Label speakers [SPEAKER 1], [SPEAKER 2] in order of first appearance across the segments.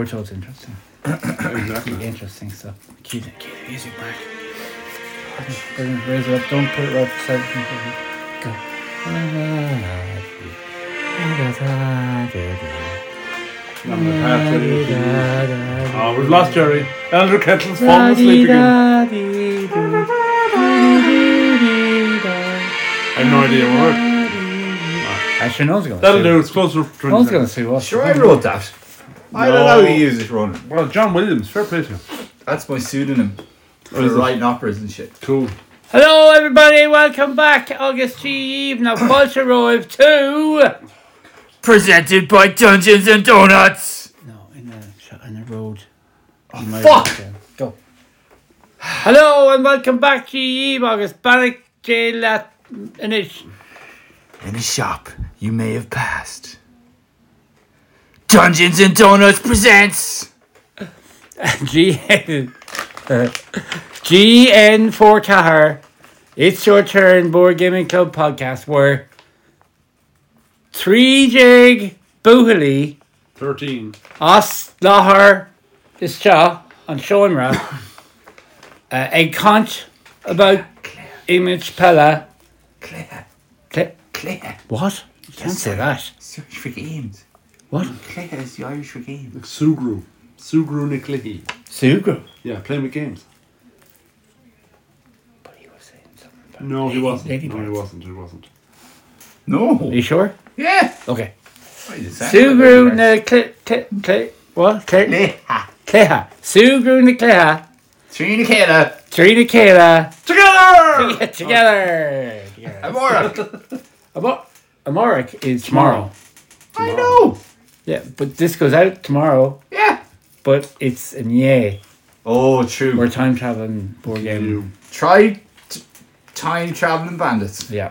[SPEAKER 1] Which was interesting.
[SPEAKER 2] Exactly.
[SPEAKER 1] Interesting stuff. Cue the, cue the music back. Bring, bring, raise it up. Don't put it right beside it. Go.
[SPEAKER 2] Down the pathway. Oh, we've lost Jerry. Elder Kettle's fallen asleep again. I have no idea what we're.
[SPEAKER 1] Actually, no one's going to
[SPEAKER 2] That'll do. It's closer to
[SPEAKER 1] No one's
[SPEAKER 2] 20
[SPEAKER 1] going to
[SPEAKER 2] seconds.
[SPEAKER 1] see what.
[SPEAKER 3] Sure, I wrote that. I don't know
[SPEAKER 2] No.
[SPEAKER 3] who you use it running.
[SPEAKER 2] Well, John Williams. Fair play to him.
[SPEAKER 3] That's my pseudonym for
[SPEAKER 2] is it?
[SPEAKER 3] writing operas and shit.
[SPEAKER 2] Cool.
[SPEAKER 1] Hello, everybody. Welcome back. August G. E Evening of Culture Rove 2.
[SPEAKER 3] Presented by Dungeons and Donuts.
[SPEAKER 1] No, in the in the road. Oh,
[SPEAKER 3] fuck!
[SPEAKER 1] Go. Hello and welcome back to ye August Panic J Lat and it's
[SPEAKER 3] In a shop you may have passed. Dungeons and Donuts presents.
[SPEAKER 1] G GN for Tahar. It's your turn, Board Gaming Club podcast where three jig Boohali
[SPEAKER 2] 13.
[SPEAKER 1] Os Lahar Ischa on Shoimra. uh, a cunt about Image Pella.
[SPEAKER 3] Claire,
[SPEAKER 1] Cl-
[SPEAKER 3] Claire,
[SPEAKER 1] What? You can't say that.
[SPEAKER 3] it's Irish for games.
[SPEAKER 1] What?
[SPEAKER 3] Claire is the Irish for games.
[SPEAKER 2] Sugru. Sugru Nickley.
[SPEAKER 1] Sugru.
[SPEAKER 2] Yeah, playing with games.
[SPEAKER 1] But he was saying something.
[SPEAKER 2] No, he wasn't.
[SPEAKER 1] Lady
[SPEAKER 2] No, he
[SPEAKER 1] Birds.
[SPEAKER 2] wasn't. He wasn't.
[SPEAKER 1] Are you
[SPEAKER 3] No.
[SPEAKER 1] sure?
[SPEAKER 3] Yeah.
[SPEAKER 1] Okay. Sugru
[SPEAKER 3] Sugru
[SPEAKER 1] na cl- cl- cl- what? Cl-
[SPEAKER 3] Claire.
[SPEAKER 1] Cleha. Sugru na Cleha.
[SPEAKER 3] Trina Kayla.
[SPEAKER 1] Trina Kayla.
[SPEAKER 2] Together!
[SPEAKER 1] Get together. Together.
[SPEAKER 3] Amora.
[SPEAKER 1] Amo- Amoric is tomorrow.
[SPEAKER 3] I know.
[SPEAKER 1] Yeah, but this goes out tomorrow,
[SPEAKER 3] Yeah.
[SPEAKER 1] but it's in yay.
[SPEAKER 3] Oh, true.
[SPEAKER 1] We're time traveling board game.
[SPEAKER 2] You.
[SPEAKER 3] Try t- time traveling bandits.
[SPEAKER 1] Yeah.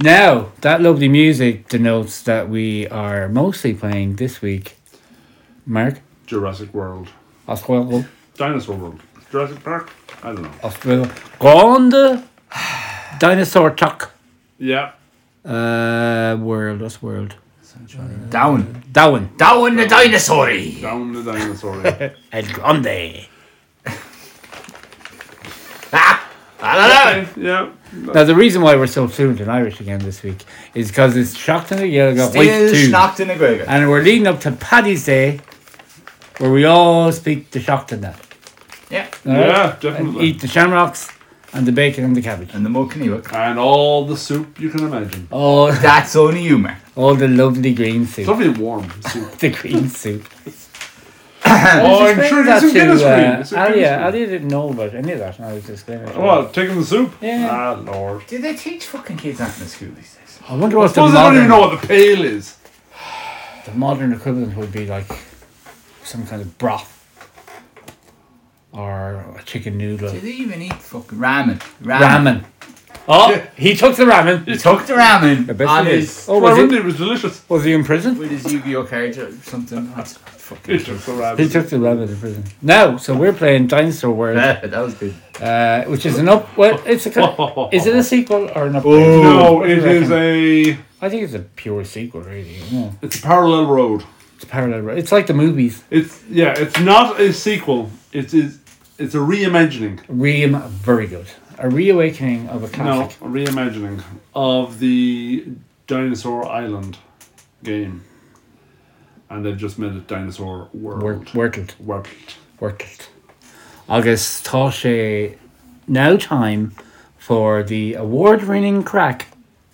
[SPEAKER 1] Now, that lovely music denotes that we are mostly playing this week. Mark?
[SPEAKER 2] Jurassic World.
[SPEAKER 1] Oswald?
[SPEAKER 2] Dinosaur World. Jurassic Park? I don't know.
[SPEAKER 1] Oswald. Grande uh, Dinosaur Talk.
[SPEAKER 2] Yeah.
[SPEAKER 1] Uh, world, what's world?
[SPEAKER 3] Down.
[SPEAKER 1] That one.
[SPEAKER 3] Down the dinosaur.
[SPEAKER 2] Down the dinosaur. yeah.
[SPEAKER 1] El Grande.
[SPEAKER 2] Okay, yeah.
[SPEAKER 1] Now, the reason why we're so fluent in Irish again this week is because it's Shockton and Yellow
[SPEAKER 3] Still
[SPEAKER 1] Week 2.
[SPEAKER 3] knocked in a gregor.
[SPEAKER 1] and we're leading up to Paddy's Day, where we all speak the Shockton now.
[SPEAKER 3] Yeah.
[SPEAKER 1] all right?
[SPEAKER 2] Yeah,
[SPEAKER 1] And
[SPEAKER 2] definitely.
[SPEAKER 1] eat the shamrocks and the bacon and the cabbage.
[SPEAKER 3] And the Mokanewak.
[SPEAKER 2] And all the soup you can imagine.
[SPEAKER 1] Oh,
[SPEAKER 3] That's only humour.
[SPEAKER 1] all the lovely green
[SPEAKER 2] It's
[SPEAKER 1] soup.
[SPEAKER 2] lovely warm soup.
[SPEAKER 1] the green soup.
[SPEAKER 2] oh, I'm sure there's
[SPEAKER 1] uh,
[SPEAKER 2] some Guinness for you. There's some Guinness
[SPEAKER 1] Alia,
[SPEAKER 2] for you.
[SPEAKER 1] Alia didn't know about any of that. and I was just going.
[SPEAKER 2] What, taking the soup?
[SPEAKER 1] Yeah.
[SPEAKER 2] Ah, Lord.
[SPEAKER 3] Do they teach fucking kids that in the school these days?
[SPEAKER 1] I wonder what the
[SPEAKER 2] Suppose I don't even
[SPEAKER 1] modern,
[SPEAKER 2] know what the pail is.
[SPEAKER 1] the modern equivalent would be like some kind of broth or a chicken noodle.
[SPEAKER 3] Do they even eat fucking ramen? Ramen.
[SPEAKER 1] Ramen. Oh, he took the ramen.
[SPEAKER 3] He took the ramen
[SPEAKER 1] I bet
[SPEAKER 3] on
[SPEAKER 1] he did.
[SPEAKER 3] his,
[SPEAKER 1] Oh,
[SPEAKER 2] Why
[SPEAKER 1] was
[SPEAKER 2] wouldn't it?
[SPEAKER 1] he,
[SPEAKER 2] It was delicious.
[SPEAKER 1] was he in prison?
[SPEAKER 3] with his Yu-Gi-Oh card or something. That's fucking.
[SPEAKER 2] It took so rabbit.
[SPEAKER 1] He took the ramen in prison. No, so we're playing Dinosaur World,
[SPEAKER 3] Yeah, that was good.
[SPEAKER 1] uh, which is an up. Well, it's a. kind of- Is it a sequel or an upgrade?
[SPEAKER 3] Oh.
[SPEAKER 2] No,
[SPEAKER 1] What do
[SPEAKER 2] it
[SPEAKER 1] you
[SPEAKER 2] is
[SPEAKER 1] reckon?
[SPEAKER 2] a
[SPEAKER 1] I think it's a pure sequel, really. Yeah.
[SPEAKER 2] it's a parallel road.
[SPEAKER 1] It's parallel. ro- It's like the movies.
[SPEAKER 2] It's yeah, it's not a sequel. It is it's a reimagining.
[SPEAKER 1] Re very good. A reawakening of a
[SPEAKER 2] No, a
[SPEAKER 1] classic.
[SPEAKER 2] reimagining of the Dinosaur Island game. And they've just made it Dinosaur World.
[SPEAKER 1] Wort- Wortled.
[SPEAKER 2] World.
[SPEAKER 1] Wortled. August Toshe. Now time for the award-winning crack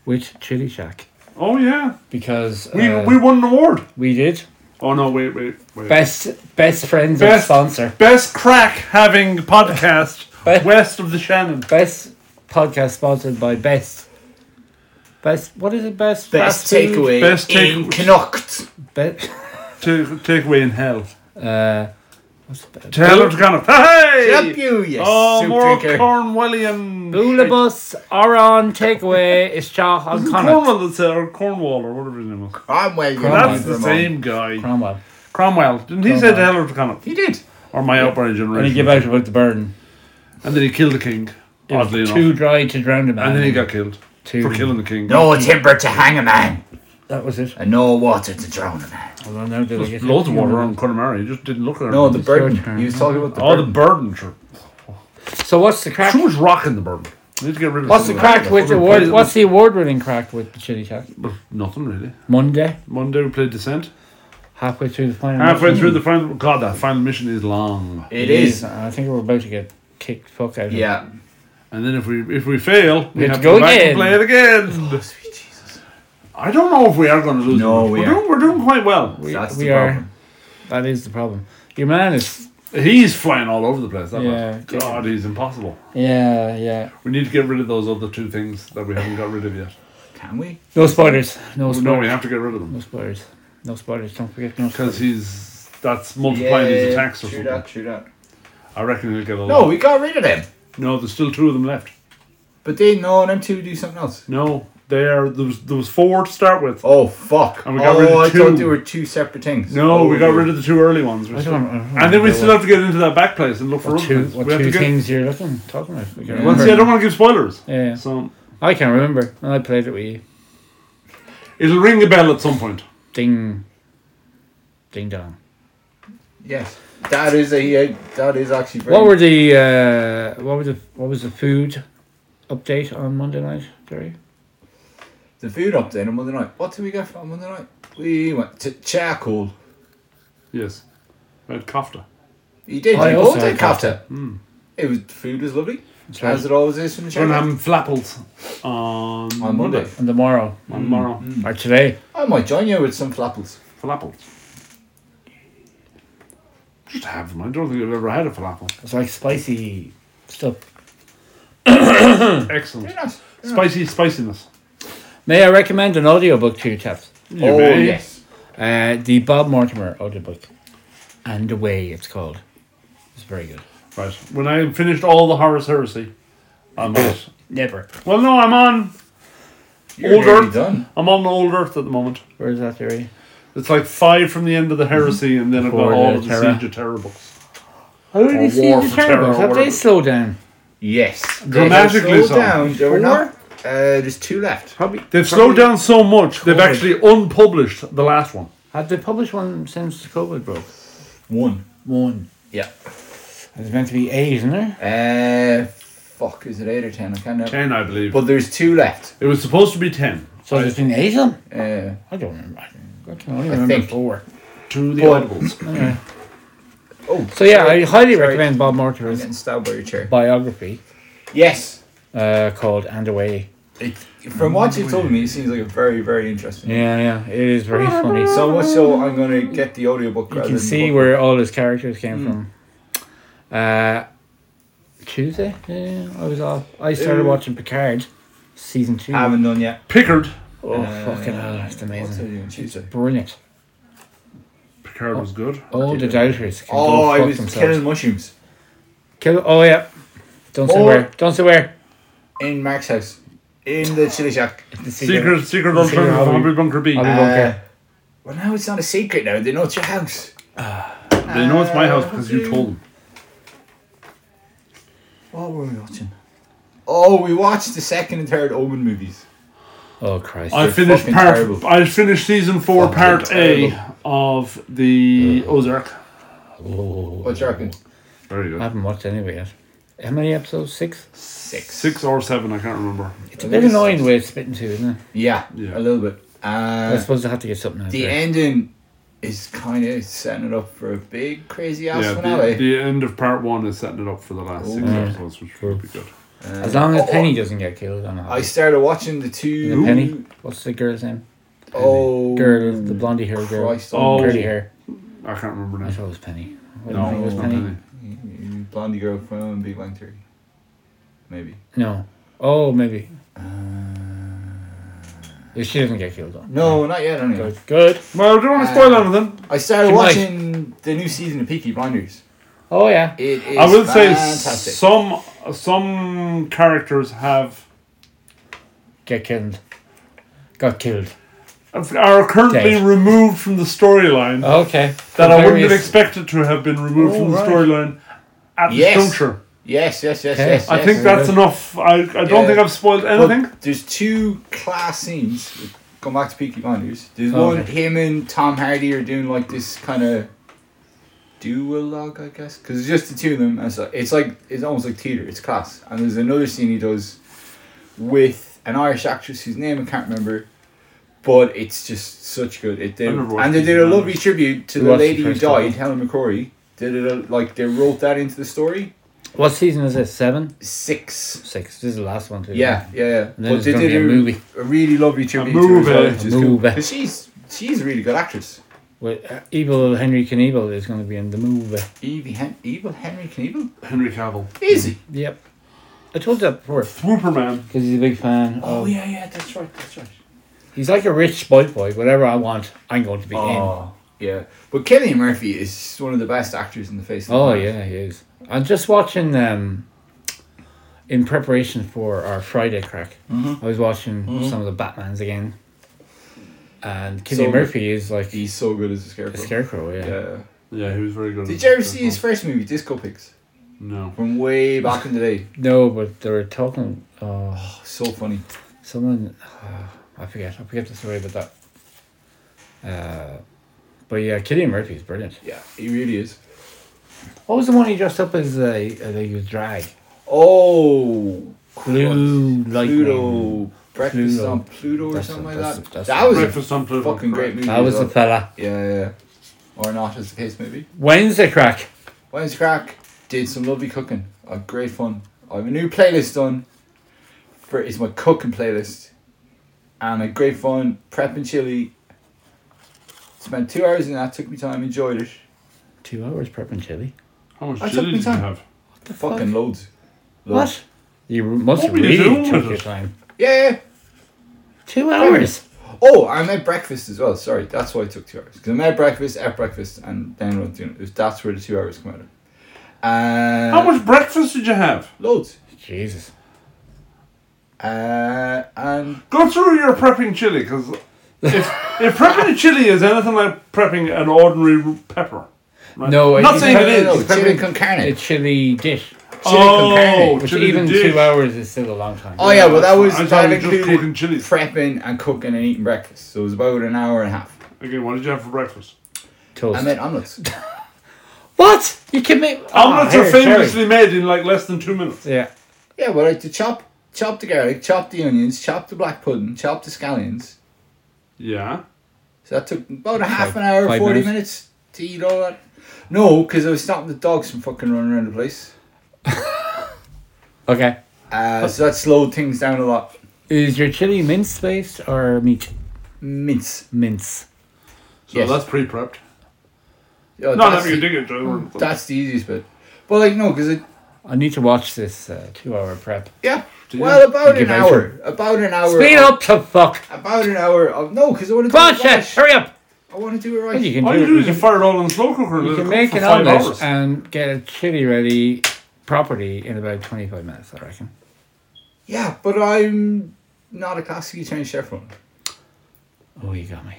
[SPEAKER 1] with Chili Shack
[SPEAKER 2] Oh yeah.
[SPEAKER 1] because uh,
[SPEAKER 2] We, we won an award.
[SPEAKER 1] we did
[SPEAKER 2] Oh no, wait, wait, wait.
[SPEAKER 1] best best friends and
[SPEAKER 2] Best-
[SPEAKER 1] sponsor
[SPEAKER 2] Best crack having podcast
[SPEAKER 1] Best-
[SPEAKER 2] west of the Shannon.
[SPEAKER 1] best podcast sponsored by best best what is it best
[SPEAKER 3] Best
[SPEAKER 1] fast food?
[SPEAKER 3] takeaway
[SPEAKER 2] Best
[SPEAKER 3] in
[SPEAKER 2] takeaway.
[SPEAKER 3] Knocked.
[SPEAKER 1] Be-
[SPEAKER 2] To take away in hell.
[SPEAKER 1] uh, what's the best?
[SPEAKER 2] Tell her to kind of hey.
[SPEAKER 3] Help you, yes.
[SPEAKER 2] Oh,
[SPEAKER 3] soup
[SPEAKER 2] more
[SPEAKER 3] drinker.
[SPEAKER 2] Cornwellian.
[SPEAKER 1] Bus Oran Takeaway is Shaw on Connacht.
[SPEAKER 2] Cornwall, that's it, or Cornwall, or whatever his name was.
[SPEAKER 3] Cromwell, you
[SPEAKER 1] Cromwell.
[SPEAKER 2] That's
[SPEAKER 3] know,
[SPEAKER 2] the
[SPEAKER 3] Vermont.
[SPEAKER 2] same guy.
[SPEAKER 1] Cromwell.
[SPEAKER 2] Cromwell. Didn't he say
[SPEAKER 1] Cromwell.
[SPEAKER 2] the hell to Connacht?
[SPEAKER 3] He did.
[SPEAKER 2] Or my outbreak
[SPEAKER 1] When he
[SPEAKER 2] generation.
[SPEAKER 1] gave out about the burden.
[SPEAKER 2] And then he killed the king,
[SPEAKER 1] It was
[SPEAKER 2] oddly enough.
[SPEAKER 1] too dry to drown a man.
[SPEAKER 2] And then he got killed
[SPEAKER 1] Too-
[SPEAKER 2] for killing the king.
[SPEAKER 3] No timber to hang a man.
[SPEAKER 1] That was it.
[SPEAKER 3] and no water to drown him at.
[SPEAKER 1] Although now that I
[SPEAKER 2] There's
[SPEAKER 1] get
[SPEAKER 2] loads of
[SPEAKER 1] it,
[SPEAKER 2] water
[SPEAKER 1] you
[SPEAKER 2] on Connemara. You just didn't look at it.
[SPEAKER 3] No, the
[SPEAKER 1] It's your
[SPEAKER 3] burden.
[SPEAKER 1] turn.
[SPEAKER 3] He was talking about the
[SPEAKER 2] oh, the
[SPEAKER 3] burden.
[SPEAKER 2] burden. Sure.
[SPEAKER 1] know. So what's the crack?
[SPEAKER 2] Too much rock in the burden. We need to get rid of.
[SPEAKER 1] What's the
[SPEAKER 2] some of
[SPEAKER 1] crack
[SPEAKER 2] that.
[SPEAKER 1] with the
[SPEAKER 2] We
[SPEAKER 1] award?
[SPEAKER 2] played-
[SPEAKER 1] What's the award-winning crack with the Chili Cat?
[SPEAKER 2] But nothing really.
[SPEAKER 1] Monday,
[SPEAKER 2] Monday we played Descent.
[SPEAKER 3] Mm-hmm.
[SPEAKER 1] halfway through the final.
[SPEAKER 2] Halfway
[SPEAKER 1] mission.
[SPEAKER 2] through the final. God, that final mission is long.
[SPEAKER 3] It is.
[SPEAKER 1] and I think we're about to get kicked fuck out. of it.
[SPEAKER 3] Yeah.
[SPEAKER 2] And then if we if we fail, we
[SPEAKER 1] have
[SPEAKER 2] have
[SPEAKER 1] to
[SPEAKER 2] to
[SPEAKER 1] go
[SPEAKER 2] go back
[SPEAKER 1] again.
[SPEAKER 2] and play it again.
[SPEAKER 3] Oh, sweet Jesus.
[SPEAKER 2] I don't know if we are going to lose.
[SPEAKER 3] No,
[SPEAKER 2] much.
[SPEAKER 3] we
[SPEAKER 2] we're
[SPEAKER 3] are.
[SPEAKER 2] doing we're doing quite well.
[SPEAKER 1] we,
[SPEAKER 3] That's
[SPEAKER 1] we
[SPEAKER 3] the
[SPEAKER 1] are.
[SPEAKER 3] problem.
[SPEAKER 1] That is the problem. Your man is.
[SPEAKER 2] He's flying all over the place. That
[SPEAKER 1] Yeah,
[SPEAKER 2] man. God, he's impossible.
[SPEAKER 1] Yeah, yeah.
[SPEAKER 2] We need to get rid of those other two things that we haven't got rid of yet.
[SPEAKER 3] Can we?
[SPEAKER 1] No spoilers. No
[SPEAKER 2] No, we
[SPEAKER 1] spoilers.
[SPEAKER 2] have to get rid of
[SPEAKER 1] No
[SPEAKER 2] them
[SPEAKER 1] spoilers. No spoilers. Don't forget no
[SPEAKER 2] because
[SPEAKER 1] spoilers.
[SPEAKER 2] he's that's multiplying his attacks or
[SPEAKER 3] true
[SPEAKER 2] something.
[SPEAKER 3] that, true that.
[SPEAKER 2] I reckon he'll get a
[SPEAKER 3] No,
[SPEAKER 2] lot.
[SPEAKER 3] we got rid of them.
[SPEAKER 2] No, there's still two of them left.
[SPEAKER 3] But they no, them two do something else.
[SPEAKER 2] No, there there was there was four to start with.
[SPEAKER 3] Oh fuck!
[SPEAKER 2] And we got
[SPEAKER 3] oh,
[SPEAKER 2] rid of
[SPEAKER 3] I
[SPEAKER 2] two.
[SPEAKER 3] thought they were two separate things. Oh,
[SPEAKER 2] No, we got rid of the two early ones. We're
[SPEAKER 1] I
[SPEAKER 2] still-
[SPEAKER 1] don't, I don't
[SPEAKER 2] And then we
[SPEAKER 1] know
[SPEAKER 2] still have to get into that back place and look for
[SPEAKER 1] what
[SPEAKER 2] other
[SPEAKER 1] two,
[SPEAKER 2] things.
[SPEAKER 1] what
[SPEAKER 2] We have
[SPEAKER 1] two
[SPEAKER 2] to get.
[SPEAKER 1] things you're looking talking about. We can
[SPEAKER 3] Yeah.
[SPEAKER 2] Well, see, I don't want to give spoilers.
[SPEAKER 1] Yeah,
[SPEAKER 2] So
[SPEAKER 1] I can't remember. And I played it with you.
[SPEAKER 2] it'll ring a bell at some point.
[SPEAKER 1] Ding, ding dong.
[SPEAKER 3] Yes, that is a uh, that is actually. Very
[SPEAKER 1] What were the uh, what was the what was the food update on Monday night, Gary?
[SPEAKER 3] the food up then on Monday night? What did we get on Monday night? We went to charcoal.
[SPEAKER 2] Yes. Red Kofta.
[SPEAKER 3] He did.
[SPEAKER 1] I
[SPEAKER 3] he
[SPEAKER 1] also
[SPEAKER 3] both
[SPEAKER 1] had
[SPEAKER 3] did kafta.
[SPEAKER 2] Hmm.
[SPEAKER 3] It was the food was lovely, as it always is from the
[SPEAKER 2] We're
[SPEAKER 3] charcoal.
[SPEAKER 2] gonna have flapples on,
[SPEAKER 3] on Monday,
[SPEAKER 1] And tomorrow
[SPEAKER 2] On tomorrow.
[SPEAKER 1] Hmm. or today?
[SPEAKER 3] I might join you with some flapples.
[SPEAKER 2] Flapples. Just have them. I don't think I've ever had a falafel.
[SPEAKER 1] It's like spicy stuff.
[SPEAKER 2] Excellent.
[SPEAKER 3] They're not- they're not-
[SPEAKER 2] Spicy spiciness.
[SPEAKER 1] May I recommend an audiobook to you, chaps?
[SPEAKER 2] You
[SPEAKER 3] oh
[SPEAKER 2] may.
[SPEAKER 3] yes,
[SPEAKER 1] Uh, the Bob Mortimer audiobook. And Away, it's called. It's very good.
[SPEAKER 2] Right. When I finished all the Horus Heresy, I might.
[SPEAKER 1] Never.
[SPEAKER 2] well, no, I'm on.
[SPEAKER 3] You're
[SPEAKER 2] Older.
[SPEAKER 3] nearly done.
[SPEAKER 2] I'm on Old Earth at the moment.
[SPEAKER 1] Where is that theory?
[SPEAKER 2] It's like five from the end of the Heresy, and then I've got
[SPEAKER 1] Before
[SPEAKER 2] all
[SPEAKER 1] the
[SPEAKER 2] of the
[SPEAKER 1] Terror.
[SPEAKER 2] Siege of Terror books.
[SPEAKER 1] How did
[SPEAKER 2] Or
[SPEAKER 1] you see
[SPEAKER 2] War
[SPEAKER 1] the
[SPEAKER 2] for Terror
[SPEAKER 1] terribles?
[SPEAKER 2] or
[SPEAKER 1] Have they
[SPEAKER 2] whatever.
[SPEAKER 1] slowed down?
[SPEAKER 3] Yes,
[SPEAKER 2] Dramatically
[SPEAKER 3] They have slowed
[SPEAKER 2] so.
[SPEAKER 3] down. There were not.
[SPEAKER 1] Four?
[SPEAKER 3] Uh, there's two left.
[SPEAKER 1] Probably.
[SPEAKER 2] They've slowed down so much, they've
[SPEAKER 1] COVID.
[SPEAKER 2] actually unpublished the last one.
[SPEAKER 1] Have they published one since COVID broke?
[SPEAKER 3] One.
[SPEAKER 1] One.
[SPEAKER 3] Yeah.
[SPEAKER 1] It's meant to be eight, isn't there?
[SPEAKER 3] Uh, fuck, is it 8 or 10? I can't remember.
[SPEAKER 2] Ten, I believe.
[SPEAKER 3] But there's two left.
[SPEAKER 2] it was supposed to be ten.
[SPEAKER 1] So there's been eight of them?
[SPEAKER 3] Uh,
[SPEAKER 1] I don't remember. I can only remember
[SPEAKER 3] think.
[SPEAKER 1] four.
[SPEAKER 2] To the
[SPEAKER 3] But-
[SPEAKER 2] Audibles.
[SPEAKER 3] oh,
[SPEAKER 1] So yeah, I
[SPEAKER 3] sorry.
[SPEAKER 1] highly
[SPEAKER 3] Sorry.
[SPEAKER 1] recommend Bob
[SPEAKER 3] I'm
[SPEAKER 1] Mortimer's
[SPEAKER 3] getting stabbed by your chair.
[SPEAKER 1] biography
[SPEAKER 3] Yes.
[SPEAKER 1] uh, called And Away.
[SPEAKER 3] It, from what you told me, it seems like a very, very interesting.
[SPEAKER 1] Yeah, yeah, it is very funny.
[SPEAKER 3] So much so, I'm going to get the audiobook.
[SPEAKER 1] You can see where all his characters came from. Uh, Tuesday, yeah, I was off. I started
[SPEAKER 3] Uh,
[SPEAKER 1] watching Picard, season two.
[SPEAKER 3] I haven't done yet.
[SPEAKER 2] Pickard.
[SPEAKER 1] oh
[SPEAKER 3] Uh,
[SPEAKER 1] fucking hell, that's
[SPEAKER 3] What's I
[SPEAKER 1] amazing!
[SPEAKER 3] doing Tuesday?
[SPEAKER 1] Brilliant.
[SPEAKER 2] Picard was good.
[SPEAKER 1] All the doubters. Can
[SPEAKER 3] Oh,
[SPEAKER 1] go
[SPEAKER 3] I
[SPEAKER 1] fuck
[SPEAKER 3] was
[SPEAKER 1] themselves.
[SPEAKER 3] killing mushrooms
[SPEAKER 1] Kill. Oh yeah. Don't say
[SPEAKER 3] Oh.
[SPEAKER 1] where. Don't say where.
[SPEAKER 3] in Mark's house, in the chili shack.
[SPEAKER 1] The
[SPEAKER 2] Secret, secret
[SPEAKER 1] Secret
[SPEAKER 2] alternative of
[SPEAKER 1] Hobby.
[SPEAKER 2] Hobby Bunker B.
[SPEAKER 1] Hobby-
[SPEAKER 2] They
[SPEAKER 3] Uh,
[SPEAKER 1] Okay.
[SPEAKER 3] well, now it's not a secret now. They know it's your house.
[SPEAKER 2] know it's my house because you told them.
[SPEAKER 3] What were we watching? Oh, we watched the second and third Omen movies.
[SPEAKER 1] Oh Christ.
[SPEAKER 2] I
[SPEAKER 3] They're
[SPEAKER 2] finished
[SPEAKER 3] fucking
[SPEAKER 2] part.
[SPEAKER 3] terrible.
[SPEAKER 2] I finished season four,
[SPEAKER 3] Fucking
[SPEAKER 2] part
[SPEAKER 3] terrible.
[SPEAKER 2] A of the Ozark.
[SPEAKER 1] oh.
[SPEAKER 3] What do you reckon?
[SPEAKER 2] Very
[SPEAKER 1] I
[SPEAKER 2] good.
[SPEAKER 1] haven't watched any of it yet. How many episodes? Six.
[SPEAKER 3] Six.
[SPEAKER 2] Six or seven, I can't remember.
[SPEAKER 1] It's a bit
[SPEAKER 3] Six.
[SPEAKER 1] annoying the way it's split in two, isn't it?
[SPEAKER 3] Yeah,
[SPEAKER 2] Yeah.
[SPEAKER 3] a little bit.
[SPEAKER 1] I
[SPEAKER 3] Uh,
[SPEAKER 1] suppose I have to get something out
[SPEAKER 3] the
[SPEAKER 1] there.
[SPEAKER 3] ending is kind of setting it up for a big crazy ass
[SPEAKER 2] Yeah,
[SPEAKER 3] finale.
[SPEAKER 2] the, the end of part one is setting it up for the last six
[SPEAKER 3] Oh.
[SPEAKER 2] episodes, which would be good.
[SPEAKER 1] As long as Penny doesn't get killed, I'm
[SPEAKER 3] I
[SPEAKER 1] happy.
[SPEAKER 3] started watching the
[SPEAKER 1] The
[SPEAKER 3] two.
[SPEAKER 1] Penny. What's the girl's name?
[SPEAKER 3] Oh,
[SPEAKER 1] Girl, the blondie hair girl.
[SPEAKER 3] Christ
[SPEAKER 2] Oh.
[SPEAKER 1] Curly hair.
[SPEAKER 2] I can't remember
[SPEAKER 1] I
[SPEAKER 2] now.
[SPEAKER 1] thought it was Penny. Wait,
[SPEAKER 2] No,
[SPEAKER 1] it was
[SPEAKER 2] not
[SPEAKER 1] Penny.
[SPEAKER 2] Penny.
[SPEAKER 3] Almighty. blondie girl from Big Bang Theory, maybe.
[SPEAKER 1] No. Oh, maybe.
[SPEAKER 3] Uh.
[SPEAKER 1] Yeah, she doesn't get killed, though.
[SPEAKER 3] No, not yet. Anyway,
[SPEAKER 1] Good. Good.
[SPEAKER 2] Well, I don't want to spoil
[SPEAKER 3] Uh,
[SPEAKER 2] anything.
[SPEAKER 3] I started
[SPEAKER 1] She might.
[SPEAKER 3] watching the new season of Peaky Blinders.
[SPEAKER 1] Oh, yeah.
[SPEAKER 3] It is
[SPEAKER 2] I will say
[SPEAKER 3] fantastic.
[SPEAKER 2] some some characters have
[SPEAKER 1] Get killed. Got killed.
[SPEAKER 2] are currently
[SPEAKER 1] Dead.
[SPEAKER 2] removed from the storyline
[SPEAKER 3] Uh,
[SPEAKER 1] Okay.
[SPEAKER 2] that I wouldn't have
[SPEAKER 1] Various-
[SPEAKER 2] expected to have been removed
[SPEAKER 1] Oh,
[SPEAKER 2] from the
[SPEAKER 1] right.
[SPEAKER 2] storyline at
[SPEAKER 3] Yes.
[SPEAKER 2] this juncture.
[SPEAKER 3] yes, yes, yes,
[SPEAKER 1] Okay.
[SPEAKER 3] yes.
[SPEAKER 2] I
[SPEAKER 3] yes.
[SPEAKER 2] think
[SPEAKER 1] very
[SPEAKER 2] that's
[SPEAKER 1] good.
[SPEAKER 2] enough. I, I don't
[SPEAKER 3] Yeah.
[SPEAKER 2] think I've spoiled
[SPEAKER 3] But
[SPEAKER 2] anything.
[SPEAKER 3] There's two class scenes with going back to Peaky Blinders, there's
[SPEAKER 1] Oh,
[SPEAKER 3] one
[SPEAKER 1] okay.
[SPEAKER 3] him and Tom Hardy are doing like this kind of duologue, I guess, because it's just the two of them. And so it's like it's almost like theater. It's class. And there's another scene he does with an Irish actress whose name I can't remember, but it's just such good. It did,
[SPEAKER 2] I remember
[SPEAKER 3] and they
[SPEAKER 2] watching
[SPEAKER 3] did a
[SPEAKER 2] that.
[SPEAKER 3] lovely tribute to
[SPEAKER 1] We
[SPEAKER 3] the
[SPEAKER 1] watched the
[SPEAKER 3] lady who
[SPEAKER 1] first one.
[SPEAKER 3] died, Helen McCrory. Did it a- like they wrote that into the story?
[SPEAKER 1] What season is this? Seven,
[SPEAKER 3] Six.
[SPEAKER 1] six. This is the last one. Too.
[SPEAKER 3] Yeah, yeah, yeah.
[SPEAKER 1] And then
[SPEAKER 3] But
[SPEAKER 1] it's
[SPEAKER 3] they
[SPEAKER 1] gonna
[SPEAKER 3] did
[SPEAKER 1] be a movie.
[SPEAKER 3] a really lovely tribute
[SPEAKER 2] movie.
[SPEAKER 3] to her. as well, which
[SPEAKER 1] A
[SPEAKER 3] is cool.
[SPEAKER 1] movie.
[SPEAKER 3] 'Cause she's she's a really good actrous.
[SPEAKER 1] With uh, evil Henry Knievel is going to be in the movie.
[SPEAKER 3] Evie Hen- evil Henry Knievel?
[SPEAKER 2] Henry Cavill.
[SPEAKER 3] Is he?
[SPEAKER 1] Yep. I told you that before
[SPEAKER 2] Swooperman.
[SPEAKER 1] because he's a big fan.
[SPEAKER 3] Oh
[SPEAKER 1] of,
[SPEAKER 3] yeah, yeah, that's right, that's right.
[SPEAKER 1] He's like a rich spoiled boy. Whatever I want, I'm going to be in.
[SPEAKER 3] Oh yeah. But Killian Murphy is one of the best actors in the face of the
[SPEAKER 1] Oh
[SPEAKER 3] planet.
[SPEAKER 1] yeah, he is. I'm just watching um, in preparation for our Friday crack. I was watching some of the Batmans again, and Killian
[SPEAKER 3] So-
[SPEAKER 1] Murphy is like
[SPEAKER 3] He's so good as a
[SPEAKER 1] a
[SPEAKER 3] scarecrow.
[SPEAKER 1] scarecrow. Yeah.
[SPEAKER 3] yeah.
[SPEAKER 2] Yeah, he was very good.
[SPEAKER 3] Did you ever see his first movie, Disco Pigs?
[SPEAKER 2] No.
[SPEAKER 3] From way back in the day.
[SPEAKER 1] No, but they were talking. Uh,
[SPEAKER 3] Oh, so funny.
[SPEAKER 1] someone uh, I forget. I forget the story about that. Uh, but yeah, Killian Murphy is brilliant.
[SPEAKER 3] Yeah, he really is.
[SPEAKER 1] What was the one he dressed up as? Uh, uh, he was drag.
[SPEAKER 3] Oh
[SPEAKER 1] Clue Lightning.
[SPEAKER 3] Pluto. Breakfast
[SPEAKER 1] Pluto.
[SPEAKER 3] on Pluto or
[SPEAKER 1] That's
[SPEAKER 3] something
[SPEAKER 1] a-
[SPEAKER 3] like
[SPEAKER 1] that's
[SPEAKER 3] that.
[SPEAKER 1] a- that's
[SPEAKER 3] that
[SPEAKER 1] a-
[SPEAKER 3] was a
[SPEAKER 2] Breakfast on Pluto.
[SPEAKER 3] fucking great movie.
[SPEAKER 1] That was
[SPEAKER 3] as
[SPEAKER 1] the
[SPEAKER 3] well.
[SPEAKER 1] fella.
[SPEAKER 3] Yeah, yeah. Or not, as the case may be.
[SPEAKER 1] Wednesday crack.
[SPEAKER 3] When's crack? Did some lovely cooking. Uh, great fun. I have a new playlist done. For it's my cooking playlist, and a great fun prepping chili. Spent two hours in that. Took me time. Enjoyed it.
[SPEAKER 1] Two hours prepping chili.
[SPEAKER 2] How much
[SPEAKER 3] That's
[SPEAKER 2] chili did
[SPEAKER 3] up to
[SPEAKER 2] you
[SPEAKER 3] time.
[SPEAKER 2] have?
[SPEAKER 3] Fucking loads.
[SPEAKER 1] What? You must
[SPEAKER 2] What were you
[SPEAKER 1] really
[SPEAKER 2] doing
[SPEAKER 1] took
[SPEAKER 2] with
[SPEAKER 1] your
[SPEAKER 2] it?
[SPEAKER 1] time.
[SPEAKER 3] Yeah.
[SPEAKER 1] Two hours.
[SPEAKER 3] Oh, I made breakfast as well. Sorry, that's why it took two hours. Because I made breakfast, ate breakfast, and then went to it. That's where the two hours come out. Of. Uh,
[SPEAKER 2] How much breakfast did you have?
[SPEAKER 3] Loads.
[SPEAKER 1] Jesus.
[SPEAKER 3] Uh, and
[SPEAKER 2] Go through your prepping chili, because if, if prepping a chili is anything like prepping an ordinary r- pepper, right?
[SPEAKER 1] No,
[SPEAKER 2] I'm not
[SPEAKER 1] it-
[SPEAKER 2] saying
[SPEAKER 3] no, no,
[SPEAKER 2] it
[SPEAKER 3] no,
[SPEAKER 2] is. it's
[SPEAKER 3] chili
[SPEAKER 2] prepping-
[SPEAKER 3] con carne.
[SPEAKER 1] A chili dish.
[SPEAKER 2] oh,
[SPEAKER 1] Which
[SPEAKER 2] chili
[SPEAKER 1] even
[SPEAKER 2] dish.
[SPEAKER 1] two hours is still a long time.
[SPEAKER 3] Oh yeah, well that was
[SPEAKER 2] I thought we
[SPEAKER 3] that
[SPEAKER 2] were just
[SPEAKER 3] included
[SPEAKER 2] cooking chilies.
[SPEAKER 3] prepping and cooking and eating breakfast. So it was about an hour and a half.
[SPEAKER 2] Again, what did you have for breakfast?
[SPEAKER 1] Ah, Toast.
[SPEAKER 3] I made omelets.
[SPEAKER 1] what? You can make
[SPEAKER 2] Omelets
[SPEAKER 1] Ah,
[SPEAKER 2] are
[SPEAKER 1] here,
[SPEAKER 2] famously made in like less than two minutes.
[SPEAKER 1] Jerry. Yeah.
[SPEAKER 3] yeah, well I had to chop chop the garlic, chop the onions, chop the black pudding, chop the scallions.
[SPEAKER 2] Yeah.
[SPEAKER 3] So that took about a half an hour,
[SPEAKER 1] five
[SPEAKER 3] forty minutes.
[SPEAKER 1] minutes?
[SPEAKER 3] to eat all that. No, because I was stopping the dogs from fucking running around the place.
[SPEAKER 1] Okay.
[SPEAKER 3] Uh, so that slowed things down a lot.
[SPEAKER 1] Is your chili mince based or meat?
[SPEAKER 3] Mince.
[SPEAKER 1] Mince.
[SPEAKER 2] So
[SPEAKER 3] Yes.
[SPEAKER 2] that's pre-prepped.
[SPEAKER 3] Oh,
[SPEAKER 2] Not
[SPEAKER 3] that's,
[SPEAKER 2] having a
[SPEAKER 3] the,
[SPEAKER 2] dig at each other.
[SPEAKER 1] Hmm.
[SPEAKER 3] that's the easiest bit. But like no, because it
[SPEAKER 1] I need to watch this uh, two hour prep.
[SPEAKER 3] yeah.
[SPEAKER 2] Did
[SPEAKER 3] Well, about
[SPEAKER 1] Give
[SPEAKER 3] an
[SPEAKER 1] out
[SPEAKER 3] hour. About an hour.
[SPEAKER 1] Speed
[SPEAKER 3] of-
[SPEAKER 1] up to fuck.
[SPEAKER 3] About an hour of no, because I want to do
[SPEAKER 1] Come on,
[SPEAKER 3] it right.
[SPEAKER 1] chef, hurry up.
[SPEAKER 3] I want to do it
[SPEAKER 1] Well,
[SPEAKER 3] right.
[SPEAKER 1] you can
[SPEAKER 2] All
[SPEAKER 1] do
[SPEAKER 2] you
[SPEAKER 1] it-
[SPEAKER 2] do
[SPEAKER 1] you
[SPEAKER 2] is you
[SPEAKER 1] can-
[SPEAKER 2] fire it all in the slow cooker and
[SPEAKER 1] You
[SPEAKER 2] let it
[SPEAKER 1] can
[SPEAKER 2] cook
[SPEAKER 1] make
[SPEAKER 2] for
[SPEAKER 1] an
[SPEAKER 2] five
[SPEAKER 1] omelette
[SPEAKER 2] hours.
[SPEAKER 1] and get a chili ready properly in about 25 minutes, I reckon.
[SPEAKER 3] Yeah, but I'm not a classically trained chef. One.
[SPEAKER 1] Oh, you got me.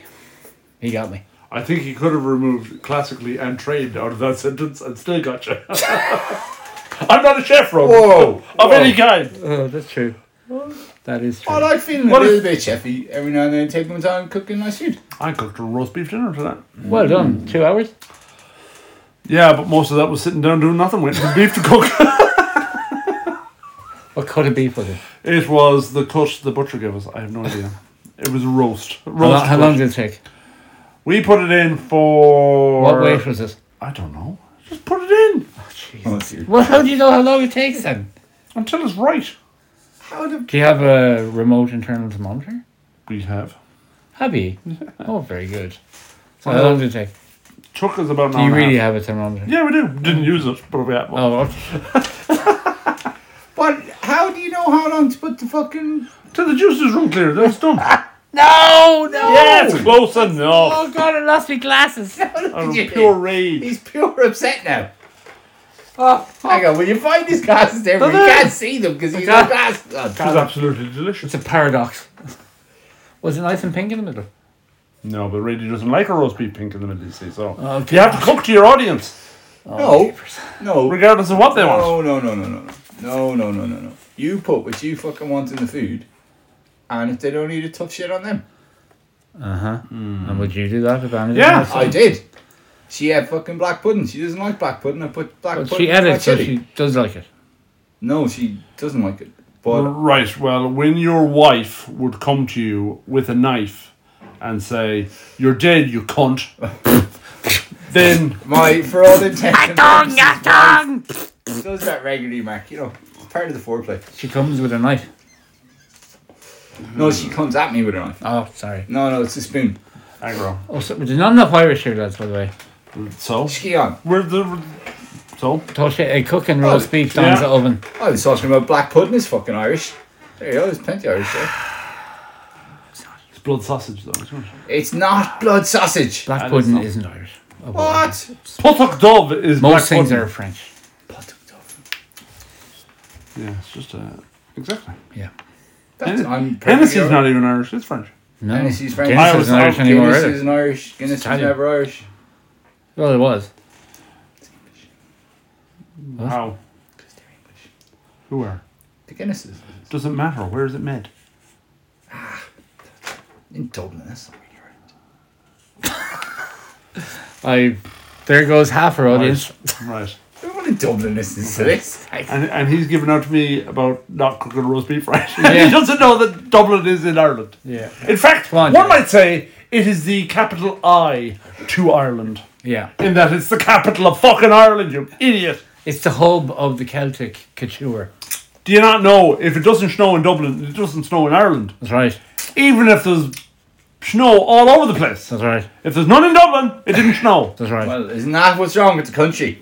[SPEAKER 1] He got me.
[SPEAKER 2] I think he could have removed classically and trained out of that sentence and still got you. I'm not a chef, Rob.
[SPEAKER 3] Whoa,
[SPEAKER 2] Of
[SPEAKER 3] whoa.
[SPEAKER 2] any kind.
[SPEAKER 1] Oh, that's true. That is true.
[SPEAKER 3] I like feeling
[SPEAKER 2] What
[SPEAKER 3] a
[SPEAKER 2] if-
[SPEAKER 3] little bit chefy every now and then, taking my time cooking nice food.
[SPEAKER 2] I cooked a roast beef dinner tonight.
[SPEAKER 1] Well done. Two hours?
[SPEAKER 2] Yeah, but most of that was sitting down doing nothing, waiting for beef to cook.
[SPEAKER 1] What cut of beef was it?
[SPEAKER 2] it was the cut the butcher gave us. I have no idea. It was a roast.
[SPEAKER 1] How
[SPEAKER 2] Roast.
[SPEAKER 1] long, how
[SPEAKER 2] cut.
[SPEAKER 1] long did it take?
[SPEAKER 2] We put it in for.
[SPEAKER 1] What weight was it?
[SPEAKER 2] I don't know. Just put it in
[SPEAKER 1] Well, how do you know how long it takes then?
[SPEAKER 2] until it's right.
[SPEAKER 3] How the
[SPEAKER 1] Do you have a remote internal to monitor?
[SPEAKER 2] We have.
[SPEAKER 1] Have you? Oh, very good. So how long did it take?
[SPEAKER 2] Took us about an
[SPEAKER 1] Do
[SPEAKER 2] hour
[SPEAKER 1] you
[SPEAKER 2] and a
[SPEAKER 1] really
[SPEAKER 2] half.
[SPEAKER 1] have a thermometer?
[SPEAKER 2] Yeah, we do. Didn't use it, but we had one.
[SPEAKER 1] Oh, okay.
[SPEAKER 3] but how do you know how long to put the fucking?
[SPEAKER 2] Till the juices run clear, that's done.
[SPEAKER 1] No, no.
[SPEAKER 2] yeah, it's close enough.
[SPEAKER 1] Oh God, I lost my glasses.
[SPEAKER 2] Out of pure rage.
[SPEAKER 3] He's pure upset now. Oh, hang on. Will you find his glasses there? We
[SPEAKER 1] They're there.
[SPEAKER 3] can't see them because he's got glasses. on.
[SPEAKER 2] It was absolutely delicious.
[SPEAKER 1] It's a paradox. Was it nice and pink in the middle?
[SPEAKER 2] No, but Brady doesn't like a roast beef pink in the middle, you see, so.
[SPEAKER 1] Okay.
[SPEAKER 2] You have to cook to your audience,
[SPEAKER 3] no, Oh, no,
[SPEAKER 2] regardless of what they want.
[SPEAKER 3] no, no, no, no, no, no, no, no, no, no. You put what you fucking want in the food, and if they don't eat it, tough shit on them.
[SPEAKER 1] Uh huh. And would you do that if Anna did
[SPEAKER 2] Yeah.
[SPEAKER 1] that?
[SPEAKER 3] I did. She had fucking black pudding. She doesn't like black pudding. I put black
[SPEAKER 1] But
[SPEAKER 3] pudding.
[SPEAKER 1] she
[SPEAKER 3] in my
[SPEAKER 1] edits, so
[SPEAKER 3] chili.
[SPEAKER 1] she does like it.
[SPEAKER 3] No, she doesn't like it. But
[SPEAKER 2] Right. Well, when your wife would come to you with a knife and say, "You're dead, you cunt," then
[SPEAKER 3] my for all the intents and purposes, wife does that regularly, Mac. You know, it's part of the foreplay.
[SPEAKER 1] She comes with a knife.
[SPEAKER 3] No, she comes at me with a knife.
[SPEAKER 1] Oh, sorry.
[SPEAKER 3] No, no, it's a spoon.
[SPEAKER 2] aggro.
[SPEAKER 1] Oh, so, there's not enough Irish here, lads, by the way.
[SPEAKER 2] So
[SPEAKER 3] Ski on.
[SPEAKER 2] we're the so
[SPEAKER 1] Tosha, a cook and roast
[SPEAKER 3] Oh,
[SPEAKER 1] beef down in
[SPEAKER 2] yeah.
[SPEAKER 1] the oven.
[SPEAKER 3] I was talking about black pudding is fucking Irish. There you go. There's plenty Irish there.
[SPEAKER 2] it's blood sausage though. Isn't it?
[SPEAKER 3] It's not blood sausage.
[SPEAKER 1] Black
[SPEAKER 2] That is
[SPEAKER 1] pudding
[SPEAKER 2] not-
[SPEAKER 1] isn't Irish. Oh, well.
[SPEAKER 3] What?
[SPEAKER 2] Potok dove is
[SPEAKER 1] Most
[SPEAKER 2] black
[SPEAKER 1] things
[SPEAKER 2] pudding.
[SPEAKER 1] are French.
[SPEAKER 2] Yeah, it's just uh, exactly.
[SPEAKER 1] Yeah.
[SPEAKER 3] That's I'm
[SPEAKER 2] Hennessy's not even Irish. It's French.
[SPEAKER 1] No.
[SPEAKER 3] Hennessy's French.
[SPEAKER 1] Guinness
[SPEAKER 2] I was-
[SPEAKER 1] isn't Irish
[SPEAKER 2] I-
[SPEAKER 1] anymore
[SPEAKER 3] Guinness
[SPEAKER 1] either.
[SPEAKER 3] isn't Irish. Guinness was
[SPEAKER 1] Italian.
[SPEAKER 3] never Irish.
[SPEAKER 1] Well, it was.
[SPEAKER 2] How?
[SPEAKER 3] Because they're English.
[SPEAKER 2] Who are?
[SPEAKER 3] The Guinness is
[SPEAKER 2] Doesn't matter. Where is it made?
[SPEAKER 3] in Dublin. That's not really right.
[SPEAKER 1] I. There goes half our audience.
[SPEAKER 2] Right.
[SPEAKER 3] Everyone in Dublin listens to this.
[SPEAKER 2] And, and he's given out to me about not cooking roast beef right.
[SPEAKER 1] Yeah.
[SPEAKER 2] he doesn't know that Dublin is in Ireland.
[SPEAKER 1] Yeah.
[SPEAKER 2] In fact,
[SPEAKER 1] on,
[SPEAKER 2] one
[SPEAKER 1] Jimmy.
[SPEAKER 2] might say it is the capital I to Ireland.
[SPEAKER 1] Yeah.
[SPEAKER 2] In that it's the capital of fucking Ireland, you idiot.
[SPEAKER 1] It's the hub of the Celtic couture.
[SPEAKER 2] Do you not know if it doesn't snow in Dublin, it doesn't snow in Ireland?
[SPEAKER 1] That's right.
[SPEAKER 2] Even if there's snow all over the place.
[SPEAKER 1] That's right.
[SPEAKER 2] If there's none in Dublin, it didn't snow.
[SPEAKER 1] That's right.
[SPEAKER 3] Well, isn't that what's wrong with the country?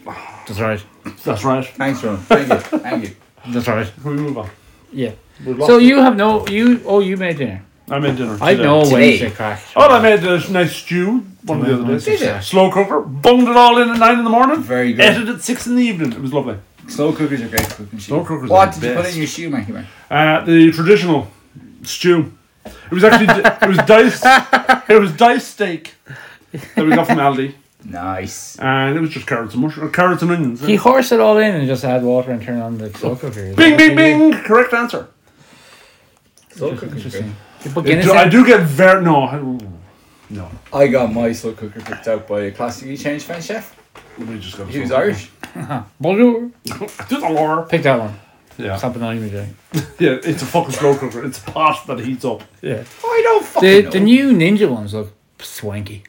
[SPEAKER 1] That's right.
[SPEAKER 2] That's right.
[SPEAKER 3] Thanks, Ron. Thank you. Thank you.
[SPEAKER 1] That's right.
[SPEAKER 2] Can we move on?
[SPEAKER 1] Yeah.
[SPEAKER 2] We've
[SPEAKER 1] So
[SPEAKER 2] lost-
[SPEAKER 1] you have no you. Oh, you made dinner.
[SPEAKER 2] I made dinner.
[SPEAKER 1] I
[SPEAKER 2] today.
[SPEAKER 1] know
[SPEAKER 3] Today.
[SPEAKER 1] Wednesday crack.
[SPEAKER 2] Oh, I made a nice stew one of the other days.
[SPEAKER 3] Did you?
[SPEAKER 2] Slow cooker, bunged it all in at nine in the morning.
[SPEAKER 3] Very good.
[SPEAKER 2] Ate it at six in the evening. It was lovely.
[SPEAKER 3] Slow cookers are great cooking shoes.
[SPEAKER 2] Slow cookers
[SPEAKER 3] What
[SPEAKER 2] are
[SPEAKER 3] did
[SPEAKER 2] the
[SPEAKER 3] you put
[SPEAKER 2] best.
[SPEAKER 3] in your shoe, Mackie man?
[SPEAKER 2] Uh, the traditional stew. It was actually it was diced. It was diced steak that we got from Aldi,
[SPEAKER 3] Nice.
[SPEAKER 2] and it was just carrots and mushrooms, carrots and onions.
[SPEAKER 1] He horse it all in and just add water and turn on the slow cooker. Is
[SPEAKER 2] Bing,
[SPEAKER 1] that
[SPEAKER 2] bing,
[SPEAKER 1] what you
[SPEAKER 2] bing! Correct answer.
[SPEAKER 3] Slow cookers are great.
[SPEAKER 1] do? You put
[SPEAKER 2] I
[SPEAKER 1] Guinness
[SPEAKER 2] do, I
[SPEAKER 1] in.
[SPEAKER 2] do get very no, I- no.
[SPEAKER 3] I got my slow cooker picked out by a classically changed French chef.
[SPEAKER 2] We just got.
[SPEAKER 3] He was Irish.
[SPEAKER 1] Bonjour.
[SPEAKER 2] Just a war.
[SPEAKER 1] Pick that one.
[SPEAKER 2] Yeah,
[SPEAKER 1] Something I'm gonna do.
[SPEAKER 2] yeah. It's a fucking slow cooker. It's a pot that heats up.
[SPEAKER 1] Yeah.
[SPEAKER 3] Oh, I don't fucking
[SPEAKER 1] The
[SPEAKER 3] know.
[SPEAKER 1] the new Ninja ones look swanky.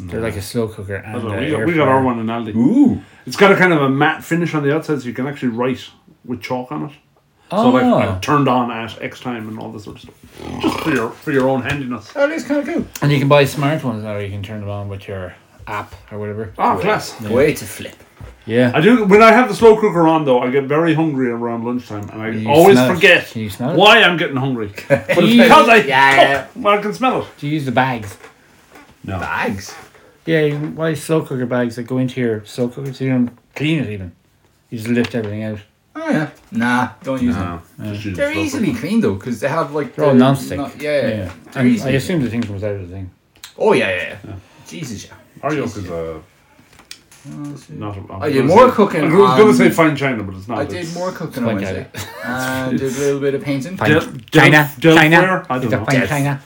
[SPEAKER 1] They're like a slow cooker and
[SPEAKER 2] I don't
[SPEAKER 1] uh,
[SPEAKER 2] know, we, got,
[SPEAKER 1] air
[SPEAKER 2] we got our
[SPEAKER 1] fryer.
[SPEAKER 2] one in Aldi.
[SPEAKER 3] Ooh.
[SPEAKER 2] It's got a kind of a matte finish on the outside, so you can actually write with chalk on it. So
[SPEAKER 1] Oh,
[SPEAKER 2] like, like turned on at X time and all this sort of stuff, just for your for your own handiness.
[SPEAKER 3] That is kind of cool.
[SPEAKER 1] and you can buy smart ones now. You can turn them on with your app or whatever.
[SPEAKER 2] Ah, class.
[SPEAKER 3] Way to flip.
[SPEAKER 1] Yeah.
[SPEAKER 2] I do. When I have the slow cooker on, though, I get very hungry around lunchtime, and I
[SPEAKER 1] You
[SPEAKER 2] always
[SPEAKER 1] smell it.
[SPEAKER 2] forget
[SPEAKER 1] Can you smell it?
[SPEAKER 2] why I'm getting hungry. but it's
[SPEAKER 1] Yeah,
[SPEAKER 2] because I
[SPEAKER 3] yeah.
[SPEAKER 2] cook. Well, I can smell it.
[SPEAKER 1] Do you use the bags?
[SPEAKER 2] No,
[SPEAKER 3] Bags.
[SPEAKER 1] Yeah, you can buy slow cooker bags that go into your slow cooker so you don't clean it even. You just lift everything out.
[SPEAKER 3] Oh yeah. Nah, don't use them.
[SPEAKER 2] no. Just use the
[SPEAKER 3] They're
[SPEAKER 2] slow
[SPEAKER 3] easily clean though, because they have like
[SPEAKER 1] They're all
[SPEAKER 3] the-
[SPEAKER 1] nonstick.
[SPEAKER 3] no- yeah, yeah. They're
[SPEAKER 1] And I
[SPEAKER 3] easily-
[SPEAKER 1] assume the thing comes out of the thing.
[SPEAKER 3] Oh yeah, yeah, yeah. Jesus, yeah.
[SPEAKER 2] cooker. Our yolk is uh, a not. A,
[SPEAKER 3] I did Oh, more cooking
[SPEAKER 2] I was going
[SPEAKER 3] on-
[SPEAKER 2] to say fine china, but it's not.
[SPEAKER 3] I did more cooking on
[SPEAKER 1] like
[SPEAKER 3] Wednesday, and did a little bit of painting.
[SPEAKER 1] Fine. China. China.
[SPEAKER 2] China. I don't
[SPEAKER 1] Is that
[SPEAKER 2] know.
[SPEAKER 1] fine
[SPEAKER 3] Yes.
[SPEAKER 1] China?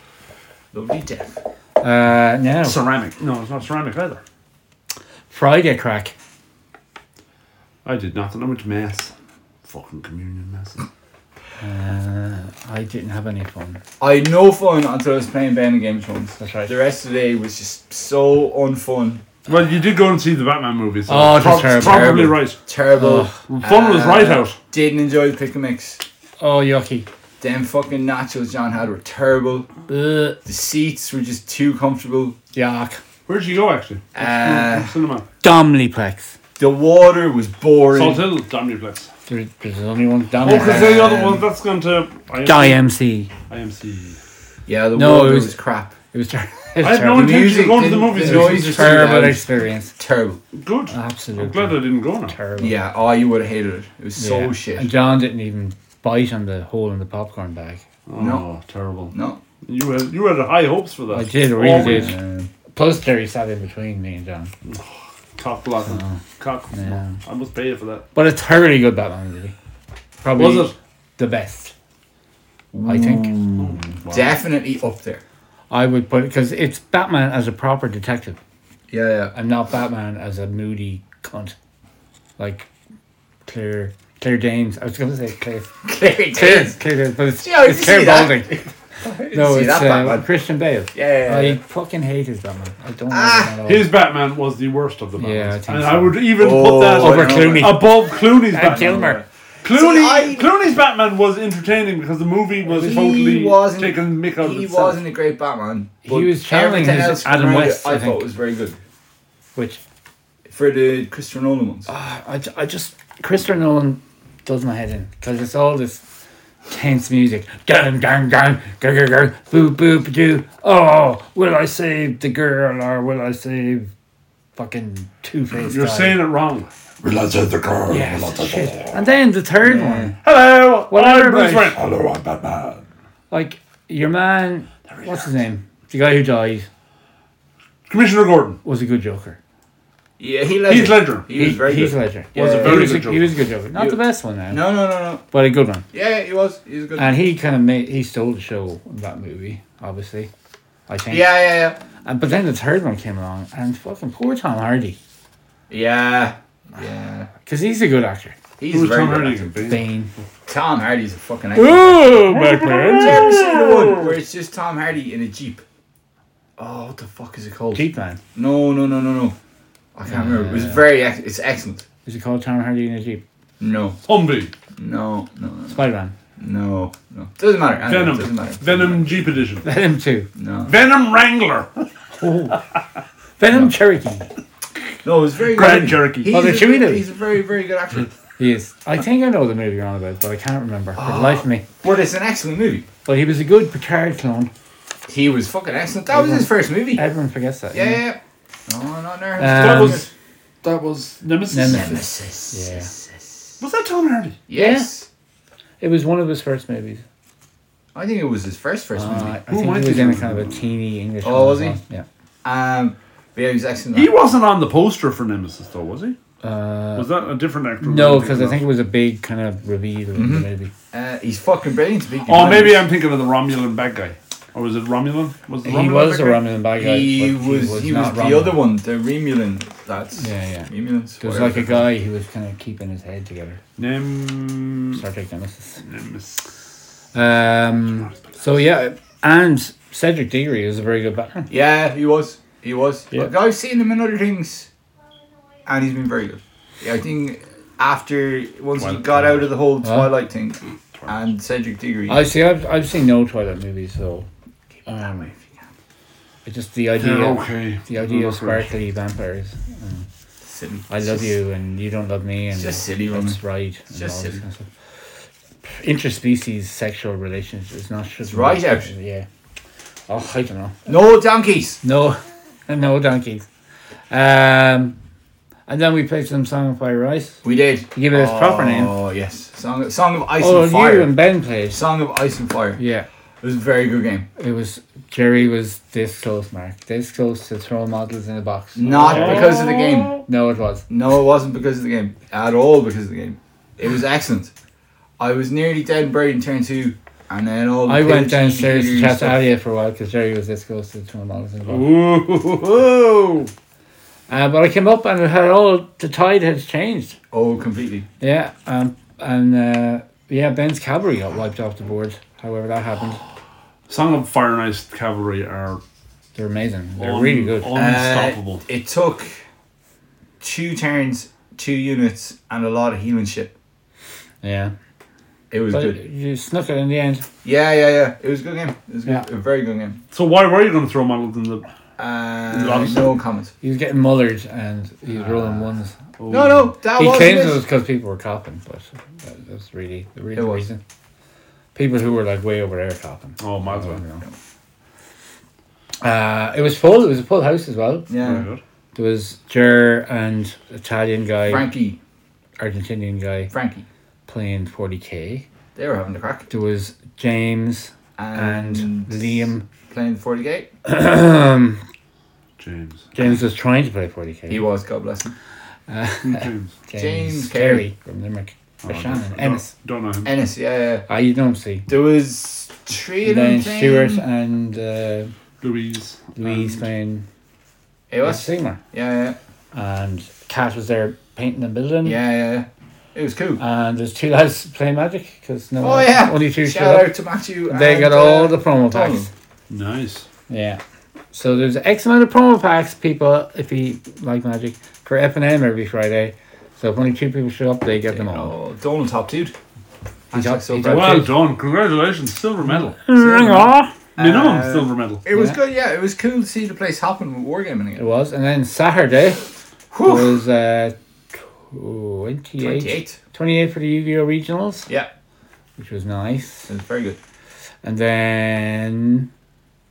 [SPEAKER 3] Lovely death.
[SPEAKER 1] Uh, no.
[SPEAKER 2] Ceramic. No, it's not ceramic either.
[SPEAKER 1] Friday crack.
[SPEAKER 2] I did nothing. I went to mass. Fucking communion mass.
[SPEAKER 1] Uh, I didn't have any fun.
[SPEAKER 3] I had no fun until I was playing Ben and Game of Thrones.
[SPEAKER 1] That's right.
[SPEAKER 3] The rest of the day was just so unfun,
[SPEAKER 2] Well, you did go and see the Batman movie. So
[SPEAKER 1] Oh,
[SPEAKER 2] prob-
[SPEAKER 1] that's terrible.
[SPEAKER 2] probably
[SPEAKER 3] Terrible.
[SPEAKER 2] right.
[SPEAKER 3] terrible.
[SPEAKER 2] Fun was
[SPEAKER 3] Uh,
[SPEAKER 2] right out.
[SPEAKER 3] Didn't enjoy the pick and mix.
[SPEAKER 1] Oh, yucky.
[SPEAKER 3] Them fucking nachos John had were terrible.
[SPEAKER 1] Ugh.
[SPEAKER 3] The seats were just too comfortable.
[SPEAKER 1] Yuck.
[SPEAKER 2] Where'd you go actually?
[SPEAKER 3] Uh,
[SPEAKER 2] Cinema.
[SPEAKER 1] Domliplex.
[SPEAKER 3] The water was boring.
[SPEAKER 2] Salt Hill, Domniplex.
[SPEAKER 1] There, there's only one
[SPEAKER 2] Oh, because
[SPEAKER 1] Domniplex.
[SPEAKER 2] the other one that's going to IMC.
[SPEAKER 1] DIMC.
[SPEAKER 2] IMC.
[SPEAKER 3] Yeah, the
[SPEAKER 1] No,
[SPEAKER 3] water
[SPEAKER 1] it
[SPEAKER 3] was,
[SPEAKER 1] was-
[SPEAKER 3] crap.
[SPEAKER 1] It was, ter- it was
[SPEAKER 2] I had no
[SPEAKER 1] terrible.
[SPEAKER 2] intention
[SPEAKER 3] music
[SPEAKER 2] of going to the
[SPEAKER 3] didn't-
[SPEAKER 2] movies.
[SPEAKER 3] the
[SPEAKER 2] It
[SPEAKER 3] noise
[SPEAKER 2] was
[SPEAKER 3] was
[SPEAKER 2] just
[SPEAKER 1] terrible
[SPEAKER 3] loud.
[SPEAKER 1] experience.
[SPEAKER 3] Terrible.
[SPEAKER 2] good.
[SPEAKER 1] Absolutely.
[SPEAKER 2] I'm glad I didn't go now.
[SPEAKER 1] terrible.
[SPEAKER 3] Yeah, oh, you would have hated it. It was so
[SPEAKER 1] Yeah.
[SPEAKER 3] shit.
[SPEAKER 1] And John didn't even bite on the hole in the popcorn bag.
[SPEAKER 2] Oh,
[SPEAKER 3] No.
[SPEAKER 2] terrible.
[SPEAKER 3] no.
[SPEAKER 2] You had you had high hopes for that.
[SPEAKER 1] I did, I really
[SPEAKER 2] Always.
[SPEAKER 1] did. Plus, Terry sat in between me and John.
[SPEAKER 2] Cock blocking. Cock.
[SPEAKER 1] Yeah.
[SPEAKER 2] I must pay you for that.
[SPEAKER 1] But a thoroughly good Batman movie. Probably
[SPEAKER 2] Was it?
[SPEAKER 1] the best. I think.
[SPEAKER 2] Wow.
[SPEAKER 3] Definitely up there.
[SPEAKER 1] I would put because it's Batman as a proper detective
[SPEAKER 3] Yeah, yeah.
[SPEAKER 1] and not Batman as a moody cunt, like Claire Claire Danes. I was gonna say Claire
[SPEAKER 3] Claire
[SPEAKER 1] Claire
[SPEAKER 3] Danes.
[SPEAKER 1] Claire Danes, but it's,
[SPEAKER 3] Yeah, I
[SPEAKER 1] it's
[SPEAKER 3] did
[SPEAKER 1] Claire
[SPEAKER 3] see that.
[SPEAKER 1] Balding.
[SPEAKER 3] I didn't
[SPEAKER 1] No,
[SPEAKER 3] see
[SPEAKER 1] it's
[SPEAKER 3] that
[SPEAKER 1] uh,
[SPEAKER 3] Batman.
[SPEAKER 1] Christian Bale.
[SPEAKER 3] Yeah, yeah,
[SPEAKER 1] I
[SPEAKER 3] yeah.
[SPEAKER 1] fucking hate his Batman. I don't like
[SPEAKER 3] Ah,
[SPEAKER 1] him at all.
[SPEAKER 2] His Batman was the worst of the Batmans.
[SPEAKER 1] Oh. Yeah, I think
[SPEAKER 2] and
[SPEAKER 1] so.
[SPEAKER 2] I would even
[SPEAKER 3] Oh,
[SPEAKER 2] put that
[SPEAKER 1] Over
[SPEAKER 3] I don't know
[SPEAKER 1] Clooney.
[SPEAKER 3] about-
[SPEAKER 2] above Clooney's Batman.
[SPEAKER 1] and Kilmer.
[SPEAKER 2] Clooney,
[SPEAKER 3] See, I-
[SPEAKER 2] Clooney's Batman was entertaining because the movie was
[SPEAKER 3] He
[SPEAKER 2] totally
[SPEAKER 3] wasn't-
[SPEAKER 2] taken mick out of
[SPEAKER 3] He
[SPEAKER 2] itself.
[SPEAKER 3] wasn't a great Batman. but
[SPEAKER 1] was channeling
[SPEAKER 3] everything
[SPEAKER 1] his
[SPEAKER 3] else
[SPEAKER 1] Adam
[SPEAKER 3] around it
[SPEAKER 1] West, I
[SPEAKER 3] I
[SPEAKER 1] think.
[SPEAKER 3] thought was very good
[SPEAKER 1] Which
[SPEAKER 3] for the Christopher Nolan ones.
[SPEAKER 1] I, I- I just Christopher Nolan does my head in because it's all this tense music. Dun dun dun, go go go, boop boop doo. Oh, will I save the girl or will I save fucking Two Face?
[SPEAKER 2] You're saying it wrong.
[SPEAKER 4] Relax at the car.
[SPEAKER 1] yes, shit. And then the third one,
[SPEAKER 2] Hello,
[SPEAKER 1] Whatever,
[SPEAKER 2] I'm Bruce
[SPEAKER 1] mate.
[SPEAKER 2] Wayne.
[SPEAKER 4] Hello, I'm Batman.
[SPEAKER 1] like your man, what's his name? The guy who died
[SPEAKER 2] Commissioner Gordon
[SPEAKER 1] was a good Joker.
[SPEAKER 3] Yeah, he Ledger.
[SPEAKER 2] Heath Ledger.
[SPEAKER 3] He was very
[SPEAKER 1] Heath
[SPEAKER 3] good.
[SPEAKER 1] Ledger.
[SPEAKER 3] Was a
[SPEAKER 1] He
[SPEAKER 2] very
[SPEAKER 1] was
[SPEAKER 2] good
[SPEAKER 1] He was a good Joker. Not
[SPEAKER 3] You-
[SPEAKER 1] the best one now,
[SPEAKER 3] No, no, no, no.
[SPEAKER 1] but a good one.
[SPEAKER 3] Yeah, he was. He was good.
[SPEAKER 1] And he kind of made he stole the show in that movie, obviously. I think.
[SPEAKER 3] yeah, yeah, yeah.
[SPEAKER 1] And, but then the third one came along, and fucking poor Tom Hardy,
[SPEAKER 3] Yeah. Yeah.
[SPEAKER 1] because he's a good actor.
[SPEAKER 3] He's
[SPEAKER 2] Who's
[SPEAKER 3] very
[SPEAKER 2] Tom
[SPEAKER 3] good.
[SPEAKER 2] Hardy
[SPEAKER 3] actor.
[SPEAKER 2] gonna be?
[SPEAKER 1] Bane.
[SPEAKER 3] Tom Hardy's a fucking actor.
[SPEAKER 1] Ooh,
[SPEAKER 3] Have you
[SPEAKER 1] Batman.
[SPEAKER 3] ever seen the one where it's just Tom Hardy in a Jeep? Oh, what the fuck is it called?
[SPEAKER 1] Jeep Man.
[SPEAKER 3] No, no, no, no, no. I can't remember. It was
[SPEAKER 1] Uh,
[SPEAKER 3] very, ex- it's excellent.
[SPEAKER 1] Is it called Tom Hardy in a Jeep?
[SPEAKER 3] No,
[SPEAKER 2] Humvee.
[SPEAKER 3] no, no, no,
[SPEAKER 1] Spider Man.
[SPEAKER 3] no, no. Doesn't matter. Anyway,
[SPEAKER 2] Venom.
[SPEAKER 3] Doesn't matter.
[SPEAKER 2] Venom Jeep Edition.
[SPEAKER 1] Venom Two.
[SPEAKER 3] No.
[SPEAKER 2] Venom Wrangler.
[SPEAKER 1] Venom Cherokee.
[SPEAKER 3] No, it was very
[SPEAKER 2] Grand
[SPEAKER 3] good.
[SPEAKER 2] Cherokee.
[SPEAKER 3] He's,
[SPEAKER 1] Oh, they're
[SPEAKER 3] a,
[SPEAKER 1] chewing it.
[SPEAKER 3] he's a very, very good actor.
[SPEAKER 1] He is. I think I know the movie you're on about, but I can't remember. For
[SPEAKER 3] Oh.
[SPEAKER 1] the life of me.
[SPEAKER 3] but it's an excellent movie.
[SPEAKER 1] But he was a good Picard clone.
[SPEAKER 3] He was fucking excellent. That was his first movie.
[SPEAKER 2] Uh,
[SPEAKER 3] Yeah,
[SPEAKER 1] Everyone forgets that.
[SPEAKER 3] yeah.
[SPEAKER 1] you know?
[SPEAKER 3] yeah. No, not nervous.
[SPEAKER 1] Um,
[SPEAKER 2] that was that was Nemesis.
[SPEAKER 1] Nemesis.
[SPEAKER 3] Nemesis.
[SPEAKER 2] Was that Tom Hardy?
[SPEAKER 3] Yes.
[SPEAKER 1] It was one of his first movies.
[SPEAKER 3] I think it was his first first
[SPEAKER 1] Uh,
[SPEAKER 3] movie.
[SPEAKER 1] I
[SPEAKER 2] Who
[SPEAKER 1] think
[SPEAKER 2] might
[SPEAKER 1] he was
[SPEAKER 2] be
[SPEAKER 1] in a
[SPEAKER 2] doing
[SPEAKER 1] kind of a teeny English.
[SPEAKER 3] Oh,
[SPEAKER 1] one
[SPEAKER 3] was
[SPEAKER 1] as
[SPEAKER 3] he?
[SPEAKER 1] well. Yeah.
[SPEAKER 3] Um, but yeah, he was excellent.
[SPEAKER 2] He wasn't on the poster for Nemesis though, was he?
[SPEAKER 1] Uh,
[SPEAKER 2] Was that a different actor?
[SPEAKER 1] no, because I think it was a big kind of reveal in the movie.
[SPEAKER 3] Uh, he's fucking brilliant. Speaking
[SPEAKER 2] Oh, maybe I'm thinking of the Romulan bad guy. Or was it Romulan? Was the
[SPEAKER 1] He
[SPEAKER 2] Romulan
[SPEAKER 1] was the
[SPEAKER 2] bad guy?
[SPEAKER 1] Romulan bad guy.
[SPEAKER 3] He
[SPEAKER 1] but
[SPEAKER 3] was. He was,
[SPEAKER 1] not
[SPEAKER 3] the
[SPEAKER 1] Romulan.
[SPEAKER 3] other one, the Remulan. That's
[SPEAKER 1] Yeah, yeah.
[SPEAKER 3] Remulans.
[SPEAKER 1] There was
[SPEAKER 3] whatever.
[SPEAKER 1] like a guy who was kind of keeping his head together.
[SPEAKER 2] Nem-
[SPEAKER 1] Star Trek Nemesis.
[SPEAKER 2] Nemesis.
[SPEAKER 1] Um, so yeah, and Cedric Diggory is a very good Batman.
[SPEAKER 3] Yeah, he was. He was.
[SPEAKER 1] Yeah.
[SPEAKER 3] Look, I've seen him in other things, and he's been very good. Yeah, I think after once he
[SPEAKER 2] Twilight.
[SPEAKER 3] got out of the whole Twilight thing, and Cedric Diggory.
[SPEAKER 1] I see. I've I've seen no Twilight movies, so um, it's just the idea.
[SPEAKER 2] They're okay.
[SPEAKER 1] The idea of
[SPEAKER 2] They're okay.
[SPEAKER 1] sparkly vampires.
[SPEAKER 3] silly.
[SPEAKER 1] I
[SPEAKER 3] It's
[SPEAKER 1] love
[SPEAKER 3] just-
[SPEAKER 1] you, and you don't love me, and
[SPEAKER 3] just silly,
[SPEAKER 1] that's right. and
[SPEAKER 3] just
[SPEAKER 1] all this
[SPEAKER 3] silly.
[SPEAKER 1] kind of stuff. Interspecies sexual relations is not just
[SPEAKER 3] right out.
[SPEAKER 1] Yeah. Oh, I don't know.
[SPEAKER 3] No donkeys.
[SPEAKER 1] No, no donkeys. Um, and then we played some Song of Fire and Ice.
[SPEAKER 3] We did.
[SPEAKER 1] You give it its proper name.
[SPEAKER 3] Oh yes, song song of ice
[SPEAKER 1] Oh,
[SPEAKER 3] and
[SPEAKER 1] you
[SPEAKER 3] fire.
[SPEAKER 1] and Ben played.
[SPEAKER 3] Song of Ice and Fire.
[SPEAKER 1] Yeah,
[SPEAKER 3] It was a very good game.
[SPEAKER 1] it was Jerry was this close, Mark. This close to throw models in a box.
[SPEAKER 3] Not
[SPEAKER 2] Oh.
[SPEAKER 3] because of the game.
[SPEAKER 1] No, it was.
[SPEAKER 3] No, it wasn't because of the game at all. Because of the game, it was excellent. I was nearly dead and buried in turn two, and then all. The
[SPEAKER 1] I went
[SPEAKER 3] pillaging
[SPEAKER 1] downstairs to
[SPEAKER 3] and
[SPEAKER 1] chat to
[SPEAKER 3] stuff.
[SPEAKER 1] Alia for a while because Jerry was this close to throwing models in a box.
[SPEAKER 2] Ooh.
[SPEAKER 1] Uh, but I came up and it had all the tide has changed.
[SPEAKER 3] Oh, completely.
[SPEAKER 1] Yeah, um, and uh, yeah, Ben's cavalry got wiped off the board. However, that happened.
[SPEAKER 2] Song of Fire and Ice Cavalry are
[SPEAKER 1] They're amazing. They're
[SPEAKER 2] un-
[SPEAKER 1] really good.
[SPEAKER 2] Unstoppable.
[SPEAKER 3] Uh, it took two turns, two units, and a lot of healing shit.
[SPEAKER 1] yeah.
[SPEAKER 3] It was
[SPEAKER 1] But
[SPEAKER 3] good.
[SPEAKER 1] you snuck it in the end.
[SPEAKER 3] Yeah, yeah, yeah. It was a good game. It was a
[SPEAKER 1] Yeah.
[SPEAKER 3] good, a very good game.
[SPEAKER 2] so why were you going to throw models in the?
[SPEAKER 3] Uh,
[SPEAKER 2] Lots.
[SPEAKER 3] no comments.
[SPEAKER 1] He was getting mullered and he was rolling
[SPEAKER 3] Ah.
[SPEAKER 1] ones.
[SPEAKER 2] Oh.
[SPEAKER 3] No, no, that
[SPEAKER 1] he
[SPEAKER 3] wasn't
[SPEAKER 1] claims
[SPEAKER 3] it.
[SPEAKER 1] it was because people were copping, but that, that's really the real
[SPEAKER 3] It was.
[SPEAKER 1] reason. People who were like way over there copping.
[SPEAKER 2] Oh, might as well.
[SPEAKER 1] You know. Uh, it was full. It was a full house as well.
[SPEAKER 2] Very
[SPEAKER 3] Yeah,
[SPEAKER 2] good.
[SPEAKER 1] There was Jer and Italian guy,
[SPEAKER 3] Frankie,
[SPEAKER 1] Argentinian guy
[SPEAKER 3] Frankie,
[SPEAKER 1] playing 40k.
[SPEAKER 3] they were having the crack.
[SPEAKER 1] There was James and,
[SPEAKER 3] And,
[SPEAKER 1] Liam.
[SPEAKER 3] playing the forty gate.
[SPEAKER 2] James.
[SPEAKER 1] James was trying to play 40k.
[SPEAKER 3] He was. God bless him.
[SPEAKER 2] Who's James.
[SPEAKER 1] James
[SPEAKER 3] James
[SPEAKER 1] Carey from Limerick.
[SPEAKER 2] Oh,
[SPEAKER 1] Or
[SPEAKER 2] I
[SPEAKER 1] Shannon.
[SPEAKER 2] don't-
[SPEAKER 1] Ennis.
[SPEAKER 2] Don't know him.
[SPEAKER 3] Ennis. Yeah, yeah.
[SPEAKER 1] Ah, you don't see.
[SPEAKER 3] There was three of
[SPEAKER 1] Then
[SPEAKER 3] them.
[SPEAKER 1] Stewart
[SPEAKER 3] playing.
[SPEAKER 1] and uh,
[SPEAKER 2] Louise.
[SPEAKER 1] Louise
[SPEAKER 2] and-
[SPEAKER 1] playing
[SPEAKER 3] It was. Yeah,
[SPEAKER 1] singer,
[SPEAKER 3] yeah,
[SPEAKER 1] and Kat was there painting the building.
[SPEAKER 3] yeah, yeah. yeah. It was cool.
[SPEAKER 1] And there's two lads playing magic because no.
[SPEAKER 3] oh yeah.
[SPEAKER 1] Only two showed
[SPEAKER 3] Shout
[SPEAKER 1] up.
[SPEAKER 3] out to Matthew.
[SPEAKER 1] They
[SPEAKER 3] and,
[SPEAKER 1] got all
[SPEAKER 3] uh,
[SPEAKER 1] the promo
[SPEAKER 3] Tom.
[SPEAKER 1] packs.
[SPEAKER 2] Nice.
[SPEAKER 1] Yeah. So there's X amount of promo packs, people, if you like magic, for F and M every Friday. So if only two people show up, they get them all.
[SPEAKER 3] Oh, Donald top dude.
[SPEAKER 1] He's
[SPEAKER 3] Hashtag
[SPEAKER 1] up-
[SPEAKER 3] so
[SPEAKER 1] he's
[SPEAKER 3] proud.
[SPEAKER 1] up.
[SPEAKER 2] Well
[SPEAKER 1] Keith.
[SPEAKER 2] done. Congratulations. Silver medal.
[SPEAKER 1] Ring off.
[SPEAKER 2] You know
[SPEAKER 3] Uh,
[SPEAKER 2] I'm silver medal.
[SPEAKER 3] It was
[SPEAKER 1] Yeah.
[SPEAKER 3] good, yeah. It was cool to see the place hopping with wargaming
[SPEAKER 1] It
[SPEAKER 3] again.
[SPEAKER 1] was. And then Saturday
[SPEAKER 3] Whew.
[SPEAKER 1] was uh, 28, 28.
[SPEAKER 3] 28.
[SPEAKER 1] for the Yu Gi Oh! Regionals,
[SPEAKER 3] Yeah,
[SPEAKER 1] which was nice.
[SPEAKER 3] it was very good.
[SPEAKER 1] And then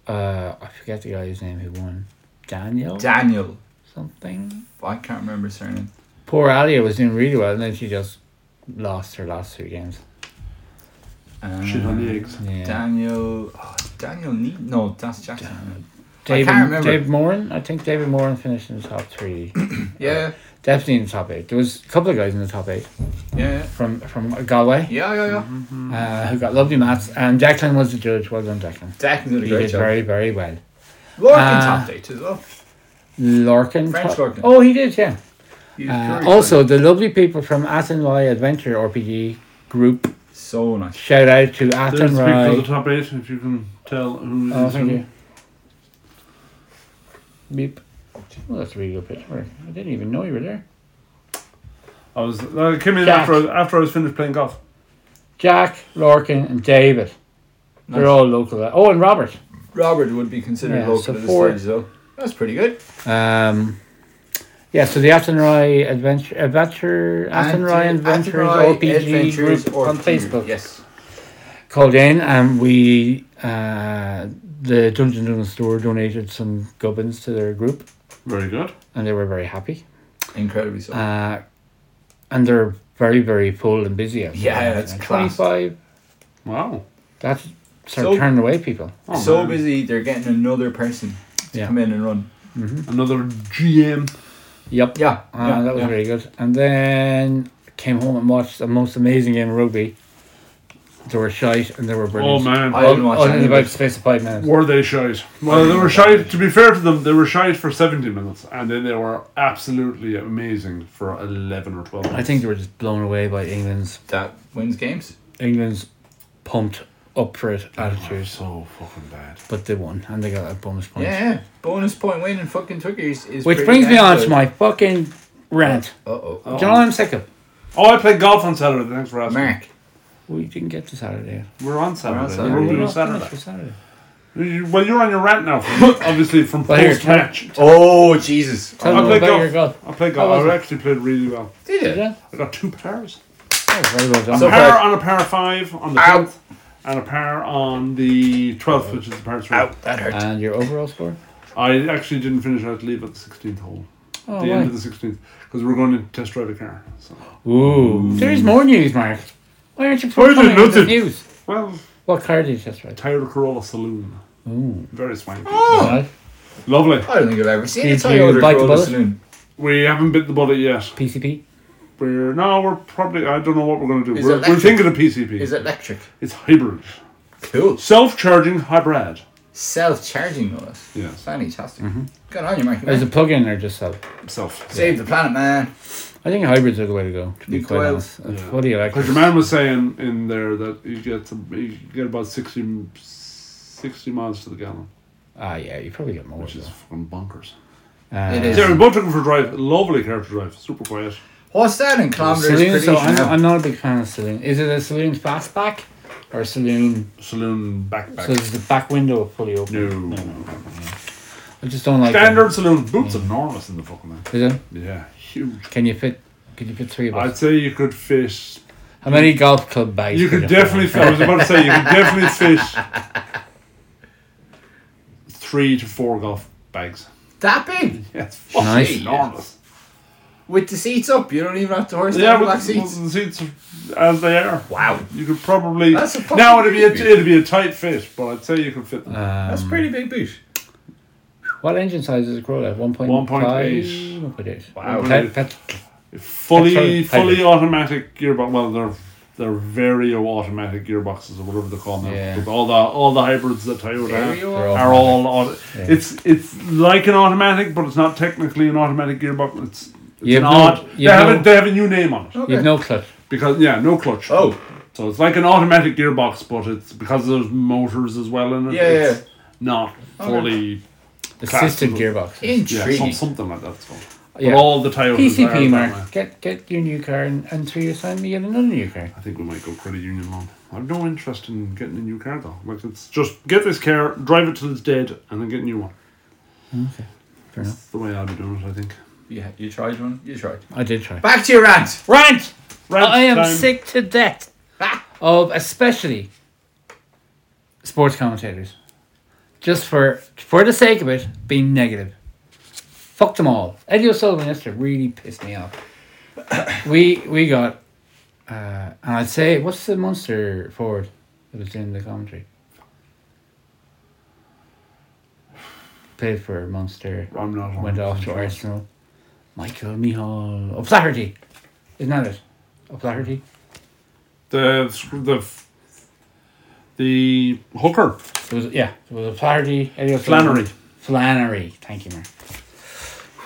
[SPEAKER 1] uh, I forget the guy's name who won. Daniel?
[SPEAKER 3] Daniel.
[SPEAKER 1] something.
[SPEAKER 3] I can't remember his surname.
[SPEAKER 1] Poor Alia was doing really well, and then she just lost her last two games.
[SPEAKER 3] Um,
[SPEAKER 2] Shit on the eggs.
[SPEAKER 1] Yeah.
[SPEAKER 3] Daniel. Oh, Daniel Neat. No, that's Jackson.
[SPEAKER 1] David,
[SPEAKER 3] can't remember.
[SPEAKER 1] David Moran. I think David Moran finished in the top three.
[SPEAKER 3] Yeah,
[SPEAKER 1] Definitely in the top eight. There was a couple of guys in the top eight
[SPEAKER 3] yeah,
[SPEAKER 1] from from Galway
[SPEAKER 3] yeah, yeah, yeah. Mm.
[SPEAKER 1] uh, who got lovely mats. And Declan was the judge. Well done, Declan.
[SPEAKER 3] Declan did a
[SPEAKER 1] He
[SPEAKER 3] great
[SPEAKER 1] did
[SPEAKER 3] job.
[SPEAKER 1] very very well. Uh,
[SPEAKER 3] Lorcan top eight as well.
[SPEAKER 1] Larkin.
[SPEAKER 3] French
[SPEAKER 1] co-
[SPEAKER 3] Larkin.
[SPEAKER 1] Oh, he did. Yeah.
[SPEAKER 3] He was
[SPEAKER 1] Uh,
[SPEAKER 3] very
[SPEAKER 1] also, the lovely people from Athenry Adventure RPG group.
[SPEAKER 3] good. so nice.
[SPEAKER 1] Shout out to
[SPEAKER 2] There's people for the
[SPEAKER 1] Athenry.
[SPEAKER 2] top eight, if you can tell who is
[SPEAKER 1] Oh, thank
[SPEAKER 2] who.
[SPEAKER 1] you. Beep. Well, that's a really good picture. I didn't even know you were there.
[SPEAKER 2] I was uh, came in
[SPEAKER 1] Jack.
[SPEAKER 2] after I was, after I was finished playing golf.
[SPEAKER 1] Jack, Larkin, and David. They're
[SPEAKER 3] Nice.
[SPEAKER 1] all local. Oh, and Robert.
[SPEAKER 3] Robert would be considered
[SPEAKER 1] Yeah,
[SPEAKER 3] local
[SPEAKER 1] so
[SPEAKER 3] at this
[SPEAKER 1] four-
[SPEAKER 3] stage, though. That's pretty good.
[SPEAKER 1] Um, yeah, so the Athenry Adventure, Adventure, Athenry
[SPEAKER 3] Anti-
[SPEAKER 1] Adventures
[SPEAKER 3] Anti-Rye
[SPEAKER 1] RPG
[SPEAKER 3] Adventures
[SPEAKER 1] group
[SPEAKER 3] or
[SPEAKER 1] on
[SPEAKER 3] Peter,
[SPEAKER 1] Facebook
[SPEAKER 3] Yes.
[SPEAKER 1] called in, and we, uh, the Dungeon Dungeon store donated some gubbins to their group,
[SPEAKER 2] Very good.
[SPEAKER 1] and they were very happy.
[SPEAKER 3] Incredibly so.
[SPEAKER 1] Uh, and they're very, very full and busy. out there.
[SPEAKER 3] Yeah, that's
[SPEAKER 1] And
[SPEAKER 3] class.
[SPEAKER 1] Twenty-five.
[SPEAKER 2] Wow.
[SPEAKER 1] That's sort
[SPEAKER 3] So-
[SPEAKER 1] of turning away people.
[SPEAKER 2] Oh,
[SPEAKER 3] so
[SPEAKER 2] man.
[SPEAKER 3] busy, they're getting another person to
[SPEAKER 1] Yeah.
[SPEAKER 3] come in and run.
[SPEAKER 2] Another GM.
[SPEAKER 1] Yep.
[SPEAKER 3] Yeah.
[SPEAKER 1] Uh,
[SPEAKER 3] yeah,
[SPEAKER 1] that was
[SPEAKER 3] yeah.
[SPEAKER 1] very good. And then came home and watched the most amazing game of rugby. They were shite and they were
[SPEAKER 2] Oh
[SPEAKER 1] brilliant.
[SPEAKER 2] man.
[SPEAKER 3] I
[SPEAKER 1] All-
[SPEAKER 3] didn't watch
[SPEAKER 1] all in
[SPEAKER 3] any of
[SPEAKER 1] about
[SPEAKER 3] it.
[SPEAKER 1] the space of five minutes.
[SPEAKER 2] Were they shite? Well, they were shite. To be fair to them, they were shite for seventy minutes, and then they were absolutely amazing for eleven or twelve.
[SPEAKER 1] I
[SPEAKER 2] Minutes.
[SPEAKER 1] think they were just blown away by England's
[SPEAKER 3] That wins games.
[SPEAKER 1] England's pumped up for it
[SPEAKER 2] They were
[SPEAKER 1] attitude.
[SPEAKER 2] Oh, so fucking bad.
[SPEAKER 1] But they won and they got a bonus point.
[SPEAKER 3] Yeah, yeah. Bonus point win in fucking turkeys is.
[SPEAKER 1] Which
[SPEAKER 3] pretty
[SPEAKER 1] brings me
[SPEAKER 3] damn
[SPEAKER 1] on
[SPEAKER 3] good.
[SPEAKER 1] to my fucking rant.
[SPEAKER 3] Uh oh.
[SPEAKER 1] Do you know what I'm sick of?
[SPEAKER 2] Oh, I played golf on Saturday. Thanks for asking.
[SPEAKER 3] Mark.
[SPEAKER 1] We didn't get to Saturday.
[SPEAKER 2] We're on Saturday. We're on Saturday.
[SPEAKER 3] Saturday. We're
[SPEAKER 1] We're
[SPEAKER 2] on
[SPEAKER 1] not
[SPEAKER 2] Saturday.
[SPEAKER 1] finished for Saturday.
[SPEAKER 2] You- Well, you're on your rant now, from, obviously from
[SPEAKER 1] Well, here,
[SPEAKER 2] post match.
[SPEAKER 3] Oh Jesus.
[SPEAKER 1] Tell
[SPEAKER 2] I
[SPEAKER 1] them
[SPEAKER 2] played
[SPEAKER 1] about
[SPEAKER 2] golf.
[SPEAKER 1] your golf.
[SPEAKER 2] I played
[SPEAKER 1] How
[SPEAKER 2] golf.
[SPEAKER 1] was
[SPEAKER 2] I
[SPEAKER 1] it?
[SPEAKER 2] actually played really well.
[SPEAKER 3] Did
[SPEAKER 1] Did
[SPEAKER 3] it?
[SPEAKER 1] you?
[SPEAKER 2] I got two pairs.
[SPEAKER 1] Oh, very well done.
[SPEAKER 2] A
[SPEAKER 3] So-
[SPEAKER 2] par
[SPEAKER 3] far-
[SPEAKER 2] on a par five on the
[SPEAKER 3] Ow.
[SPEAKER 2] tenth, and a par on the twelfth, which is the par three.
[SPEAKER 3] Ow, that hurt.
[SPEAKER 1] and your overall score?
[SPEAKER 2] I actually didn't finish. I had to leave at the sixteenth hole.
[SPEAKER 1] Oh,
[SPEAKER 2] the end
[SPEAKER 1] right.
[SPEAKER 2] of the sixteenth because we're going to test drive a car. So.
[SPEAKER 1] Ooh. There is more news, Mark. Why aren't you
[SPEAKER 2] did
[SPEAKER 1] performing with the
[SPEAKER 2] nothing.
[SPEAKER 1] news?
[SPEAKER 2] Well,
[SPEAKER 1] What car did you test ride?
[SPEAKER 2] Toyota Corolla Saloon,
[SPEAKER 1] Ooh.
[SPEAKER 2] very swanky, Oh.
[SPEAKER 1] Right.
[SPEAKER 2] lovely.
[SPEAKER 3] I don't think I've ever seen a
[SPEAKER 1] Did you
[SPEAKER 3] Toyota
[SPEAKER 1] bite the
[SPEAKER 3] Corolla
[SPEAKER 1] bullet?
[SPEAKER 3] saloon.
[SPEAKER 2] We haven't bit the bullet yet.
[SPEAKER 1] PCP?
[SPEAKER 2] We're no, we're probably. I don't know what we're going to do.
[SPEAKER 3] Is
[SPEAKER 2] We're,
[SPEAKER 3] it
[SPEAKER 2] we're
[SPEAKER 3] electric?
[SPEAKER 2] thinking of PCP.
[SPEAKER 3] Is electric.
[SPEAKER 2] It's hybrid,
[SPEAKER 3] Cool.
[SPEAKER 2] self-charging hybrid.
[SPEAKER 3] Self-charging though.
[SPEAKER 2] Yes,
[SPEAKER 3] Fantastic. Good on you, Mark.
[SPEAKER 1] Is Mm-hmm. it plug in or just sub?
[SPEAKER 2] self.
[SPEAKER 3] Save the planet, man.
[SPEAKER 1] I think hybrids are the way to go, to be
[SPEAKER 3] New
[SPEAKER 1] quite honest.
[SPEAKER 3] coils.
[SPEAKER 1] Uh,
[SPEAKER 2] Yeah.
[SPEAKER 1] Yeah. Fully
[SPEAKER 2] Because
[SPEAKER 1] electric.
[SPEAKER 2] your man was saying in there that you get some- you get about 60, 60 miles to the gallon,
[SPEAKER 1] Ah, yeah, you probably get more.
[SPEAKER 2] which is fucking bonkers.
[SPEAKER 1] though. Uh,
[SPEAKER 3] It is.
[SPEAKER 2] Yeah, we both took him for a drive. Lovely car to drive. Super quiet.
[SPEAKER 3] What's that in kilometers per
[SPEAKER 1] Uh, Saloon,
[SPEAKER 3] liter?
[SPEAKER 1] so I'm,
[SPEAKER 3] now?
[SPEAKER 1] I'm not a big fan of saloon. Is it a saloon fastback or a saloon?
[SPEAKER 2] Saloon backpack.
[SPEAKER 1] So there's the back window fully open.
[SPEAKER 2] no.
[SPEAKER 1] I just don't like them.
[SPEAKER 2] Standard saloon boots enormous in the fucking thing.
[SPEAKER 1] Is it?
[SPEAKER 2] Yeah, huge.
[SPEAKER 1] Can you fit? Could you fit three of
[SPEAKER 2] I'd
[SPEAKER 1] us?
[SPEAKER 2] say you could fit.
[SPEAKER 1] How many golf club bags?
[SPEAKER 2] You could definitely. Fit, I was about to say you could definitely fit three to four golf bags.
[SPEAKER 3] That big.
[SPEAKER 2] Yeah, it's fucking
[SPEAKER 1] Nice.
[SPEAKER 2] enormous.
[SPEAKER 3] With the seats up, you don't even have to horse
[SPEAKER 2] Yeah,
[SPEAKER 3] down the
[SPEAKER 2] with,
[SPEAKER 3] back
[SPEAKER 2] with
[SPEAKER 3] seats.
[SPEAKER 2] the seats as they are.
[SPEAKER 3] Wow.
[SPEAKER 2] You could probably
[SPEAKER 3] That's a fucking
[SPEAKER 2] now it'd be a,
[SPEAKER 3] big boot.
[SPEAKER 2] it'd be a tight fit, but I'd say you could fit them.
[SPEAKER 3] That's
[SPEAKER 1] Um,
[SPEAKER 3] pretty big boot.
[SPEAKER 1] what engine size is a Corolla? 1.5?
[SPEAKER 2] 1.8.
[SPEAKER 1] 1.8.
[SPEAKER 2] Wow.
[SPEAKER 1] Pet- pet-
[SPEAKER 2] fully
[SPEAKER 1] Petrol
[SPEAKER 2] fully
[SPEAKER 1] hybrid.
[SPEAKER 2] automatic gearbox. Well, they're They're Vario automatic gearboxes or whatever they call them.
[SPEAKER 3] Yeah.
[SPEAKER 2] But all the all the hybrids that Toyota have
[SPEAKER 3] Stereo?
[SPEAKER 2] are all auto-
[SPEAKER 1] Yeah.
[SPEAKER 2] it's it's like an automatic, but it's not technically an automatic gearbox. It's, it's
[SPEAKER 1] You
[SPEAKER 2] an
[SPEAKER 1] have no-
[SPEAKER 2] odd. They
[SPEAKER 1] you have
[SPEAKER 2] have,
[SPEAKER 1] no-
[SPEAKER 2] a, they have a new name on it
[SPEAKER 1] You
[SPEAKER 3] Okay.
[SPEAKER 1] have no clutch.
[SPEAKER 2] because yeah, no clutch.
[SPEAKER 3] Oh.
[SPEAKER 2] so it's like an automatic gearbox, but it's because there's motors as well in it.
[SPEAKER 3] Yeah, yeah,
[SPEAKER 2] it's
[SPEAKER 3] yeah.
[SPEAKER 2] not fully
[SPEAKER 1] Assisted
[SPEAKER 2] Classical.
[SPEAKER 1] gearbox.
[SPEAKER 2] yeah,
[SPEAKER 3] Intriguing.
[SPEAKER 2] some, something like that. So.
[SPEAKER 1] Yeah.
[SPEAKER 2] But all the Toyotas are
[SPEAKER 1] PCP,
[SPEAKER 2] that
[SPEAKER 1] Mark.
[SPEAKER 2] way.
[SPEAKER 1] Get get your new car, and, and three years time, you get another new car.
[SPEAKER 2] I think we might go credit union loan. I've no interest in getting a new car though. Like it's just get this car, drive it till it's dead, and then get a new one.
[SPEAKER 1] Fair enough.
[SPEAKER 2] That's the way I'd be doing it. I think.
[SPEAKER 3] yeah, you tried one. You tried.
[SPEAKER 1] I did try.
[SPEAKER 3] Back to your rant.
[SPEAKER 1] Rant!
[SPEAKER 2] Rant
[SPEAKER 1] I am
[SPEAKER 2] time.
[SPEAKER 1] sick to death of especially sports commentators. Just for for the sake of it, being negative. Fuck them all. Eddie O'Sullivan yesterday really pissed me off. we we got uh, and I'd say what's the monster forward that was in the commentary? Played for Munster
[SPEAKER 2] I'm not.
[SPEAKER 1] went off to
[SPEAKER 2] 100%
[SPEAKER 1] Arsenal. Michael Mihal O'Flaherty. Isn't that it? O'Flaherty?
[SPEAKER 2] The the the hooker
[SPEAKER 1] It was yeah, it was O'Flaherty, Eddie O'Sullivan.
[SPEAKER 2] Flannery.
[SPEAKER 1] Flannery, thank you, Mark.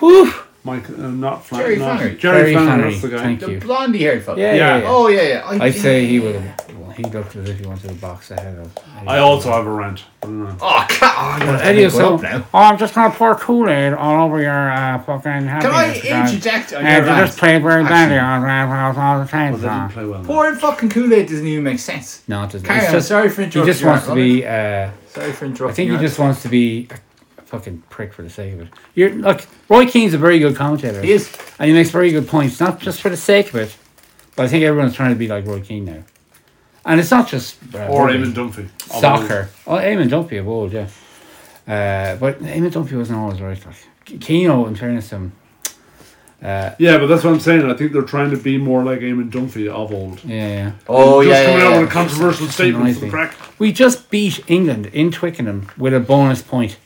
[SPEAKER 1] Whew.
[SPEAKER 2] Mike, uh, not Flan-
[SPEAKER 3] Jerry
[SPEAKER 2] no, Jerry,
[SPEAKER 3] Flannery.
[SPEAKER 1] Mm-hmm. Jerry
[SPEAKER 2] Flannery.
[SPEAKER 1] Flannery,
[SPEAKER 2] That's the guy.
[SPEAKER 1] thank
[SPEAKER 3] The
[SPEAKER 1] you.
[SPEAKER 3] blondie haired fella.
[SPEAKER 1] Yeah,
[SPEAKER 2] Yeah.
[SPEAKER 1] yeah. yeah.
[SPEAKER 3] Oh yeah, yeah. I
[SPEAKER 1] I'd
[SPEAKER 3] think-
[SPEAKER 1] say he would have well, he looked as if he wanted to box ahead of Eddie
[SPEAKER 2] I also have a rant. I don't know.
[SPEAKER 3] Oh, come on.
[SPEAKER 1] O'Sullivan. Eddie
[SPEAKER 3] Go up
[SPEAKER 1] O'Sullivan. Oh, I'm just gonna pour Kool-Aid all over your uh, fucking happiness.
[SPEAKER 3] Can I
[SPEAKER 1] guys.
[SPEAKER 3] interject on your
[SPEAKER 1] And you
[SPEAKER 3] rant?
[SPEAKER 1] just played very
[SPEAKER 3] Actually.
[SPEAKER 1] badly on uh, all the time.
[SPEAKER 2] But they
[SPEAKER 1] uh.
[SPEAKER 2] didn't play well.
[SPEAKER 3] Pouring fucking Kool Aid doesn't even make sense.
[SPEAKER 1] No, it doesn't.
[SPEAKER 3] Carry
[SPEAKER 1] It's
[SPEAKER 3] on,
[SPEAKER 1] just,
[SPEAKER 3] sorry for
[SPEAKER 1] he
[SPEAKER 3] interrupting.
[SPEAKER 1] just
[SPEAKER 3] your
[SPEAKER 1] wants to
[SPEAKER 3] rant, Robin.
[SPEAKER 1] be uh,
[SPEAKER 3] Sorry for
[SPEAKER 1] I
[SPEAKER 3] interrupting.
[SPEAKER 1] think
[SPEAKER 3] your
[SPEAKER 1] he
[SPEAKER 3] rant.
[SPEAKER 1] just wants to be a fucking prick for the sake of it. You're look, Roy Keane's a very good commentator.
[SPEAKER 3] He is.
[SPEAKER 1] And he makes very good points, not just for the sake of it, but I think everyone's trying to be like Roy Keane now. And it's not just uh,
[SPEAKER 2] Or
[SPEAKER 1] rugby.
[SPEAKER 2] Eamon Dunphy.
[SPEAKER 1] soccer. Oh, Eamon Dunphy of old, yeah. Uh, but Eamon Dunphy wasn't always right. Like Keno, in fairness to him, uh,
[SPEAKER 2] Yeah, but that's what I'm saying. I think they're trying to be more like Eamon Dunphy of old.
[SPEAKER 1] yeah, yeah.
[SPEAKER 3] Oh
[SPEAKER 2] just
[SPEAKER 3] yeah,
[SPEAKER 2] coming
[SPEAKER 3] yeah,
[SPEAKER 2] out
[SPEAKER 3] yeah.
[SPEAKER 2] with a controversial statement
[SPEAKER 1] annoys
[SPEAKER 2] from
[SPEAKER 1] me.
[SPEAKER 2] crack.
[SPEAKER 1] We just beat England in Twickenham with a bonus point.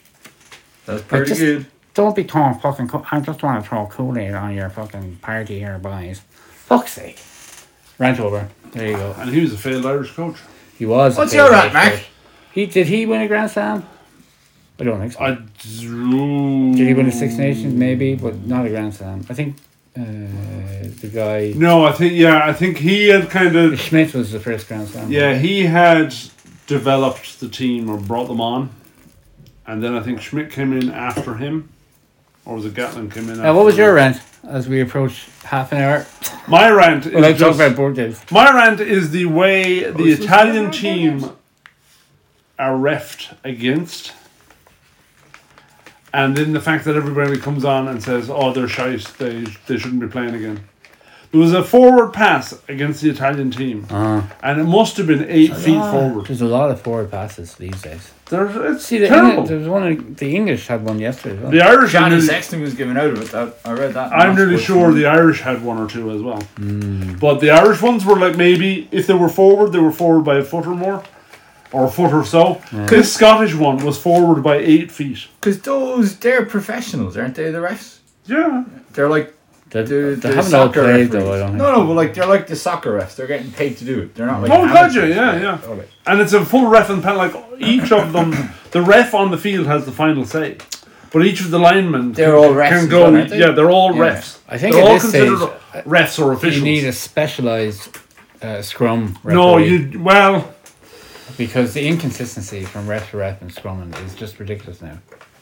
[SPEAKER 3] That's
[SPEAKER 1] Like,
[SPEAKER 3] pretty
[SPEAKER 1] just
[SPEAKER 3] good.
[SPEAKER 1] Don't be throwing fucking. Co- I just want to throw Kool Aid on your fucking party here, boys. Fuck's sake. Rant over. There you go.
[SPEAKER 2] And he was a failed Irish coach.
[SPEAKER 1] He was. a
[SPEAKER 3] What's
[SPEAKER 1] big
[SPEAKER 3] your rant,
[SPEAKER 1] Irish
[SPEAKER 3] Mark?
[SPEAKER 1] coach. He did he win a Grand Slam? I don't think so.
[SPEAKER 2] I drew.
[SPEAKER 1] did he win a Six Nations? Maybe, but not a Grand Slam. I think uh, the guy
[SPEAKER 2] No, I think yeah, I think he had kind of
[SPEAKER 1] Schmidt was the first Grand Slam.
[SPEAKER 2] yeah he had developed the team or brought them on, and then I think Schmidt came in after him, or was it Gatlin came in?
[SPEAKER 1] Now, what was your rant as we approach half an hour?
[SPEAKER 2] My rant is
[SPEAKER 1] Well, let's talk
[SPEAKER 2] just,
[SPEAKER 1] about board games.
[SPEAKER 2] my rant is the way the
[SPEAKER 3] Oh, is this
[SPEAKER 2] Italian
[SPEAKER 3] another
[SPEAKER 2] team
[SPEAKER 3] podcast?
[SPEAKER 2] are refed against. And then the fact that everybody comes on and says, "Oh, they're shite. They they shouldn't be playing again." There was a forward pass against the Italian team, and it must have been eight feet forward.
[SPEAKER 1] There's a lot of forward passes these days.
[SPEAKER 2] They're, it's
[SPEAKER 1] See, the
[SPEAKER 2] terrible.
[SPEAKER 1] England, there was one. The English had one yesterday. As well.
[SPEAKER 2] the Irish. are
[SPEAKER 3] Johnny
[SPEAKER 2] nearly-
[SPEAKER 3] Sexton was giving out of it. That, I read that.
[SPEAKER 2] I'm
[SPEAKER 3] Not
[SPEAKER 2] nearly
[SPEAKER 3] sports
[SPEAKER 2] sure
[SPEAKER 3] news.
[SPEAKER 2] the Irish had one or two as well. But the Irish ones were like maybe if they were forward, they were forward by a foot or more, or a foot or so. This Scottish one was forward by eight feet.
[SPEAKER 3] Because those, they're professionals, aren't they, the refs?
[SPEAKER 2] Yeah.
[SPEAKER 3] They're like,
[SPEAKER 1] They,
[SPEAKER 3] the,
[SPEAKER 1] they
[SPEAKER 3] the
[SPEAKER 1] haven't all
[SPEAKER 3] soccer
[SPEAKER 1] played
[SPEAKER 3] referees.
[SPEAKER 1] though. I don't think.
[SPEAKER 3] No, no, but like, they're like the soccer refs. They're getting paid to do it. They're not like.
[SPEAKER 2] Oh, gotcha.
[SPEAKER 3] amateurs.
[SPEAKER 2] Yeah, yeah.
[SPEAKER 3] Okay.
[SPEAKER 2] And it's a full ref and pen. Like each of them, the ref on the field has the final say. But each of the linemen can,
[SPEAKER 3] They're all refs
[SPEAKER 2] can
[SPEAKER 3] as
[SPEAKER 2] go.
[SPEAKER 3] well, aren't they?
[SPEAKER 2] yeah, they're all
[SPEAKER 3] Yeah.
[SPEAKER 2] refs.
[SPEAKER 1] I think
[SPEAKER 2] they're
[SPEAKER 1] at
[SPEAKER 2] all
[SPEAKER 1] this
[SPEAKER 2] considered
[SPEAKER 1] stage, uh,
[SPEAKER 2] refs or officials.
[SPEAKER 1] You need a specialized uh, scrum. Referee
[SPEAKER 2] no, you well.
[SPEAKER 1] because the inconsistency from ref to ref and scrumming is just ridiculous now.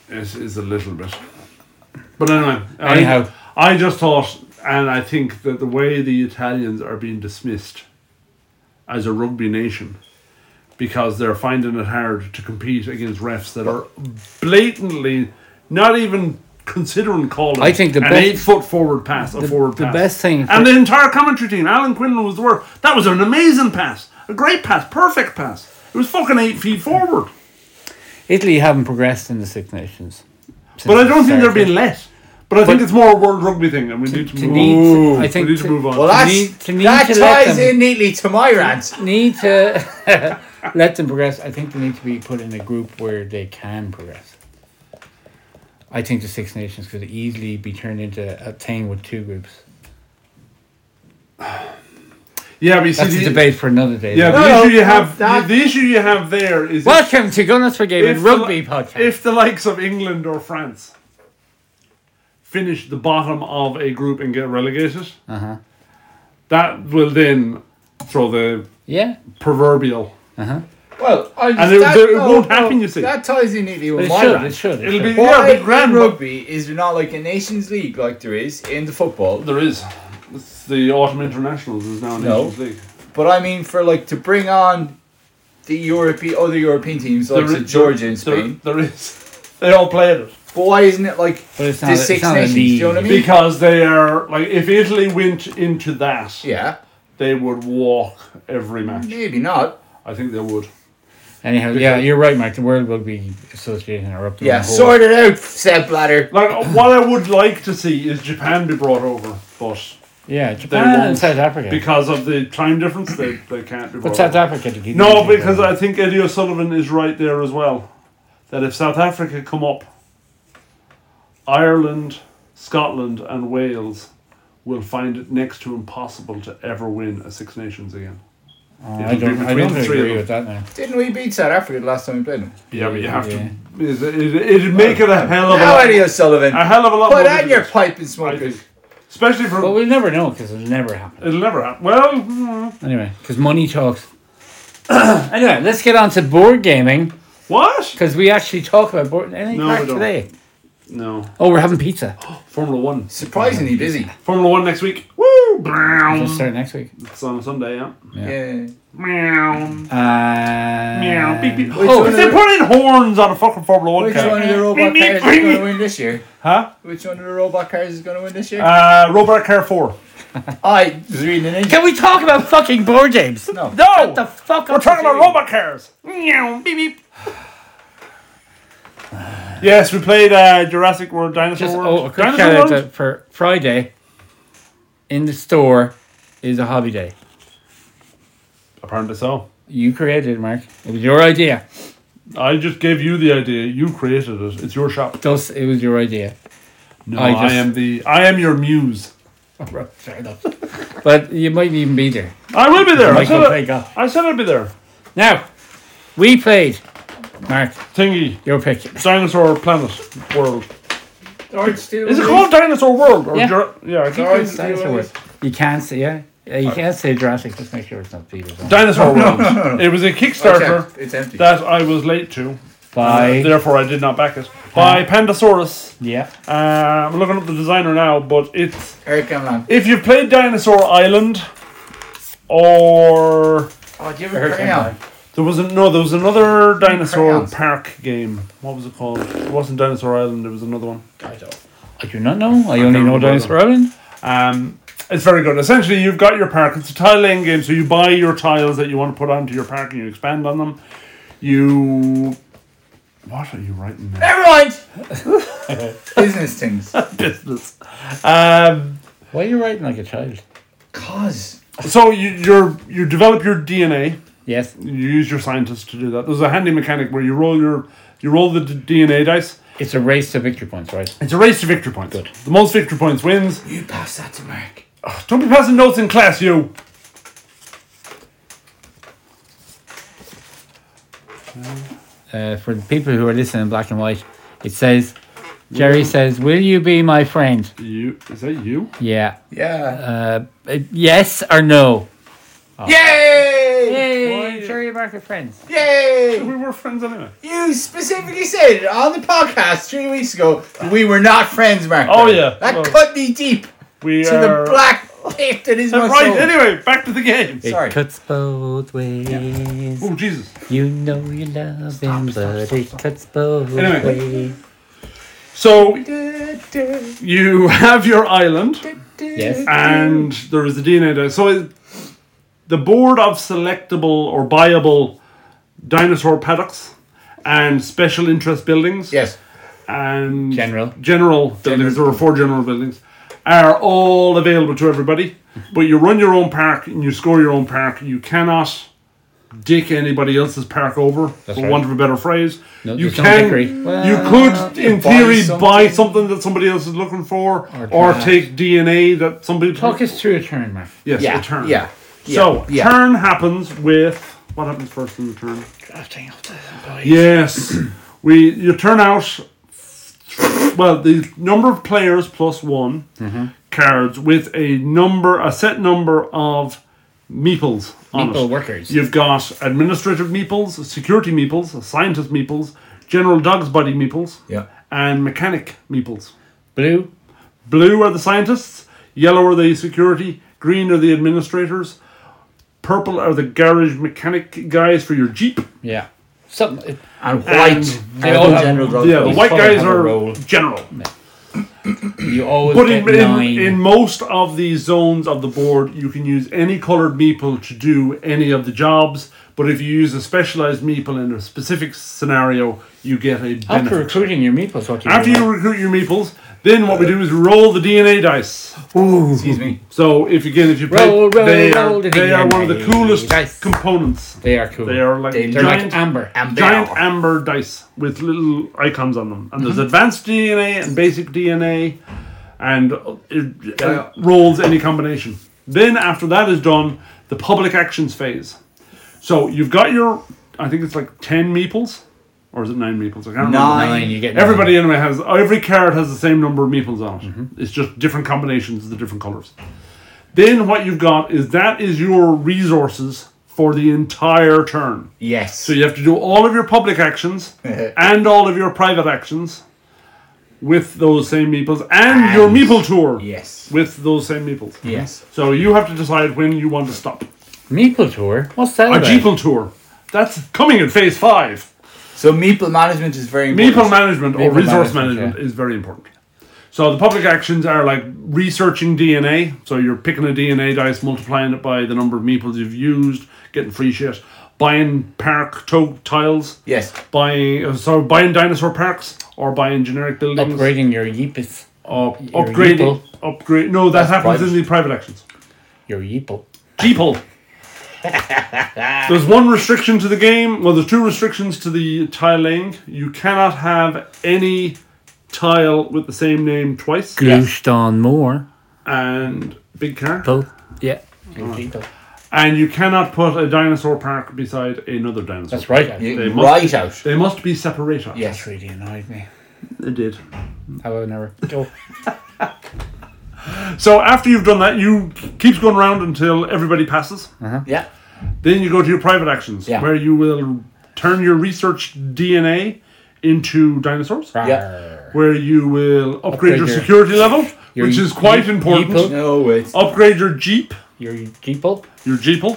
[SPEAKER 2] It is a little bit. But anyway,
[SPEAKER 1] Anyhow.
[SPEAKER 2] I, I just thought, and I think that the way the Italians are being dismissed as a rugby nation because they're finding it hard to compete against refs that are blatantly not even considering calling
[SPEAKER 1] I think the
[SPEAKER 2] an
[SPEAKER 1] best-
[SPEAKER 2] eight foot forward pass, a forward
[SPEAKER 1] the
[SPEAKER 2] pass.
[SPEAKER 1] best thing for-
[SPEAKER 2] and the entire commentary team, Alan Quinlan was the word. That was an amazing pass, a great pass, perfect pass. It was fucking eight feet forward.
[SPEAKER 1] Italy haven't progressed in the Six Nations. since
[SPEAKER 2] But I don't think
[SPEAKER 1] it
[SPEAKER 2] they're being
[SPEAKER 1] started.
[SPEAKER 2] let. But I think
[SPEAKER 1] But-
[SPEAKER 2] it's more a world rugby thing, and we need to,
[SPEAKER 1] to
[SPEAKER 2] move.
[SPEAKER 1] need-
[SPEAKER 2] on.
[SPEAKER 1] I think
[SPEAKER 2] we need to,
[SPEAKER 1] to-
[SPEAKER 2] move on.
[SPEAKER 3] Well,
[SPEAKER 1] To
[SPEAKER 3] that's,
[SPEAKER 1] need- to need
[SPEAKER 3] that
[SPEAKER 1] to let
[SPEAKER 3] ties
[SPEAKER 1] them-
[SPEAKER 3] in neatly to my rant.
[SPEAKER 1] Need to let them progress. I think they need to be put in a group where they can progress. I think the Six Nations could easily be turned into a thing with two groups.
[SPEAKER 2] Yeah, but you see,
[SPEAKER 1] That's a
[SPEAKER 2] the,
[SPEAKER 1] debate for another day.
[SPEAKER 2] yeah,
[SPEAKER 1] though.
[SPEAKER 2] the
[SPEAKER 3] No,
[SPEAKER 2] issue you
[SPEAKER 3] no,
[SPEAKER 2] have,
[SPEAKER 3] that-
[SPEAKER 2] the issue you have there is
[SPEAKER 1] Welcome to Gunners for Gaming
[SPEAKER 2] If the
[SPEAKER 1] Rugby
[SPEAKER 2] li-
[SPEAKER 1] Podcast.
[SPEAKER 2] if the likes of England or France finish the bottom of a group and get relegated,
[SPEAKER 1] Uh-huh.
[SPEAKER 2] that will then throw the
[SPEAKER 1] yeah.
[SPEAKER 2] proverbial.
[SPEAKER 3] Well, I
[SPEAKER 2] And it-
[SPEAKER 3] that-
[SPEAKER 2] it won't happen, you see.
[SPEAKER 3] That ties in neatly
[SPEAKER 1] But
[SPEAKER 3] with
[SPEAKER 1] it
[SPEAKER 3] my
[SPEAKER 1] should,
[SPEAKER 3] rant.
[SPEAKER 1] it should. It
[SPEAKER 2] It'll
[SPEAKER 1] should.
[SPEAKER 2] be
[SPEAKER 3] Why
[SPEAKER 2] yeah, it'll be
[SPEAKER 3] in
[SPEAKER 2] grand. but
[SPEAKER 3] rugby is there not like a Nations League like there is in the football?
[SPEAKER 2] There is. It's the autumn internationals is now in
[SPEAKER 3] No.
[SPEAKER 2] Nations League.
[SPEAKER 3] But I mean, for like to bring on the European other European teams like
[SPEAKER 2] There
[SPEAKER 3] so
[SPEAKER 2] is-
[SPEAKER 3] Georgia and
[SPEAKER 2] there-
[SPEAKER 3] Spain.
[SPEAKER 2] there is. They all play it.
[SPEAKER 3] But why isn't it like
[SPEAKER 1] But it's not-
[SPEAKER 3] the
[SPEAKER 1] it's
[SPEAKER 3] Six
[SPEAKER 1] not a
[SPEAKER 3] Nations? Do you know what I mean?
[SPEAKER 2] Because they are like if Italy went into that,
[SPEAKER 3] yeah,
[SPEAKER 2] they would walk every match.
[SPEAKER 3] maybe not.
[SPEAKER 2] I think they would.
[SPEAKER 1] Anyhow, yeah, you're right, Mike. The World Rugby Association are up to
[SPEAKER 3] Yeah,
[SPEAKER 1] the whole-
[SPEAKER 3] sort it out, Sepp Blatter.
[SPEAKER 2] Like what I would like to see is Japan be brought over, but
[SPEAKER 1] Yeah,
[SPEAKER 2] they
[SPEAKER 1] Japan
[SPEAKER 2] won't
[SPEAKER 1] and South Africa.
[SPEAKER 2] because of the time difference. They, they can't be brought
[SPEAKER 1] but South
[SPEAKER 2] over.
[SPEAKER 1] Africa. to keep
[SPEAKER 2] No,
[SPEAKER 1] them-
[SPEAKER 2] because I think Eddie O'Sullivan is right there as well. That if South Africa come up, Ireland, Scotland, and Wales will find it next to impossible to ever win a Six Nations again.
[SPEAKER 1] Oh,
[SPEAKER 2] it'll
[SPEAKER 1] I
[SPEAKER 2] be
[SPEAKER 1] don't, I
[SPEAKER 2] between
[SPEAKER 1] don't
[SPEAKER 2] the three
[SPEAKER 1] agree
[SPEAKER 2] of
[SPEAKER 1] with that now.
[SPEAKER 3] Didn't we beat South Africa the last time we played them?
[SPEAKER 2] Yeah, but you have
[SPEAKER 1] Yeah.
[SPEAKER 2] to. It, it, it'd make it a hell of a
[SPEAKER 3] How
[SPEAKER 2] lot.
[SPEAKER 3] are you, Sullivan?
[SPEAKER 2] A hell of a lot
[SPEAKER 3] Put
[SPEAKER 2] more
[SPEAKER 3] on your
[SPEAKER 2] difficult,
[SPEAKER 3] pipe and
[SPEAKER 2] I
[SPEAKER 3] smoke it.
[SPEAKER 2] think. Especially for
[SPEAKER 1] But we'll never know because it'll never happen.
[SPEAKER 2] it'll never happen. Well, hmm,
[SPEAKER 1] Anyway, because money talks. anyway, let's get on to board gaming
[SPEAKER 2] what?
[SPEAKER 1] because we actually talk about board anything
[SPEAKER 2] No,
[SPEAKER 1] back
[SPEAKER 2] we don't.
[SPEAKER 1] today.
[SPEAKER 2] No,
[SPEAKER 1] Oh, we're having pizza.
[SPEAKER 2] Formula One.
[SPEAKER 3] Surprisingly busy.
[SPEAKER 2] Formula One next week. Woo!
[SPEAKER 1] We'll
[SPEAKER 2] Brown.
[SPEAKER 1] start next week.
[SPEAKER 2] It's on Sunday. Yeah.
[SPEAKER 1] Yeah.
[SPEAKER 3] Yeah.
[SPEAKER 2] Meow.
[SPEAKER 1] Uh, Meow.
[SPEAKER 2] Meow. Beep, beep.
[SPEAKER 3] Which
[SPEAKER 2] Oh,
[SPEAKER 3] one
[SPEAKER 2] if
[SPEAKER 3] are
[SPEAKER 2] they
[SPEAKER 3] the-
[SPEAKER 2] put in horns on a fucking Formula One
[SPEAKER 3] Which
[SPEAKER 2] car.
[SPEAKER 3] one of the robot
[SPEAKER 2] Beep,
[SPEAKER 3] cars
[SPEAKER 2] beep,
[SPEAKER 3] is going
[SPEAKER 2] beep.
[SPEAKER 3] to win this year?
[SPEAKER 2] Huh?
[SPEAKER 3] Which one of the robot cars is going to win this year?
[SPEAKER 2] Uh, Robert Car 4.
[SPEAKER 3] I was reading an interview.
[SPEAKER 1] Can we talk about fucking board games?
[SPEAKER 3] No.
[SPEAKER 1] No. What the fuck?
[SPEAKER 2] We're talking about robot cars. Meow. Beep, beep. Yes, we played uh, Jurassic World Dinosaur
[SPEAKER 1] Just
[SPEAKER 2] World.
[SPEAKER 1] oh, a quick
[SPEAKER 2] Dinosaur
[SPEAKER 1] shout out
[SPEAKER 2] World?
[SPEAKER 1] to- for Friday. In the store is a hobby day.
[SPEAKER 2] Apparently so.
[SPEAKER 1] You created it, Mark. It was your idea.
[SPEAKER 2] I just gave you the idea. You created it. It's your shop.
[SPEAKER 1] Thus, it was your idea.
[SPEAKER 2] No,
[SPEAKER 1] I
[SPEAKER 2] I,
[SPEAKER 1] just-
[SPEAKER 2] am the. I am your muse.
[SPEAKER 1] Fair enough. but you might even be there.
[SPEAKER 2] I will be there. I
[SPEAKER 1] Might
[SPEAKER 2] said,
[SPEAKER 1] go play
[SPEAKER 2] I,
[SPEAKER 1] golf.
[SPEAKER 2] I said I'd be there.
[SPEAKER 1] Now, we played. Mark,
[SPEAKER 2] Thingy,
[SPEAKER 1] your pick.
[SPEAKER 2] dinosaur planet world.
[SPEAKER 3] Orange Steel
[SPEAKER 2] Is it
[SPEAKER 3] Race.
[SPEAKER 2] called Dinosaur World? Or
[SPEAKER 1] Yeah.
[SPEAKER 2] Jura- yeah. I keep
[SPEAKER 3] Sorry,
[SPEAKER 2] thinking-
[SPEAKER 3] sorry.
[SPEAKER 1] Dinosaur World. You can't say, yeah? Yeah, You can't say Jurassic. Just make sure it's not Peter's. one.
[SPEAKER 2] Dinosaur World. It was a
[SPEAKER 3] Oh, it's
[SPEAKER 2] Kickstarter
[SPEAKER 3] empty. It's empty.
[SPEAKER 2] that I was late to. Uh,
[SPEAKER 1] By.
[SPEAKER 2] Therefore, I did not back it. By Pandasaurus.
[SPEAKER 1] yeah.
[SPEAKER 2] Uh, I'm looking up the designer now, but it's
[SPEAKER 3] Eric Gamlan.
[SPEAKER 2] if you've played Dinosaur Island, or
[SPEAKER 3] Oh, do you ever crayon? out?
[SPEAKER 2] There was a, no, there was another dinosaur
[SPEAKER 3] Crayons.
[SPEAKER 2] park game. What was it called? It wasn't Dinosaur Island. It was another one.
[SPEAKER 1] I do not know. I only know
[SPEAKER 2] remember
[SPEAKER 1] Dinosaur Island.
[SPEAKER 2] Um, it's very good. Essentially, you've got your park. It's a tile laying game, so you buy your tiles that you want to put onto your park and you expand on them. You, what are you writing? Now?
[SPEAKER 3] Never mind. Business things.
[SPEAKER 2] Business. Um,
[SPEAKER 1] Why are you writing like a child?
[SPEAKER 3] Cause.
[SPEAKER 2] so you you're, you develop your DNA.
[SPEAKER 1] Yes.
[SPEAKER 2] You use your scientists to do that. There's a handy mechanic where you roll your you roll the d- DNA dice.
[SPEAKER 1] It's a race to victory points, right?
[SPEAKER 2] It's a race to victory points. The most victory points wins.
[SPEAKER 3] You pass that to Mark.
[SPEAKER 2] Don't be passing notes in class, you.
[SPEAKER 1] Uh, for the people who are listening in black and white, it says, Jerry says, Will you be my friend?
[SPEAKER 2] You is that you?
[SPEAKER 1] Yeah.
[SPEAKER 3] Yeah.
[SPEAKER 1] Uh, uh, yes or no?
[SPEAKER 2] Uh,
[SPEAKER 3] Yay!
[SPEAKER 1] Hey,
[SPEAKER 2] Why-
[SPEAKER 1] Jerry and Mark are friends.
[SPEAKER 3] Yay!
[SPEAKER 2] We were friends anyway.
[SPEAKER 3] You specifically said on the podcast three weeks ago that we were not friends, Mark.
[SPEAKER 2] Oh, yeah.
[SPEAKER 3] That
[SPEAKER 2] Well,
[SPEAKER 3] cut me deep
[SPEAKER 2] We
[SPEAKER 3] to
[SPEAKER 2] are
[SPEAKER 3] the black pit that is my
[SPEAKER 2] Right.
[SPEAKER 3] soul.
[SPEAKER 2] Anyway, back to the game.
[SPEAKER 1] It
[SPEAKER 3] Sorry.
[SPEAKER 1] cuts both ways.
[SPEAKER 2] Oh Jesus!
[SPEAKER 1] You know you love him, but it cuts both
[SPEAKER 2] Anyway.
[SPEAKER 1] ways.
[SPEAKER 2] So
[SPEAKER 3] Du-
[SPEAKER 2] you have your island,
[SPEAKER 3] du- du-
[SPEAKER 1] Yes.
[SPEAKER 2] and there is a DNA. di- So it, the board of selectable or buyable dinosaur paddocks and special interest buildings
[SPEAKER 3] Yes.
[SPEAKER 2] and
[SPEAKER 1] General.
[SPEAKER 2] general buildings. There are four general buildings. Are all available to everybody, but you run your own park and you score your own park. You cannot dick anybody else's park over,
[SPEAKER 1] That's
[SPEAKER 2] for
[SPEAKER 1] right.
[SPEAKER 2] want of a better phrase.
[SPEAKER 1] No,
[SPEAKER 2] you
[SPEAKER 1] there's no
[SPEAKER 2] can,
[SPEAKER 1] dickery.
[SPEAKER 2] you could, in
[SPEAKER 3] buy
[SPEAKER 2] theory, buy
[SPEAKER 3] something.
[SPEAKER 2] something that somebody else is looking for,
[SPEAKER 1] Or
[SPEAKER 2] or,
[SPEAKER 1] trash.
[SPEAKER 2] take DNA that somebody
[SPEAKER 1] Talk us through a turn, Mark.
[SPEAKER 2] Yes,
[SPEAKER 3] Yeah.
[SPEAKER 2] return.
[SPEAKER 3] Yeah.
[SPEAKER 2] so
[SPEAKER 3] yeah.
[SPEAKER 2] turn happens with what happens first in the turn?
[SPEAKER 1] Drafting up the employees.
[SPEAKER 2] Yes, we you turn out. Well, the number of players plus one
[SPEAKER 3] Mm-hmm.
[SPEAKER 2] cards with a number, a set number of meeples on
[SPEAKER 1] Meeple
[SPEAKER 2] it.
[SPEAKER 1] workers.
[SPEAKER 2] You've got administrative meeples, security meeples, scientist meeples, general dog's body meeples,
[SPEAKER 3] Yeah.
[SPEAKER 2] and mechanic meeples.
[SPEAKER 1] Blue.
[SPEAKER 2] Blue are the scientists, yellow are the security, green are the administrators, purple are the garage mechanic guys for your Jeep.
[SPEAKER 1] Yeah. Something.
[SPEAKER 3] And white.
[SPEAKER 1] they
[SPEAKER 3] are
[SPEAKER 1] all
[SPEAKER 3] the
[SPEAKER 1] have-
[SPEAKER 3] general drugs.
[SPEAKER 2] Yeah, the
[SPEAKER 1] Each
[SPEAKER 2] white
[SPEAKER 1] colour
[SPEAKER 2] guys
[SPEAKER 1] have a
[SPEAKER 2] are
[SPEAKER 1] role.
[SPEAKER 2] general.
[SPEAKER 1] You always
[SPEAKER 2] But
[SPEAKER 1] get
[SPEAKER 2] in, in,
[SPEAKER 1] nine.
[SPEAKER 2] in most of the zones of the board, you can use any coloured meeple to do any of the jobs. But if you use a specialised meeple in a specific scenario, you get a benefit.
[SPEAKER 1] After recruiting your meeples, what do you
[SPEAKER 2] After
[SPEAKER 1] do?
[SPEAKER 2] you recruit your meeples, then what we do is roll the DNA dice.
[SPEAKER 3] Excuse me.
[SPEAKER 2] So if again, if you play,
[SPEAKER 1] Roll, roll,
[SPEAKER 2] they,
[SPEAKER 1] roll
[SPEAKER 2] are,
[SPEAKER 1] the
[SPEAKER 2] they are one of the
[SPEAKER 1] DNA
[SPEAKER 2] coolest
[SPEAKER 1] dice.
[SPEAKER 2] components.
[SPEAKER 1] They are cool.
[SPEAKER 2] They are like
[SPEAKER 3] They
[SPEAKER 1] They're
[SPEAKER 2] giant,
[SPEAKER 1] like amber.
[SPEAKER 2] giant amber dice with little icons on them, and there's
[SPEAKER 1] Uh-huh.
[SPEAKER 2] advanced DNA and basic DNA, and it
[SPEAKER 3] Yeah.
[SPEAKER 2] uh, rolls any combination. Then after that is done, the public actions phase. So you've got your, I think it's like ten meeples, or is it nine meeples? I can't remember.
[SPEAKER 3] Nine.
[SPEAKER 1] Nine. You get nine.
[SPEAKER 2] Everybody anyway has every carrot has the same number of meeples on it.
[SPEAKER 3] Mm-hmm.
[SPEAKER 2] It's just different combinations of the different colors. Then what you've got is that is your resources for the entire turn.
[SPEAKER 3] Yes.
[SPEAKER 2] So you have to do all of your public actions and all of your private actions with those same meeples and, your
[SPEAKER 3] And-
[SPEAKER 2] meeple tour
[SPEAKER 3] yes.
[SPEAKER 2] with those same meeples.
[SPEAKER 3] Yes.
[SPEAKER 2] So you have to decide when you want to stop.
[SPEAKER 1] Meeple tour. What's that?
[SPEAKER 2] A
[SPEAKER 1] about?
[SPEAKER 2] jeeple tour. That's coming in phase five.
[SPEAKER 3] So meeple management is very important.
[SPEAKER 2] People management or
[SPEAKER 1] Meeple
[SPEAKER 2] resource management,
[SPEAKER 1] management,
[SPEAKER 2] is very important. So the public actions are like researching DNA. So you're picking a DNA dice, multiplying it by the number of meeples you've used, getting free shit, buying park to- tiles,
[SPEAKER 3] Yes.
[SPEAKER 2] buying uh, so buying dinosaur parks or buying generic buildings,
[SPEAKER 1] Upgrading your yeepus.
[SPEAKER 2] Up-
[SPEAKER 1] Your
[SPEAKER 2] upgrading, upgrade. No, that
[SPEAKER 3] That's
[SPEAKER 2] happens
[SPEAKER 3] private.
[SPEAKER 2] in the private actions.
[SPEAKER 1] Your yeeple.
[SPEAKER 2] People. there's one restriction to the game. Well, there's two restrictions to the tiling. You cannot have any tile with the same name twice.
[SPEAKER 1] Glushton Moore.
[SPEAKER 2] And big car.
[SPEAKER 1] Yeah. Yeeple.
[SPEAKER 2] And you cannot put a dinosaur park beside another dinosaur.
[SPEAKER 1] That's right. That
[SPEAKER 3] You-
[SPEAKER 2] They must-
[SPEAKER 3] right out.
[SPEAKER 2] They must be separated.
[SPEAKER 3] Yes.
[SPEAKER 1] really annoyed me.
[SPEAKER 2] they did.
[SPEAKER 1] I would never go.
[SPEAKER 2] So after you've done that, you keeps going round until everybody passes.
[SPEAKER 3] Yeah.
[SPEAKER 2] Then you go to your private actions,
[SPEAKER 3] Yeah.
[SPEAKER 2] where you will turn your research DNA into dinosaurs.
[SPEAKER 1] Rawr.
[SPEAKER 2] where you will upgrade,
[SPEAKER 1] Upgrade
[SPEAKER 2] your,
[SPEAKER 1] your-
[SPEAKER 2] security level,
[SPEAKER 1] your
[SPEAKER 2] which is
[SPEAKER 1] Jeep-
[SPEAKER 2] quite important.
[SPEAKER 1] Jeeple.
[SPEAKER 3] No, it's
[SPEAKER 2] Upgrade your Jeep,
[SPEAKER 1] Your yeeple,
[SPEAKER 2] your Jeeple,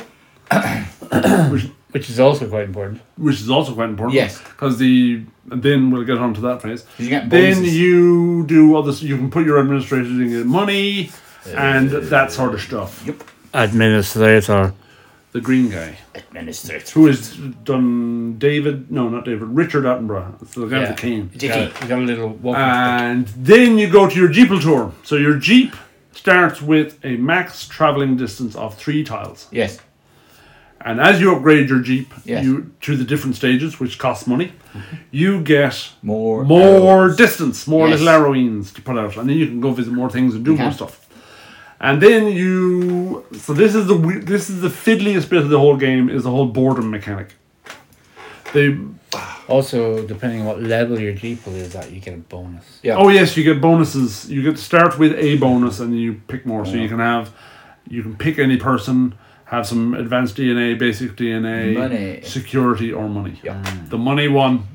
[SPEAKER 2] which,
[SPEAKER 1] which is also quite important.
[SPEAKER 2] which is also quite important.
[SPEAKER 3] Yes.
[SPEAKER 2] Because the and then we'll get on to that phase.
[SPEAKER 3] you get
[SPEAKER 2] Then
[SPEAKER 3] bonuses.
[SPEAKER 2] you do others. You can put your administrators in your money and that sort of stuff.
[SPEAKER 1] Administrator.
[SPEAKER 2] The green guy
[SPEAKER 3] administrator.
[SPEAKER 2] who has done David. No, not David. Richard Attenborough. It's the guy
[SPEAKER 1] Yeah.
[SPEAKER 2] with the cane.
[SPEAKER 1] You got, you Ah. got a little walking
[SPEAKER 2] And then you go to your Jeeple tour. So your Jeep starts with a max traveling distance of three tiles.
[SPEAKER 3] Yes.
[SPEAKER 2] And as you upgrade your Jeep
[SPEAKER 3] Yes.
[SPEAKER 2] you, to the different stages, which costs money, you get
[SPEAKER 3] More.
[SPEAKER 2] more distance, more
[SPEAKER 3] Yes.
[SPEAKER 2] little arrowings to put out. And then you can go visit more things and do more
[SPEAKER 3] Okay.
[SPEAKER 2] stuff. And then you. So this is the we- this is the fiddliest bit of the whole game is the whole boredom mechanic. They
[SPEAKER 1] Also, depending on what level your jeeple is at, you get a bonus.
[SPEAKER 3] Yeah.
[SPEAKER 2] Oh yes, you get bonuses. You get to start with a bonus, and you pick more. So you can have, you can pick any person, have some advanced DNA, basic DNA,
[SPEAKER 3] Money.
[SPEAKER 2] security, or money.
[SPEAKER 3] Yeah.
[SPEAKER 2] The money one,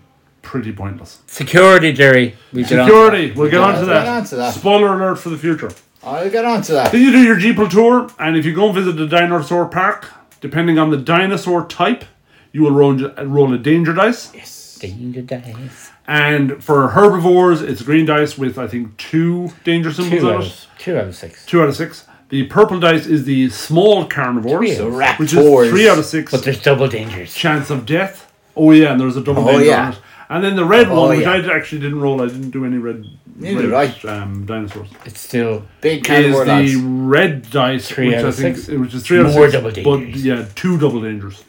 [SPEAKER 2] pretty pointless.
[SPEAKER 1] Security, Jerry. We get on-
[SPEAKER 2] Security. We'll get
[SPEAKER 3] We'll
[SPEAKER 2] on to
[SPEAKER 3] get
[SPEAKER 2] that.
[SPEAKER 3] on to that.
[SPEAKER 2] Spoiler alert for the future.
[SPEAKER 3] I'll get on to that.
[SPEAKER 2] Then you do your Jeepal tour, and if you go and visit the dinosaur park, depending on the dinosaur type, you will roll, roll a danger dice.
[SPEAKER 1] Ding the dice.
[SPEAKER 2] And for herbivores, it's green dice with I think two danger symbols
[SPEAKER 1] Two
[SPEAKER 2] on
[SPEAKER 1] out,
[SPEAKER 2] it.
[SPEAKER 1] of, two out of six.
[SPEAKER 2] two out of six. The purple dice is the small carnivores,
[SPEAKER 1] Three.
[SPEAKER 2] which
[SPEAKER 3] Raptors.
[SPEAKER 2] is three out of six
[SPEAKER 1] But there's double dangers.
[SPEAKER 2] chance of death. Oh yeah, and there's a double
[SPEAKER 3] Oh,
[SPEAKER 2] danger
[SPEAKER 3] yeah.
[SPEAKER 2] on it. And then the red
[SPEAKER 3] Oh,
[SPEAKER 2] one, which
[SPEAKER 3] yeah.
[SPEAKER 2] I actually didn't roll. I didn't do any red,
[SPEAKER 3] Neither
[SPEAKER 2] red um, dinosaurs.
[SPEAKER 1] It's still
[SPEAKER 3] Big
[SPEAKER 2] Is
[SPEAKER 3] carnivore
[SPEAKER 2] the
[SPEAKER 3] lads.
[SPEAKER 2] red dice,
[SPEAKER 1] Three
[SPEAKER 2] which
[SPEAKER 1] out
[SPEAKER 2] I
[SPEAKER 1] of
[SPEAKER 2] think,
[SPEAKER 1] six.
[SPEAKER 2] which is three out of
[SPEAKER 1] More
[SPEAKER 2] six,
[SPEAKER 1] double
[SPEAKER 2] but
[SPEAKER 1] dangers.
[SPEAKER 2] yeah, two double dangers.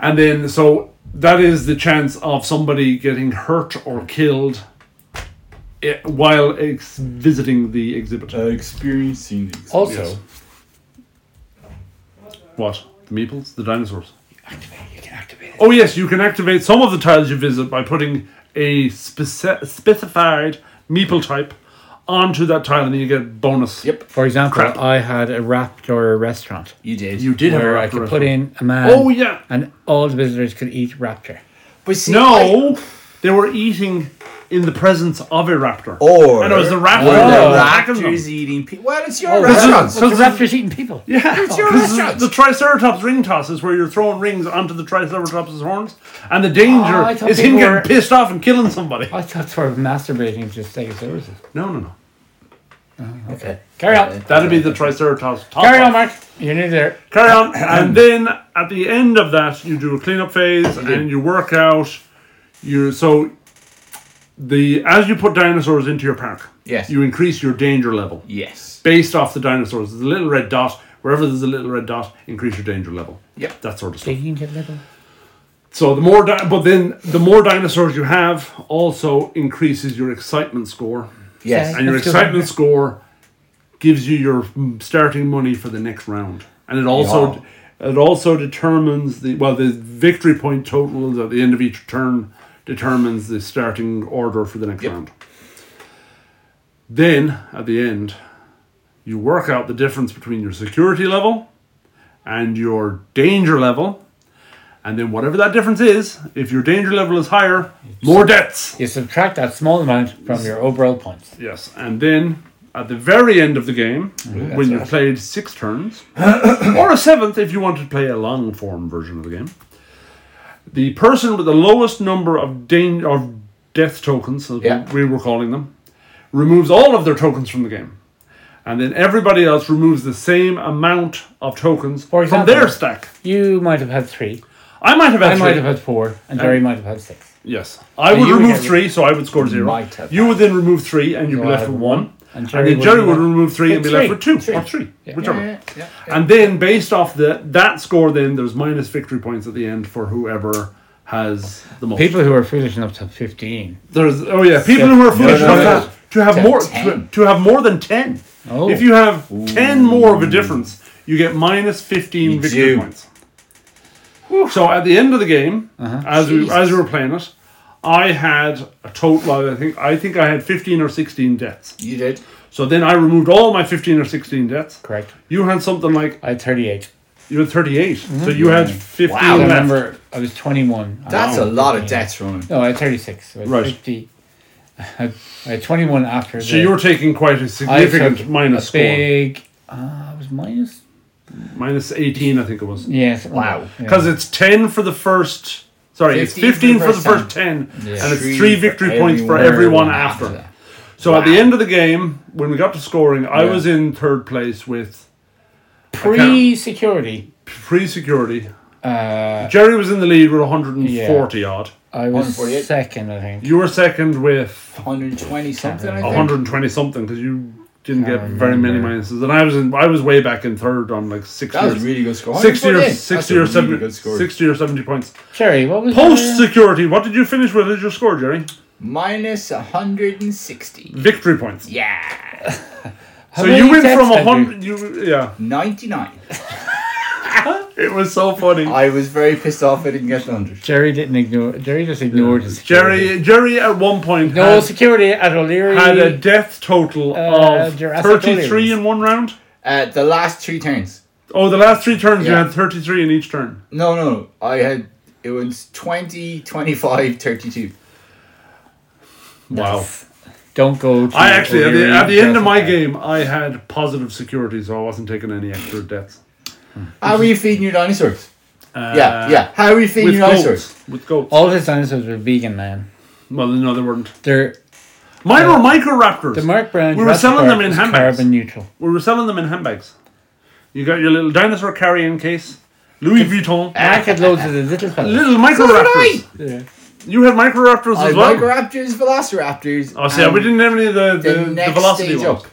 [SPEAKER 2] And then so that is the chance of somebody getting hurt or killed eh, while ex- visiting the exhibit.
[SPEAKER 3] Oh, Experiencing.
[SPEAKER 1] also
[SPEAKER 2] Yes. What? The meeples? The dinosaurs?
[SPEAKER 1] Activate. You can activate it.
[SPEAKER 2] Oh, yes, you can activate some of the tiles you visit by putting a speci- specified meeple type onto that tile and you get bonus.
[SPEAKER 3] Yep.
[SPEAKER 1] For example,
[SPEAKER 2] Crap.
[SPEAKER 1] I had a Raptor restaurant
[SPEAKER 3] You did.
[SPEAKER 2] You did have
[SPEAKER 1] where
[SPEAKER 2] a
[SPEAKER 1] I
[SPEAKER 2] raptor
[SPEAKER 1] could put
[SPEAKER 2] restaurant.
[SPEAKER 1] in a man.
[SPEAKER 2] Oh, yeah.
[SPEAKER 1] And all the visitors could eat Raptor.
[SPEAKER 3] But see, I-
[SPEAKER 2] No, they were eating in the presence of a raptor.
[SPEAKER 3] or
[SPEAKER 2] and it was the raptor.
[SPEAKER 3] were
[SPEAKER 2] that
[SPEAKER 3] the
[SPEAKER 2] was attacking them.
[SPEAKER 3] raptors eating people. Well, it's your
[SPEAKER 2] This is-
[SPEAKER 3] restaurant.
[SPEAKER 1] But the raptor's eating people.
[SPEAKER 2] Yeah,
[SPEAKER 3] your
[SPEAKER 2] Oh, This is
[SPEAKER 3] restaurant.
[SPEAKER 2] the Triceratops ring toss is where you're throwing rings onto the Triceratops' horns, and the danger
[SPEAKER 1] Oh, I thought
[SPEAKER 2] is him
[SPEAKER 1] people
[SPEAKER 2] getting
[SPEAKER 1] were-
[SPEAKER 2] pissed off and killing somebody.
[SPEAKER 1] I thought they were masturbating to stegosaurus.
[SPEAKER 2] No, no, no.
[SPEAKER 3] Okay.
[SPEAKER 1] Carry on.
[SPEAKER 2] That'd be the Triceratops. top
[SPEAKER 1] Carry on,
[SPEAKER 2] off.
[SPEAKER 1] Mark. You're nearly there.
[SPEAKER 2] Carry on. and then at the end of that, you do a cleanup phase and you work out. You so the as you put dinosaurs into your park,
[SPEAKER 3] Yes.
[SPEAKER 2] you increase your danger level.
[SPEAKER 3] Yes.
[SPEAKER 2] based off the dinosaurs. The little red dot, wherever there's a little red dot, increase your danger level.
[SPEAKER 3] Yep.
[SPEAKER 2] That sort of stuff.
[SPEAKER 1] Digging a little.
[SPEAKER 2] So the more, di- but then the more dinosaurs you have also increases your excitement score,
[SPEAKER 3] Yes.
[SPEAKER 1] Sorry.
[SPEAKER 2] and your
[SPEAKER 1] Let's go
[SPEAKER 2] excitement
[SPEAKER 1] back.
[SPEAKER 2] score gives you your mm, starting money for the next round, and it also
[SPEAKER 3] Wow.
[SPEAKER 2] it also determines the well the victory point totals at the end of each turn determines the starting order for the next
[SPEAKER 3] Yep.
[SPEAKER 2] round. Then at the end, you work out the difference between your security level and your danger level. And then whatever that difference is, if your danger level is higher, more debts.
[SPEAKER 1] You subtract that small amount from your overall points.
[SPEAKER 2] Yes. And then at the very end of the game, when you've played six turns, or a seventh if you wanted to play a long form version of the game, the person with the lowest number of dan- of death tokens, as we-
[SPEAKER 3] Yeah.
[SPEAKER 2] we were calling them, removes all of their tokens from the game. And then everybody else removes the same amount of tokens
[SPEAKER 1] For
[SPEAKER 2] from
[SPEAKER 1] example-
[SPEAKER 2] their stack.
[SPEAKER 1] You might have had three.
[SPEAKER 2] I might have
[SPEAKER 1] I
[SPEAKER 2] actually.
[SPEAKER 1] might have had four. And Jerry might have had six.
[SPEAKER 2] Yes. I would
[SPEAKER 1] you would
[SPEAKER 2] remove
[SPEAKER 1] get-
[SPEAKER 2] three, so I would score zero.
[SPEAKER 3] might have
[SPEAKER 2] you would then remove three, and you'd
[SPEAKER 1] So
[SPEAKER 2] be
[SPEAKER 1] I
[SPEAKER 2] left
[SPEAKER 1] have
[SPEAKER 2] with one.
[SPEAKER 1] And
[SPEAKER 2] And
[SPEAKER 1] Jerry
[SPEAKER 2] then Jerry would
[SPEAKER 1] have-
[SPEAKER 2] remove three and be
[SPEAKER 1] Three.
[SPEAKER 2] left with two
[SPEAKER 1] Three.
[SPEAKER 2] or three,
[SPEAKER 1] Yeah.
[SPEAKER 2] whichever.
[SPEAKER 3] Yeah, yeah, yeah.
[SPEAKER 2] And then based off the, that score, then there's minus victory points at the end for whoever has the most.
[SPEAKER 1] People who are foolish enough to have 15.
[SPEAKER 2] There's oh yeah, people who are foolish
[SPEAKER 3] no,
[SPEAKER 2] enough to
[SPEAKER 3] no, no.
[SPEAKER 2] have- to have
[SPEAKER 3] To
[SPEAKER 2] more
[SPEAKER 3] ten.
[SPEAKER 2] to, to have more than ten.
[SPEAKER 1] Oh.
[SPEAKER 2] If you have ten more of a difference, you get minus fifteen
[SPEAKER 3] You
[SPEAKER 2] victory
[SPEAKER 3] do.
[SPEAKER 2] points. So at the end of the game,
[SPEAKER 3] Uh-huh.
[SPEAKER 2] as we as we were playing it, I had a total. I think I think I had fifteen or sixteen deaths.
[SPEAKER 3] You did.
[SPEAKER 2] So then I removed all my fifteen or sixteen deaths.
[SPEAKER 1] Correct.
[SPEAKER 2] You had something like
[SPEAKER 1] I had 38.
[SPEAKER 2] you had thirty
[SPEAKER 3] Mm-hmm.
[SPEAKER 2] so you had fifteen
[SPEAKER 1] I
[SPEAKER 2] left.
[SPEAKER 1] remember I was 21. I
[SPEAKER 3] That's
[SPEAKER 2] Wow.
[SPEAKER 3] a lot of deaths running.
[SPEAKER 1] No, I had 36. I had
[SPEAKER 2] Right.
[SPEAKER 1] 50. I had 21 after.
[SPEAKER 2] So you were taking quite a significant minus
[SPEAKER 1] a
[SPEAKER 2] score,
[SPEAKER 1] big. Uh, I was minus.
[SPEAKER 2] minus eighteen, I think it was.
[SPEAKER 1] Yes.
[SPEAKER 3] Wow.
[SPEAKER 2] because it's 10 for the first sorry it's
[SPEAKER 3] 15 for
[SPEAKER 2] 15
[SPEAKER 3] the
[SPEAKER 2] for the
[SPEAKER 3] first
[SPEAKER 2] first 10
[SPEAKER 1] Yeah.
[SPEAKER 2] and it's
[SPEAKER 3] Three
[SPEAKER 2] three
[SPEAKER 3] for
[SPEAKER 2] victory points for
[SPEAKER 3] everyone
[SPEAKER 2] everyone
[SPEAKER 3] after
[SPEAKER 2] after
[SPEAKER 3] that.
[SPEAKER 2] so at the end of the game when we got to scoring i was in third place with
[SPEAKER 1] Pre security.
[SPEAKER 2] free security
[SPEAKER 1] Uh,
[SPEAKER 2] jerry was in the lead with 140 odd
[SPEAKER 1] I was
[SPEAKER 3] 148.
[SPEAKER 1] second, I think.
[SPEAKER 2] you were second with
[SPEAKER 3] 120 something, I think.
[SPEAKER 2] 120 something because you didn't get very many
[SPEAKER 1] remember.
[SPEAKER 2] minuses and i was in i was way back in third on like 60
[SPEAKER 3] That
[SPEAKER 2] or,
[SPEAKER 3] was a really good score.
[SPEAKER 2] 60 or
[SPEAKER 3] 148.
[SPEAKER 2] 60
[SPEAKER 3] That's
[SPEAKER 2] or
[SPEAKER 3] a
[SPEAKER 2] 70
[SPEAKER 3] Really good score.
[SPEAKER 2] 60 or 70 points
[SPEAKER 1] Jerry, what was
[SPEAKER 2] post
[SPEAKER 1] your-
[SPEAKER 2] security what did you finish with as your score jerry
[SPEAKER 3] Minus 160.
[SPEAKER 2] victory points
[SPEAKER 3] Yeah.
[SPEAKER 1] How
[SPEAKER 2] So
[SPEAKER 1] many
[SPEAKER 2] you went
[SPEAKER 1] deaths
[SPEAKER 2] from
[SPEAKER 1] did
[SPEAKER 2] a
[SPEAKER 1] you-
[SPEAKER 2] hundred. You yeah.
[SPEAKER 3] 99.
[SPEAKER 2] It was so funny.
[SPEAKER 3] I was very pissed off I didn't get the 100.
[SPEAKER 1] Jerry didn't ignore. Jerry just ignored his security.
[SPEAKER 2] Jerry Jerry at one point
[SPEAKER 1] No
[SPEAKER 2] had,
[SPEAKER 1] security at O'Leary.
[SPEAKER 2] had a death total
[SPEAKER 1] Uh,
[SPEAKER 2] of
[SPEAKER 1] Jurassic
[SPEAKER 2] thirty three
[SPEAKER 1] Williams.
[SPEAKER 2] in one round.
[SPEAKER 3] Uh, the last three turns.
[SPEAKER 2] Oh, the last three turns you
[SPEAKER 3] Yeah.
[SPEAKER 2] had thirty three in each turn.
[SPEAKER 3] No, no, no. I had. It was 20, 25, 32.
[SPEAKER 2] Wow.
[SPEAKER 1] Don't go. To
[SPEAKER 2] I actually at the,
[SPEAKER 1] O'Leary
[SPEAKER 2] at the end of my
[SPEAKER 1] Oh, Jurassic
[SPEAKER 2] game I had positive security, so I wasn't taking any extra deaths.
[SPEAKER 3] How are you feeding your dinosaurs?
[SPEAKER 2] Mhm. Uh,
[SPEAKER 3] yeah, yeah. How are you feeding
[SPEAKER 2] With
[SPEAKER 3] your dinosaurs?
[SPEAKER 2] goats. With goats.
[SPEAKER 1] All his dinosaurs were vegan, man.
[SPEAKER 2] Well, no, they weren't.
[SPEAKER 1] They're
[SPEAKER 2] Mine were microraptors.
[SPEAKER 1] Uh, the Mark Brown.
[SPEAKER 2] We were
[SPEAKER 1] Jurassic
[SPEAKER 2] selling them
[SPEAKER 1] Park
[SPEAKER 2] in
[SPEAKER 1] is
[SPEAKER 2] handbags.
[SPEAKER 1] Carbon neutral.
[SPEAKER 2] we were selling them in handbags. You got your little dinosaur carrying case, Louis Vuitton,
[SPEAKER 1] Mark had loads of the little fellas.
[SPEAKER 2] little microraptors. You had microraptors
[SPEAKER 3] I
[SPEAKER 2] as
[SPEAKER 3] had
[SPEAKER 2] well.
[SPEAKER 3] Microraptors, Velociraptors.
[SPEAKER 2] Oh, see, we
[SPEAKER 3] and
[SPEAKER 2] didn't have any of the, the, the,
[SPEAKER 3] next
[SPEAKER 2] velocity
[SPEAKER 3] stage
[SPEAKER 2] ones.
[SPEAKER 3] up.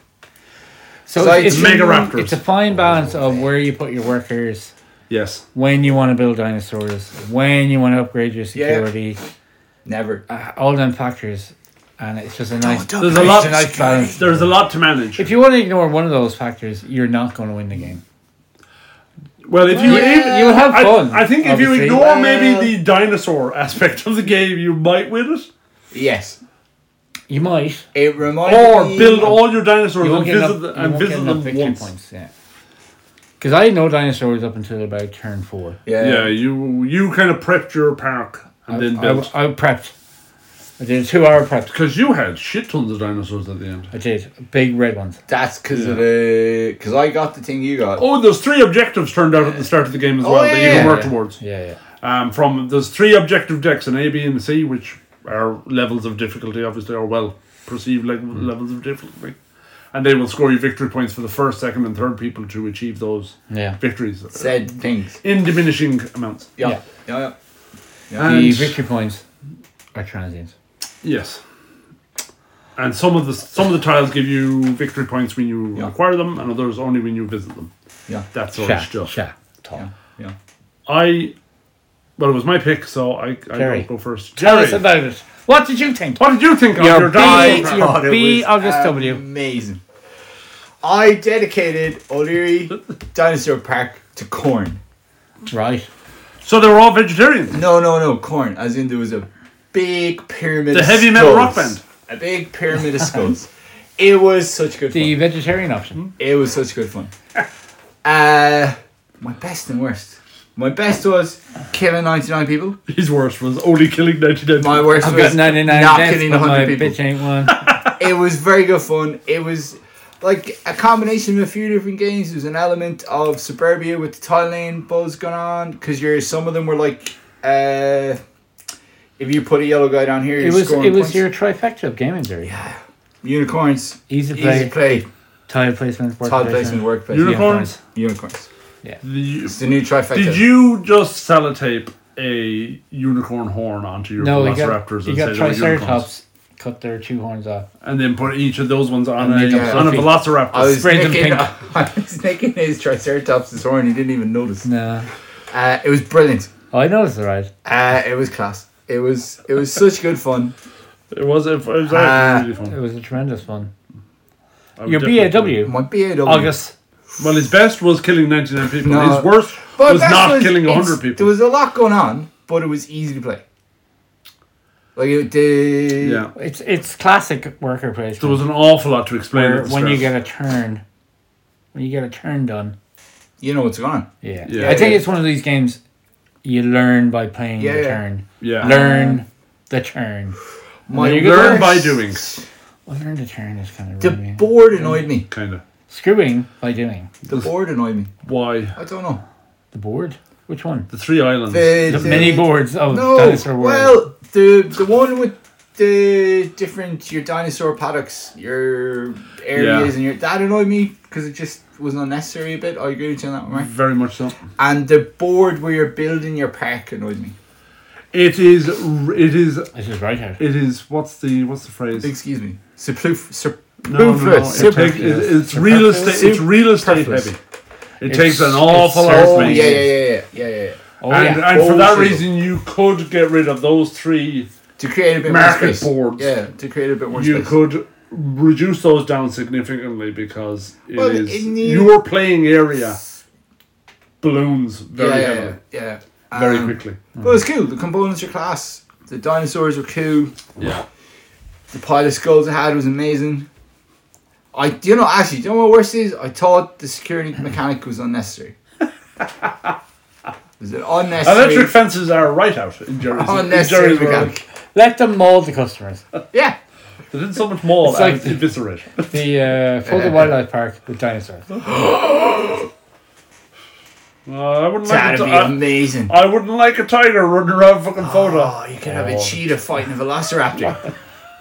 [SPEAKER 1] So
[SPEAKER 3] Like
[SPEAKER 1] it's,
[SPEAKER 2] Megaraptors.
[SPEAKER 1] it's a fine balance of where you put your workers,
[SPEAKER 2] Yes.
[SPEAKER 1] when you want to build dinosaurs, when you want to upgrade your
[SPEAKER 3] Yeah.
[SPEAKER 1] security,
[SPEAKER 3] Never.
[SPEAKER 1] uh, all them factors, and it's just a nice.
[SPEAKER 2] There's a lot.
[SPEAKER 1] It's a nice balance.
[SPEAKER 2] There's a lot to manage.
[SPEAKER 1] If you want to ignore one of those factors, you're not going to win the game.
[SPEAKER 2] Well, if you
[SPEAKER 1] Yeah, you'll have
[SPEAKER 2] I-
[SPEAKER 1] fun,
[SPEAKER 2] I, think if you
[SPEAKER 1] obviously.
[SPEAKER 2] ignore
[SPEAKER 1] Well-
[SPEAKER 2] maybe the dinosaur aspect of the game, you might win it.
[SPEAKER 3] Yes.
[SPEAKER 1] You might.
[SPEAKER 3] It reminds
[SPEAKER 2] Or
[SPEAKER 3] me
[SPEAKER 2] build all your dinosaurs
[SPEAKER 1] You
[SPEAKER 2] and
[SPEAKER 1] won't get
[SPEAKER 2] visit,
[SPEAKER 1] enough,
[SPEAKER 2] the-
[SPEAKER 1] you
[SPEAKER 2] and
[SPEAKER 1] won't get
[SPEAKER 2] visit
[SPEAKER 1] enough
[SPEAKER 2] them
[SPEAKER 1] victory
[SPEAKER 2] once.
[SPEAKER 1] points. Yeah. Because I know dinosaurs up until about turn four.
[SPEAKER 3] Yeah.
[SPEAKER 2] Yeah, you you kind of prepped your park and then
[SPEAKER 1] I,
[SPEAKER 2] built
[SPEAKER 1] I prepped. I did a two-hour prep.
[SPEAKER 2] because you had shit tons of dinosaurs at the end.
[SPEAKER 1] I did big red ones.
[SPEAKER 3] That's because of the because I got the thing you got.
[SPEAKER 2] Oh, there's three objectives turned out at the start of the game as
[SPEAKER 3] Oh,
[SPEAKER 2] well that
[SPEAKER 3] yeah,
[SPEAKER 2] you can
[SPEAKER 3] yeah,
[SPEAKER 2] work
[SPEAKER 1] yeah.
[SPEAKER 2] towards.
[SPEAKER 1] Yeah, yeah.
[SPEAKER 2] Um, from there's three objective decks an A, B, and C, which are levels of difficulty, obviously, or well perceived like
[SPEAKER 1] Hmm.
[SPEAKER 2] levels of difficulty, and they will score you victory points for the first, second, and third people to achieve those
[SPEAKER 1] Yeah.
[SPEAKER 2] victories uh,
[SPEAKER 3] Said things.
[SPEAKER 2] in diminishing amounts.
[SPEAKER 3] Yeah.
[SPEAKER 1] Yeah.
[SPEAKER 3] Yeah. yeah.
[SPEAKER 1] The
[SPEAKER 2] And-
[SPEAKER 1] victory points are transient.
[SPEAKER 2] Yes. And some of the some of the tiles give you victory points when you
[SPEAKER 3] Yeah.
[SPEAKER 2] acquire them, and others only when you visit them.
[SPEAKER 3] Yeah.
[SPEAKER 2] That sort
[SPEAKER 1] Sha,
[SPEAKER 2] of stuff.
[SPEAKER 1] sha, Tom.
[SPEAKER 3] Yeah.
[SPEAKER 2] I, well, it was my pick, so I I
[SPEAKER 1] Terry.
[SPEAKER 2] don't go first.
[SPEAKER 1] Tell
[SPEAKER 2] Terry,
[SPEAKER 1] us about it. What did you think?
[SPEAKER 2] what did you think of
[SPEAKER 1] Your
[SPEAKER 2] your
[SPEAKER 1] bee-
[SPEAKER 2] dinosaur?
[SPEAKER 1] your-
[SPEAKER 2] track?
[SPEAKER 1] Your B of this W.
[SPEAKER 3] Amazing. I dedicated O'Leary Dinosaur Park to corn.
[SPEAKER 1] Right.
[SPEAKER 2] So they were all vegetarians.
[SPEAKER 3] No, no, no, corn. As in there was a big pyramid.
[SPEAKER 2] The
[SPEAKER 3] of
[SPEAKER 2] heavy metal rock
[SPEAKER 3] skulls.
[SPEAKER 2] band.
[SPEAKER 3] A big pyramid of skulls. It was such good
[SPEAKER 1] The
[SPEAKER 3] fun.
[SPEAKER 1] vegetarian option.
[SPEAKER 3] It was such good fun. Uh, my best and worst. My best was killing ninety nine people.
[SPEAKER 2] His worst was only killing 99.
[SPEAKER 3] My worst
[SPEAKER 1] I've
[SPEAKER 3] was
[SPEAKER 1] got 99
[SPEAKER 3] not
[SPEAKER 1] deaths,
[SPEAKER 3] killing
[SPEAKER 1] but my
[SPEAKER 3] hundred people.
[SPEAKER 1] bitch ain't one.
[SPEAKER 3] it was very good fun. It was like a combination of a few different games. There was an element of suburbia with the tile lane buzz going on because you're some of them were like, uh, if you put a yellow guy down here, you're
[SPEAKER 1] it was
[SPEAKER 3] scoring
[SPEAKER 1] it was
[SPEAKER 3] points.
[SPEAKER 1] your trifecta of gaming theory. Yeah.
[SPEAKER 3] unicorns.
[SPEAKER 1] Easy
[SPEAKER 3] Easy
[SPEAKER 1] play,
[SPEAKER 3] play,
[SPEAKER 1] tile placement, board
[SPEAKER 3] tile placement, work placement.
[SPEAKER 2] Unicorn-
[SPEAKER 1] unicorns.
[SPEAKER 3] unicorns.
[SPEAKER 2] The-
[SPEAKER 3] It's the new trifecta.
[SPEAKER 2] did you just sellotape a unicorn horn onto your
[SPEAKER 1] No, you got,
[SPEAKER 2] velociraptors
[SPEAKER 1] you got
[SPEAKER 2] and say they were unicorns?
[SPEAKER 1] triceratops cut their two horns off.
[SPEAKER 2] And then put each of those ones on,
[SPEAKER 1] And
[SPEAKER 2] a,
[SPEAKER 1] made them
[SPEAKER 2] on a
[SPEAKER 1] fluffy.
[SPEAKER 2] velociraptor.
[SPEAKER 3] I was,
[SPEAKER 1] Sprayed them
[SPEAKER 3] nicking,
[SPEAKER 1] pink.
[SPEAKER 3] I was nicking his Triceratops' horn. He didn't even notice.
[SPEAKER 1] No,
[SPEAKER 3] Uh, it was brilliant.
[SPEAKER 1] oh, I noticed the right.
[SPEAKER 3] Uh, it was class. It was it was such good fun.
[SPEAKER 2] It was, it was
[SPEAKER 3] Ah.
[SPEAKER 2] actually really
[SPEAKER 1] It
[SPEAKER 2] fun.
[SPEAKER 1] was a tremendous one.
[SPEAKER 2] I would
[SPEAKER 1] Your
[SPEAKER 2] definitely-
[SPEAKER 1] BAW,
[SPEAKER 3] My BAW.
[SPEAKER 1] August.
[SPEAKER 2] Well, his best was killing 99 people.
[SPEAKER 3] No.
[SPEAKER 2] His worst
[SPEAKER 3] But
[SPEAKER 2] was
[SPEAKER 3] that
[SPEAKER 2] not killing killing
[SPEAKER 3] it's-
[SPEAKER 2] 100
[SPEAKER 3] There
[SPEAKER 2] people.
[SPEAKER 3] was a lot going on, but it was easy to play. Like it did.
[SPEAKER 2] yeah.
[SPEAKER 1] It's it's classic worker placement.
[SPEAKER 2] There was an awful lot to explain.
[SPEAKER 1] where
[SPEAKER 2] at the
[SPEAKER 1] when you
[SPEAKER 2] start.
[SPEAKER 1] get a turn, when you get a turn done.
[SPEAKER 3] You know what's going on.
[SPEAKER 1] Yeah.
[SPEAKER 2] Yeah.
[SPEAKER 1] I think
[SPEAKER 3] Yeah.
[SPEAKER 1] it's one of these games you learn by playing
[SPEAKER 3] Yeah,
[SPEAKER 1] the
[SPEAKER 3] yeah.
[SPEAKER 1] turn.
[SPEAKER 2] Yeah.
[SPEAKER 1] Learn the turn.
[SPEAKER 3] My
[SPEAKER 1] you
[SPEAKER 2] Learn by
[SPEAKER 3] worst-
[SPEAKER 2] doing,
[SPEAKER 1] Well, learn the turn is kind of
[SPEAKER 3] The
[SPEAKER 1] really-
[SPEAKER 3] board annoyed me.
[SPEAKER 2] kind of.
[SPEAKER 1] Screwing by doing.
[SPEAKER 3] The board annoyed me.
[SPEAKER 2] Why?
[SPEAKER 3] I don't know.
[SPEAKER 1] The board? Which one?
[SPEAKER 2] The three islands.
[SPEAKER 1] The mini boards of
[SPEAKER 3] No.
[SPEAKER 1] Dinosaur World.
[SPEAKER 3] Well, the the one with the different your dinosaur paddocks, your areas,
[SPEAKER 2] Yeah.
[SPEAKER 3] and your that annoyed me because it just was unnecessary a bit. I agree with you on that one, right?
[SPEAKER 2] Very much so.
[SPEAKER 3] And the board where you're building your park annoyed me.
[SPEAKER 2] It is. r- It is.
[SPEAKER 1] this is right out.
[SPEAKER 2] It is. What's the What's the phrase?
[SPEAKER 3] Excuse me. Superfluous.
[SPEAKER 2] No, no, no,
[SPEAKER 3] Superfluous.
[SPEAKER 2] It take, it, it's real estate. It's real estate
[SPEAKER 3] Superfluous.
[SPEAKER 2] heavy. It takes an
[SPEAKER 1] it's
[SPEAKER 2] awful lot
[SPEAKER 1] surface.
[SPEAKER 2] of
[SPEAKER 3] Oh
[SPEAKER 2] space.
[SPEAKER 3] yeah, yeah, yeah, yeah, yeah, yeah.
[SPEAKER 1] Oh,
[SPEAKER 2] And,
[SPEAKER 1] yeah.
[SPEAKER 2] and for
[SPEAKER 3] Oh,
[SPEAKER 2] that
[SPEAKER 3] sure.
[SPEAKER 2] reason, you could get rid of those three.
[SPEAKER 3] To create a bit more
[SPEAKER 2] Market
[SPEAKER 3] space.
[SPEAKER 2] boards.
[SPEAKER 3] Yeah, to create a bit more
[SPEAKER 2] You
[SPEAKER 3] space.
[SPEAKER 2] could reduce those down significantly because it is
[SPEAKER 3] Well, it needs-
[SPEAKER 2] your playing area balloons very
[SPEAKER 3] yeah, yeah,
[SPEAKER 2] heavily,
[SPEAKER 3] yeah.
[SPEAKER 2] very
[SPEAKER 3] Um,
[SPEAKER 2] quickly.
[SPEAKER 3] But it's cool. The components are class. The dinosaurs were cool.
[SPEAKER 2] Yeah.
[SPEAKER 3] The pile of skulls I had was amazing. I, do you know, actually, do you know what worse is? I thought the security mechanic was unnecessary. was it unnecessary?
[SPEAKER 2] Electric fences are right out in Jerry's.
[SPEAKER 3] Oh,
[SPEAKER 2] in
[SPEAKER 3] unnecessary
[SPEAKER 2] Jerry's world.
[SPEAKER 3] mechanic.
[SPEAKER 1] Let them mold the customers.
[SPEAKER 3] Yeah.
[SPEAKER 2] They did so much more
[SPEAKER 1] It's
[SPEAKER 2] and
[SPEAKER 1] like-
[SPEAKER 2] eviscerate.
[SPEAKER 1] The uh, Folder Wildlife Park with dinosaurs.
[SPEAKER 2] Uh, I wouldn't like
[SPEAKER 3] That'd
[SPEAKER 2] a
[SPEAKER 3] be
[SPEAKER 2] ti- I-
[SPEAKER 3] amazing.
[SPEAKER 2] I wouldn't like a tiger running around fucking photo.
[SPEAKER 3] Oh, you could have a cheetah fighting a velociraptor.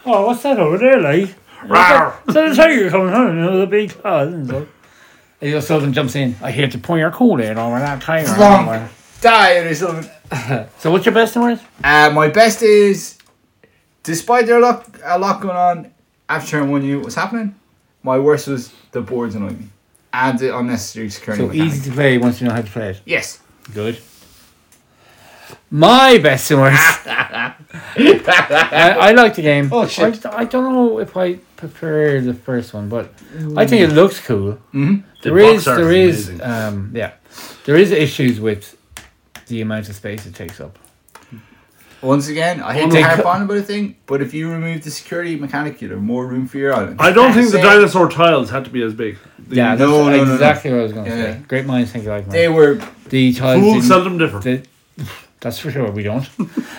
[SPEAKER 1] Oh, what's that over there, like?
[SPEAKER 2] Rawr.
[SPEAKER 1] So the tiger coming home, you know, the big claws and stuff. And your southern jumps in. I hear to point your cool in over that tiger.
[SPEAKER 3] Flonk. Die or something.
[SPEAKER 1] So what's your best and worst?
[SPEAKER 3] Uh, my best is, despite there a lot, a lot going on after turn one, you knew what was happening. My worst was the boards annoyed me and the unnecessary security.
[SPEAKER 1] So
[SPEAKER 3] mechanic.
[SPEAKER 1] easy to play once you know how to play it.
[SPEAKER 3] Yes.
[SPEAKER 1] Good. my best and worst. I, I like the game.
[SPEAKER 3] Oh, shit.
[SPEAKER 1] I, I don't know if I prefer the first one, but I
[SPEAKER 3] Mm.
[SPEAKER 1] think it looks cool.
[SPEAKER 3] Mm-hmm.
[SPEAKER 2] The
[SPEAKER 1] There is,
[SPEAKER 2] box art
[SPEAKER 1] there
[SPEAKER 2] is
[SPEAKER 1] is,
[SPEAKER 2] amazing.
[SPEAKER 1] um, yeah, there is issues with the amount of space it takes up.
[SPEAKER 3] Once again, I hate
[SPEAKER 1] Only-
[SPEAKER 3] to harp on about a thing, but if you remove the security mechanic, you'd have more room for your island.
[SPEAKER 2] I don't think the
[SPEAKER 3] Same.
[SPEAKER 2] dinosaur tiles had to be as big. The
[SPEAKER 1] Yeah,
[SPEAKER 3] No, no,
[SPEAKER 1] that's
[SPEAKER 3] no, no.
[SPEAKER 1] exactly what I was going to
[SPEAKER 3] Yeah.
[SPEAKER 1] say. Great minds think alike. man.
[SPEAKER 3] They were
[SPEAKER 1] the tiles
[SPEAKER 2] Fools
[SPEAKER 1] didn't-
[SPEAKER 2] seldom differ.
[SPEAKER 1] the, that's for sure. We don't.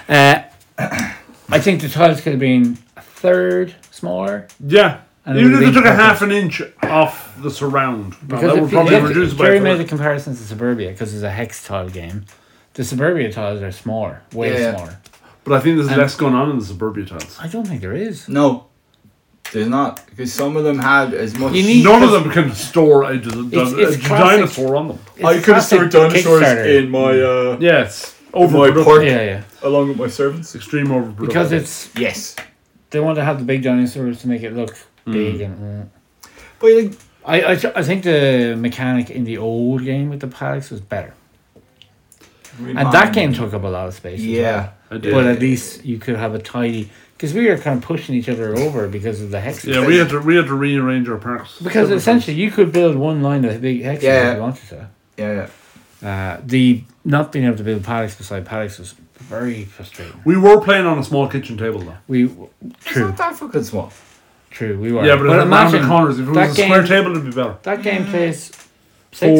[SPEAKER 1] Uh, I think the tiles could have been a third smaller.
[SPEAKER 2] yeah.
[SPEAKER 1] And
[SPEAKER 2] Even if
[SPEAKER 1] it
[SPEAKER 2] they
[SPEAKER 1] would
[SPEAKER 2] took
[SPEAKER 1] be
[SPEAKER 2] a half an inch off the surround, now,
[SPEAKER 1] Because
[SPEAKER 2] that
[SPEAKER 1] it
[SPEAKER 2] would
[SPEAKER 1] fe-
[SPEAKER 2] probably
[SPEAKER 1] yeah,
[SPEAKER 2] reduce by
[SPEAKER 1] Jerry
[SPEAKER 2] a
[SPEAKER 1] made
[SPEAKER 2] third.
[SPEAKER 1] the comparison to Suburbia because it's a hex tile game. The Suburbia tiles are smaller, way
[SPEAKER 3] Yeah, yeah.
[SPEAKER 1] smaller.
[SPEAKER 2] But I think there's less going on in the suburbia tiles.
[SPEAKER 1] I don't think there
[SPEAKER 2] Oh,
[SPEAKER 1] is.
[SPEAKER 3] no, there's not because some of them had as much.
[SPEAKER 1] You need-
[SPEAKER 2] None of them can store a, d- d-
[SPEAKER 1] It's-
[SPEAKER 2] a
[SPEAKER 1] it's classic.
[SPEAKER 2] dinosaur on them.
[SPEAKER 1] It's a classic Kickstarter.
[SPEAKER 3] my uh,
[SPEAKER 2] Yes, overproduction.
[SPEAKER 3] pork
[SPEAKER 1] Yeah, yeah.
[SPEAKER 3] along with my servants.
[SPEAKER 2] Extreme overproduction.
[SPEAKER 1] Because it's
[SPEAKER 3] Yes,
[SPEAKER 1] they want to have the big dinosaurs to make it look
[SPEAKER 2] Hmm.
[SPEAKER 1] big and. mm.
[SPEAKER 3] but like,
[SPEAKER 1] I, I, th- I think the mechanic in the old game with the paddocks was better. And that game took up a lot of space. as well.
[SPEAKER 3] yeah,
[SPEAKER 2] I did.
[SPEAKER 1] But at least you could have a tidy. Because we were kind of pushing each other over because of the hexes.
[SPEAKER 2] yeah, we had to we had to rearrange our parks.
[SPEAKER 1] Because
[SPEAKER 2] several
[SPEAKER 1] essentially, you could build one line of big hexes
[SPEAKER 3] Yeah.
[SPEAKER 1] if you wanted to.
[SPEAKER 3] yeah, yeah.
[SPEAKER 1] Uh, the not being able to build paddocks beside paddocks was very frustrating.
[SPEAKER 2] times. we were playing on a small kitchen table though.
[SPEAKER 1] We
[SPEAKER 3] It's
[SPEAKER 1] true,
[SPEAKER 3] not that fucking small.
[SPEAKER 1] true. We were.
[SPEAKER 2] Yeah, but, it had rounded
[SPEAKER 1] imagine
[SPEAKER 2] corners. If it
[SPEAKER 1] that
[SPEAKER 2] was a square
[SPEAKER 1] game-
[SPEAKER 2] table, it'd be better.
[SPEAKER 1] that game plays six.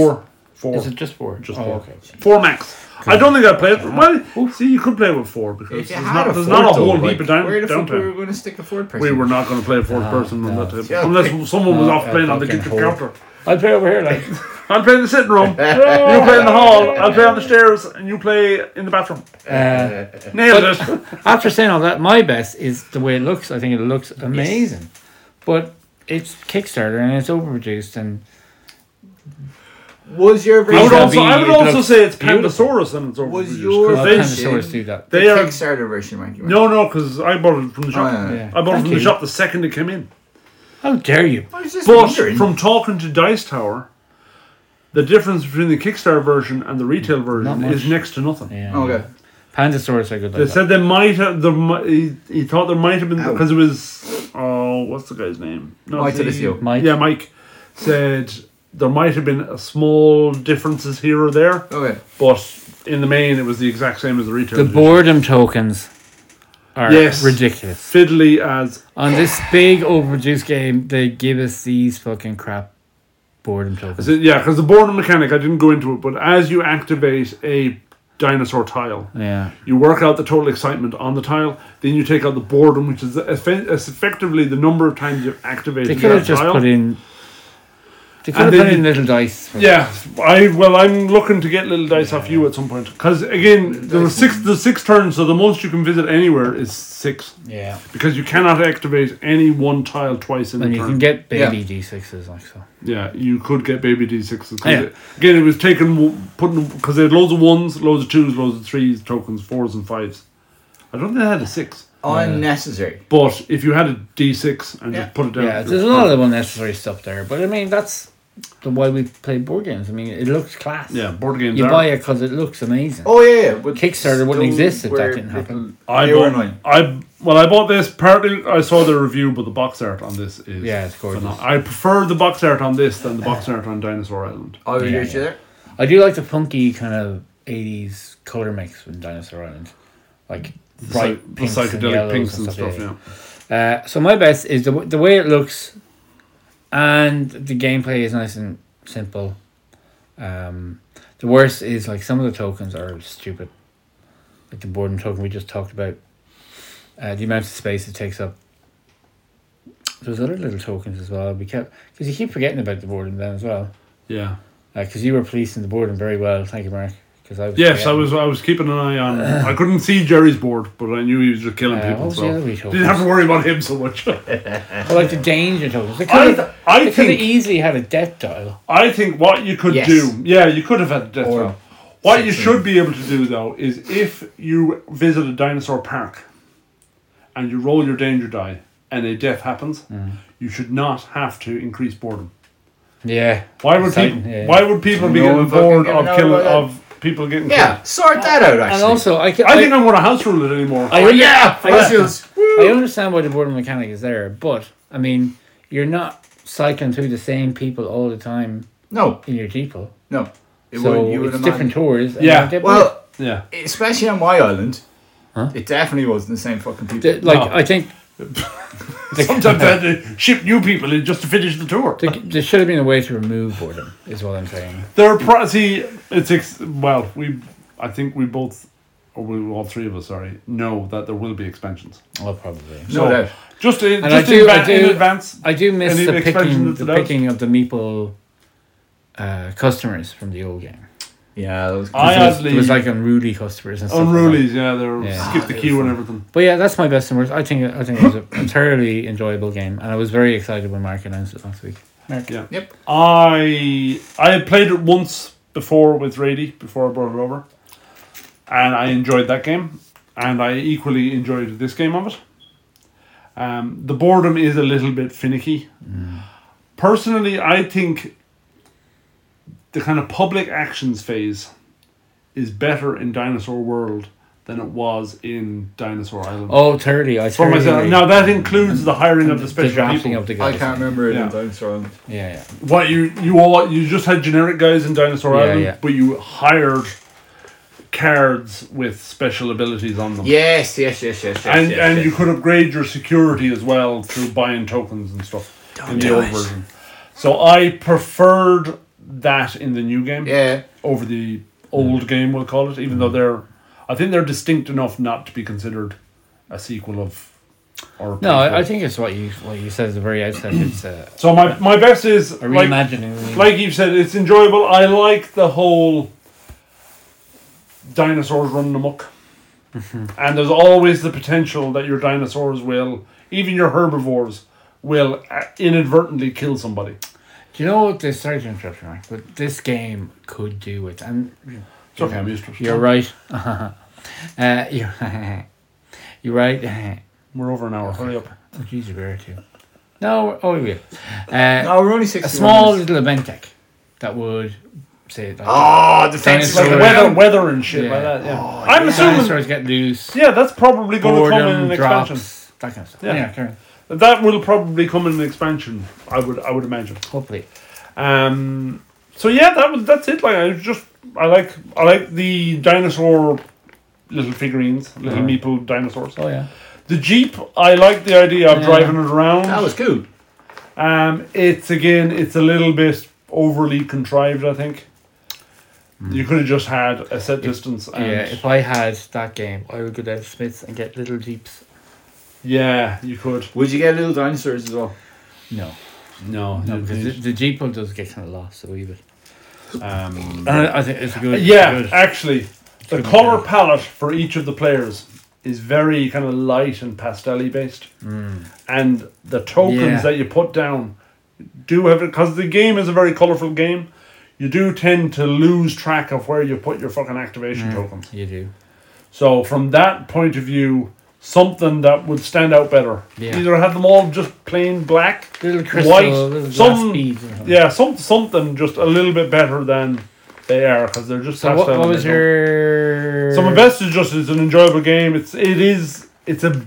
[SPEAKER 2] Four, four,
[SPEAKER 1] Is it just four?
[SPEAKER 2] Just
[SPEAKER 1] oh,
[SPEAKER 2] four.
[SPEAKER 1] okay.
[SPEAKER 2] four max. I don't think I played. Well, see, you could play with four because
[SPEAKER 3] If you
[SPEAKER 2] there's
[SPEAKER 3] had
[SPEAKER 2] not,
[SPEAKER 3] a
[SPEAKER 2] there's
[SPEAKER 3] fort,
[SPEAKER 2] not a
[SPEAKER 3] though,
[SPEAKER 2] whole
[SPEAKER 3] like,
[SPEAKER 2] heap of down,
[SPEAKER 3] Where the fuck were we
[SPEAKER 2] downtime.
[SPEAKER 3] going to stick a fourth person?
[SPEAKER 2] We were not going to play a
[SPEAKER 1] Ah,
[SPEAKER 2] fourth person on
[SPEAKER 1] no.
[SPEAKER 2] that table
[SPEAKER 3] Yeah.
[SPEAKER 2] unless someone was
[SPEAKER 1] No,
[SPEAKER 2] off
[SPEAKER 1] I
[SPEAKER 2] playing on the
[SPEAKER 1] Ah, fucking
[SPEAKER 2] kitchen
[SPEAKER 1] whore.
[SPEAKER 2] counter.
[SPEAKER 1] I'll play over here. Like
[SPEAKER 2] I'll play in the sitting room. you play in the hall. I'll play on the stairs, and you play in the bathroom.
[SPEAKER 1] uh,
[SPEAKER 2] Nailed it.
[SPEAKER 1] after saying all that, my best is the way it looks. I think it looks amazing, but it's Kickstarter and it's overproduced and
[SPEAKER 3] Was
[SPEAKER 2] I
[SPEAKER 3] your
[SPEAKER 2] would
[SPEAKER 1] Please
[SPEAKER 3] version?
[SPEAKER 2] also, I would
[SPEAKER 1] don't be- it
[SPEAKER 2] also
[SPEAKER 1] looks
[SPEAKER 2] say it's
[SPEAKER 1] beautiful.
[SPEAKER 2] Pandasaurus and it's
[SPEAKER 3] Was
[SPEAKER 2] overproduced,
[SPEAKER 3] your
[SPEAKER 2] 'cause
[SPEAKER 1] well,
[SPEAKER 2] they-
[SPEAKER 1] kind of sorts do that.
[SPEAKER 3] the
[SPEAKER 2] they are
[SPEAKER 3] Kickstarter version, right? Oh,
[SPEAKER 2] no, no, because I bought it from the shop.
[SPEAKER 3] yeah.
[SPEAKER 1] Oh, Yeah.
[SPEAKER 2] I bought it
[SPEAKER 1] Thank
[SPEAKER 2] from the
[SPEAKER 1] you.
[SPEAKER 2] shop the second it came in.
[SPEAKER 1] How dare you?
[SPEAKER 3] I was just
[SPEAKER 2] But
[SPEAKER 3] wondering.
[SPEAKER 2] from talking to Dice Tower, the difference between the Kickstarter version and the retail version
[SPEAKER 1] much.
[SPEAKER 2] is next to nothing.
[SPEAKER 1] Yeah.
[SPEAKER 3] okay,
[SPEAKER 1] Pandasaurus are good
[SPEAKER 2] They
[SPEAKER 1] like that.
[SPEAKER 2] said they might have. There, mi- he, he thought there might have been
[SPEAKER 3] Ow.
[SPEAKER 2] because it was. Oh, what's the guy's name? No,
[SPEAKER 3] Mike
[SPEAKER 2] the-
[SPEAKER 3] Delisio.
[SPEAKER 1] Mike.
[SPEAKER 2] Yeah, Mike said there might have been a small differences here or there,
[SPEAKER 3] okay.
[SPEAKER 2] but in the main, it was the exact same as the retail.
[SPEAKER 1] The
[SPEAKER 2] edition.
[SPEAKER 1] boredom tokens are
[SPEAKER 2] Yes.
[SPEAKER 1] ridiculous.
[SPEAKER 2] fiddly as
[SPEAKER 1] On this big overproduced game, they give us these fucking crap boredom
[SPEAKER 2] Is
[SPEAKER 1] tokens.
[SPEAKER 2] it- yeah, because the boredom mechanic, I didn't go into it, but as you activate a dinosaur tile,
[SPEAKER 1] Yeah.
[SPEAKER 2] you work out the total excitement on the tile, then you take out the boredom, which is effe- is effectively the number of times you've
[SPEAKER 1] They
[SPEAKER 2] activated
[SPEAKER 1] could
[SPEAKER 2] that
[SPEAKER 1] have just
[SPEAKER 2] tile.
[SPEAKER 1] put in. They could have
[SPEAKER 2] And then
[SPEAKER 1] put in
[SPEAKER 2] you-
[SPEAKER 1] little dice. for-
[SPEAKER 2] yeah, I well, I'm looking to get little dice off you at some point because again, there were six, the six turns, so the most you can visit anywhere is six
[SPEAKER 1] Yeah.
[SPEAKER 2] because you cannot activate any one tile twice in
[SPEAKER 1] And
[SPEAKER 2] a
[SPEAKER 1] you
[SPEAKER 2] turn.
[SPEAKER 1] can get
[SPEAKER 3] Yeah.
[SPEAKER 1] baby D6s like so.
[SPEAKER 2] Yeah, you could get baby D6s. 'cause
[SPEAKER 1] Oh, Yeah.
[SPEAKER 2] it- Again, it was taken, w- putting, because they had loads of ones, loads of twos, loads of threes, tokens, fours, and fives. I don't think they had a six.
[SPEAKER 3] Unnecessary.
[SPEAKER 2] But if you had a D6 and
[SPEAKER 3] Yeah.
[SPEAKER 2] just put it down.
[SPEAKER 1] Yeah, there's a lot of unnecessary stuff there, but I mean that's the why we play board games. I mean, it looks class.
[SPEAKER 2] Yeah, board games
[SPEAKER 1] You
[SPEAKER 2] are.
[SPEAKER 1] buy it because it looks amazing.
[SPEAKER 3] Oh yeah, yeah. But
[SPEAKER 1] Kickstarter wouldn't
[SPEAKER 3] still
[SPEAKER 1] exist if that
[SPEAKER 3] were
[SPEAKER 1] didn't happen.
[SPEAKER 3] little-
[SPEAKER 2] I
[SPEAKER 3] they were
[SPEAKER 2] bought,
[SPEAKER 3] annoying.
[SPEAKER 2] I well, I bought this partly. I saw the review, but the box art on this is
[SPEAKER 1] Yeah, it's gorgeous.
[SPEAKER 2] phenom- I prefer the box art on this than the box art on Dinosaur Island.
[SPEAKER 3] I would
[SPEAKER 1] Yeah,
[SPEAKER 3] agree with Oh, you there.
[SPEAKER 1] I do like the funky kind of '80s color mix with Dinosaur Island, like
[SPEAKER 2] The
[SPEAKER 1] bright
[SPEAKER 2] psy- the
[SPEAKER 1] pinks and
[SPEAKER 2] psychedelic
[SPEAKER 1] yellows
[SPEAKER 2] pinks and stuff.
[SPEAKER 1] yeah.
[SPEAKER 2] Yeah,
[SPEAKER 1] Uh, so my best is the w- the way it looks, and the gameplay is nice and simple. Um, the worst is like some of the tokens are stupid, like the boredom token we just talked about. Uh, the amount of space it takes up. There's other little tokens as well. We kept because you keep forgetting about the boredom then as well.
[SPEAKER 2] yeah.
[SPEAKER 1] Because you were policing the boredom very well. Thank you, Mark. Because I was
[SPEAKER 2] Yes, I
[SPEAKER 1] forgetting.
[SPEAKER 2] was. I was keeping an eye on. I couldn't see Jerry's board, but I knew he was just killing
[SPEAKER 1] Uh, what
[SPEAKER 2] people.
[SPEAKER 1] was
[SPEAKER 2] So
[SPEAKER 1] the other wee
[SPEAKER 2] didn't have to worry about him so much.
[SPEAKER 1] Well, like the danger tokens. They
[SPEAKER 2] I,
[SPEAKER 1] could have
[SPEAKER 2] I think
[SPEAKER 1] easily had a death dial.
[SPEAKER 2] I think what you could
[SPEAKER 3] Yes.
[SPEAKER 2] do, yeah, you could have had a death
[SPEAKER 3] Or
[SPEAKER 2] row. What you
[SPEAKER 3] sexy.
[SPEAKER 2] should be able to do though is if you visit a dinosaur park and you roll your danger die and a death happens,
[SPEAKER 3] Mm-hmm.
[SPEAKER 2] you should not have to increase boredom.
[SPEAKER 1] Yeah.
[SPEAKER 2] Why would
[SPEAKER 1] Exciting,
[SPEAKER 2] people?
[SPEAKER 1] yeah.
[SPEAKER 2] Why would people be
[SPEAKER 3] No
[SPEAKER 2] getting
[SPEAKER 3] one fucking
[SPEAKER 2] bored
[SPEAKER 3] giving
[SPEAKER 2] of
[SPEAKER 3] out
[SPEAKER 2] killing
[SPEAKER 3] about
[SPEAKER 2] of people getting
[SPEAKER 3] Yeah, sort that out. Actually,
[SPEAKER 1] And also, I, ca-
[SPEAKER 2] killed. I think I want to house rule it anymore.
[SPEAKER 1] I-
[SPEAKER 3] oh, yeah,
[SPEAKER 1] I-
[SPEAKER 3] fossils.
[SPEAKER 1] I understand why the boredom mechanic is there, but I mean, you're not cycling through the same people all the time
[SPEAKER 3] No,
[SPEAKER 1] in your depot.
[SPEAKER 3] no. It
[SPEAKER 1] so
[SPEAKER 3] would- you would
[SPEAKER 1] it's
[SPEAKER 3] imagine-
[SPEAKER 1] different tours. and
[SPEAKER 2] Yeah.
[SPEAKER 1] you get bored.
[SPEAKER 3] Well,
[SPEAKER 2] yeah.
[SPEAKER 3] especially on my island, it definitely wasn't the same fucking people.
[SPEAKER 1] The- like
[SPEAKER 2] No.
[SPEAKER 1] I think
[SPEAKER 2] Sometimes I had to ship new people in just to finish the tour.
[SPEAKER 1] there, there should have been a way to remove boredom. Is what I'm saying.
[SPEAKER 2] There are pro- see, it's ex- well, we, I think we both, or we, all three of us, sorry, know that there will be expansions.
[SPEAKER 1] Well, probably.
[SPEAKER 3] no doubt.
[SPEAKER 2] Just in,
[SPEAKER 1] And
[SPEAKER 2] just
[SPEAKER 1] I do-
[SPEAKER 2] in,
[SPEAKER 1] I
[SPEAKER 2] adva- in
[SPEAKER 1] do-
[SPEAKER 2] advance.
[SPEAKER 1] I do miss
[SPEAKER 2] Any
[SPEAKER 1] the
[SPEAKER 2] expansion
[SPEAKER 1] picking,
[SPEAKER 2] that's
[SPEAKER 1] the
[SPEAKER 2] announced?
[SPEAKER 1] picking of the meeple uh, customers from the old game.
[SPEAKER 3] Yeah, that was
[SPEAKER 2] I
[SPEAKER 1] It was,
[SPEAKER 2] oddly-
[SPEAKER 1] it was like unruly customers and stuff. like that.
[SPEAKER 2] Unrulies, yeah, they're
[SPEAKER 1] Yeah.
[SPEAKER 2] skip the queue and everything.
[SPEAKER 1] But yeah, that's my best and worst. I think I think it was a thoroughly enjoyable game, and I was very excited when Mark announced it last week. Mark,
[SPEAKER 2] Yeah.
[SPEAKER 3] Yep.
[SPEAKER 2] I I had played it once before with Rady before I brought it over, and I enjoyed that game, and I equally enjoyed this game of it. Um, the boredom is a little bit finicky.
[SPEAKER 1] Mm.
[SPEAKER 2] Personally, I think the kind of public actions phase is better in Dinosaur World than it was in Dinosaur Island.
[SPEAKER 1] Oh, thoroughly! I
[SPEAKER 2] For
[SPEAKER 1] thoroughly
[SPEAKER 2] myself,
[SPEAKER 1] agree.
[SPEAKER 2] now that includes the hiring of the
[SPEAKER 1] the
[SPEAKER 2] special
[SPEAKER 1] drafting
[SPEAKER 2] people.
[SPEAKER 1] of the guys.
[SPEAKER 3] I can't remember it
[SPEAKER 2] Yeah.
[SPEAKER 3] in Dinosaur Island.
[SPEAKER 1] Yeah, yeah.
[SPEAKER 2] What you you all you just had generic guys in Dinosaur
[SPEAKER 1] Yeah,
[SPEAKER 2] Island,
[SPEAKER 1] yeah.
[SPEAKER 2] but you hired cards with special abilities on them.
[SPEAKER 3] Yes, yes, yes, yes, yes.
[SPEAKER 2] and
[SPEAKER 3] yes,
[SPEAKER 2] and
[SPEAKER 3] yes.
[SPEAKER 2] you could upgrade your security as well through buying tokens and stuff in the
[SPEAKER 3] do
[SPEAKER 2] old
[SPEAKER 3] it.
[SPEAKER 2] version. So I preferred that in the new game
[SPEAKER 3] yeah,
[SPEAKER 2] over the old game, we'll call it.
[SPEAKER 1] Mm.
[SPEAKER 2] Even though they're, I think they're distinct enough not to be considered a sequel of. Or a
[SPEAKER 1] No, I, I
[SPEAKER 2] prequel.
[SPEAKER 1] think it's what you what you said at the very outset. It's a,
[SPEAKER 2] so. My my best is
[SPEAKER 1] a
[SPEAKER 2] like-
[SPEAKER 1] reimagining.
[SPEAKER 2] like you've said, it's enjoyable. I like the whole dinosaurs run amok. and there's always the potential that your dinosaurs will, even your herbivores, will uh, inadvertently kill somebody.
[SPEAKER 1] do you know what this? Sorry to interrupt you, Mark, but this game could do it, and
[SPEAKER 2] It's okay, I'm used to it.
[SPEAKER 1] you're right. uh, you're, you're right.
[SPEAKER 2] We're over an hour. Hurry up.
[SPEAKER 1] Oh, geez, we are too. No, oh, we will. Uh,
[SPEAKER 3] no, Oh, we're only
[SPEAKER 1] a
[SPEAKER 3] sixty.
[SPEAKER 1] small little event deck that would say that.
[SPEAKER 2] Ah,
[SPEAKER 3] Oh, the fence is
[SPEAKER 2] Like
[SPEAKER 1] Dinosaur.
[SPEAKER 3] like
[SPEAKER 2] weather, weather and shit
[SPEAKER 1] Yeah.
[SPEAKER 2] like that. Yeah. Oh, I'm assuming.
[SPEAKER 1] Dinosaurs get loose.
[SPEAKER 2] Yeah, that's probably going to come in
[SPEAKER 1] boredom
[SPEAKER 2] an
[SPEAKER 1] drops.
[SPEAKER 2] expansion.
[SPEAKER 1] That kind of stuff.
[SPEAKER 2] Yeah.
[SPEAKER 1] Yeah, carry on.
[SPEAKER 2] That will probably come in an expansion. I would, I would imagine.
[SPEAKER 1] hopefully.
[SPEAKER 2] Um, so yeah, that was that's it. Like I just I like I like the dinosaur little figurines, little
[SPEAKER 1] Mhm.
[SPEAKER 2] meeple dinosaurs.
[SPEAKER 1] Oh yeah.
[SPEAKER 2] The jeep, I like the idea of
[SPEAKER 1] Yeah.
[SPEAKER 2] driving it around.
[SPEAKER 3] that was cool.
[SPEAKER 2] um, it's again, it's a little bit overly contrived. I think you could have just had a set distance. And
[SPEAKER 1] yeah.
[SPEAKER 2] yeah,
[SPEAKER 1] If I had that game, I would go down to Smiths and get little jeeps.
[SPEAKER 2] you could.
[SPEAKER 3] Would you get little dinosaurs as well?
[SPEAKER 1] No,
[SPEAKER 2] No,
[SPEAKER 1] no, because the, the jeep one does get kind of lost a wee bit.
[SPEAKER 2] um,
[SPEAKER 1] And Uh, I, I think it's a good.
[SPEAKER 2] yeah,
[SPEAKER 1] it's a good-
[SPEAKER 2] actually, the
[SPEAKER 1] Good
[SPEAKER 2] color
[SPEAKER 1] idea.
[SPEAKER 2] palette for each of the players is very kind of light and pastel based. and the tokens
[SPEAKER 1] Hmm. Yeah.
[SPEAKER 2] that you put down do have it because the game is a very colorful game. You do tend to lose track of where you put your fucking activation
[SPEAKER 1] Hmm.
[SPEAKER 2] tokens.
[SPEAKER 1] you do.
[SPEAKER 2] So from that point of view, something that would stand out better.
[SPEAKER 1] Yeah.
[SPEAKER 2] Either have them all just plain black,
[SPEAKER 1] Little crystal,
[SPEAKER 2] white,
[SPEAKER 1] little glass
[SPEAKER 2] some
[SPEAKER 1] beads or something.
[SPEAKER 2] yeah, some something just a little bit better than they are because they're just.
[SPEAKER 1] So what,
[SPEAKER 2] pastel
[SPEAKER 1] what
[SPEAKER 2] and
[SPEAKER 1] was
[SPEAKER 2] they don't-
[SPEAKER 1] your?
[SPEAKER 2] So my best is just it's an enjoyable game. It's it is it's a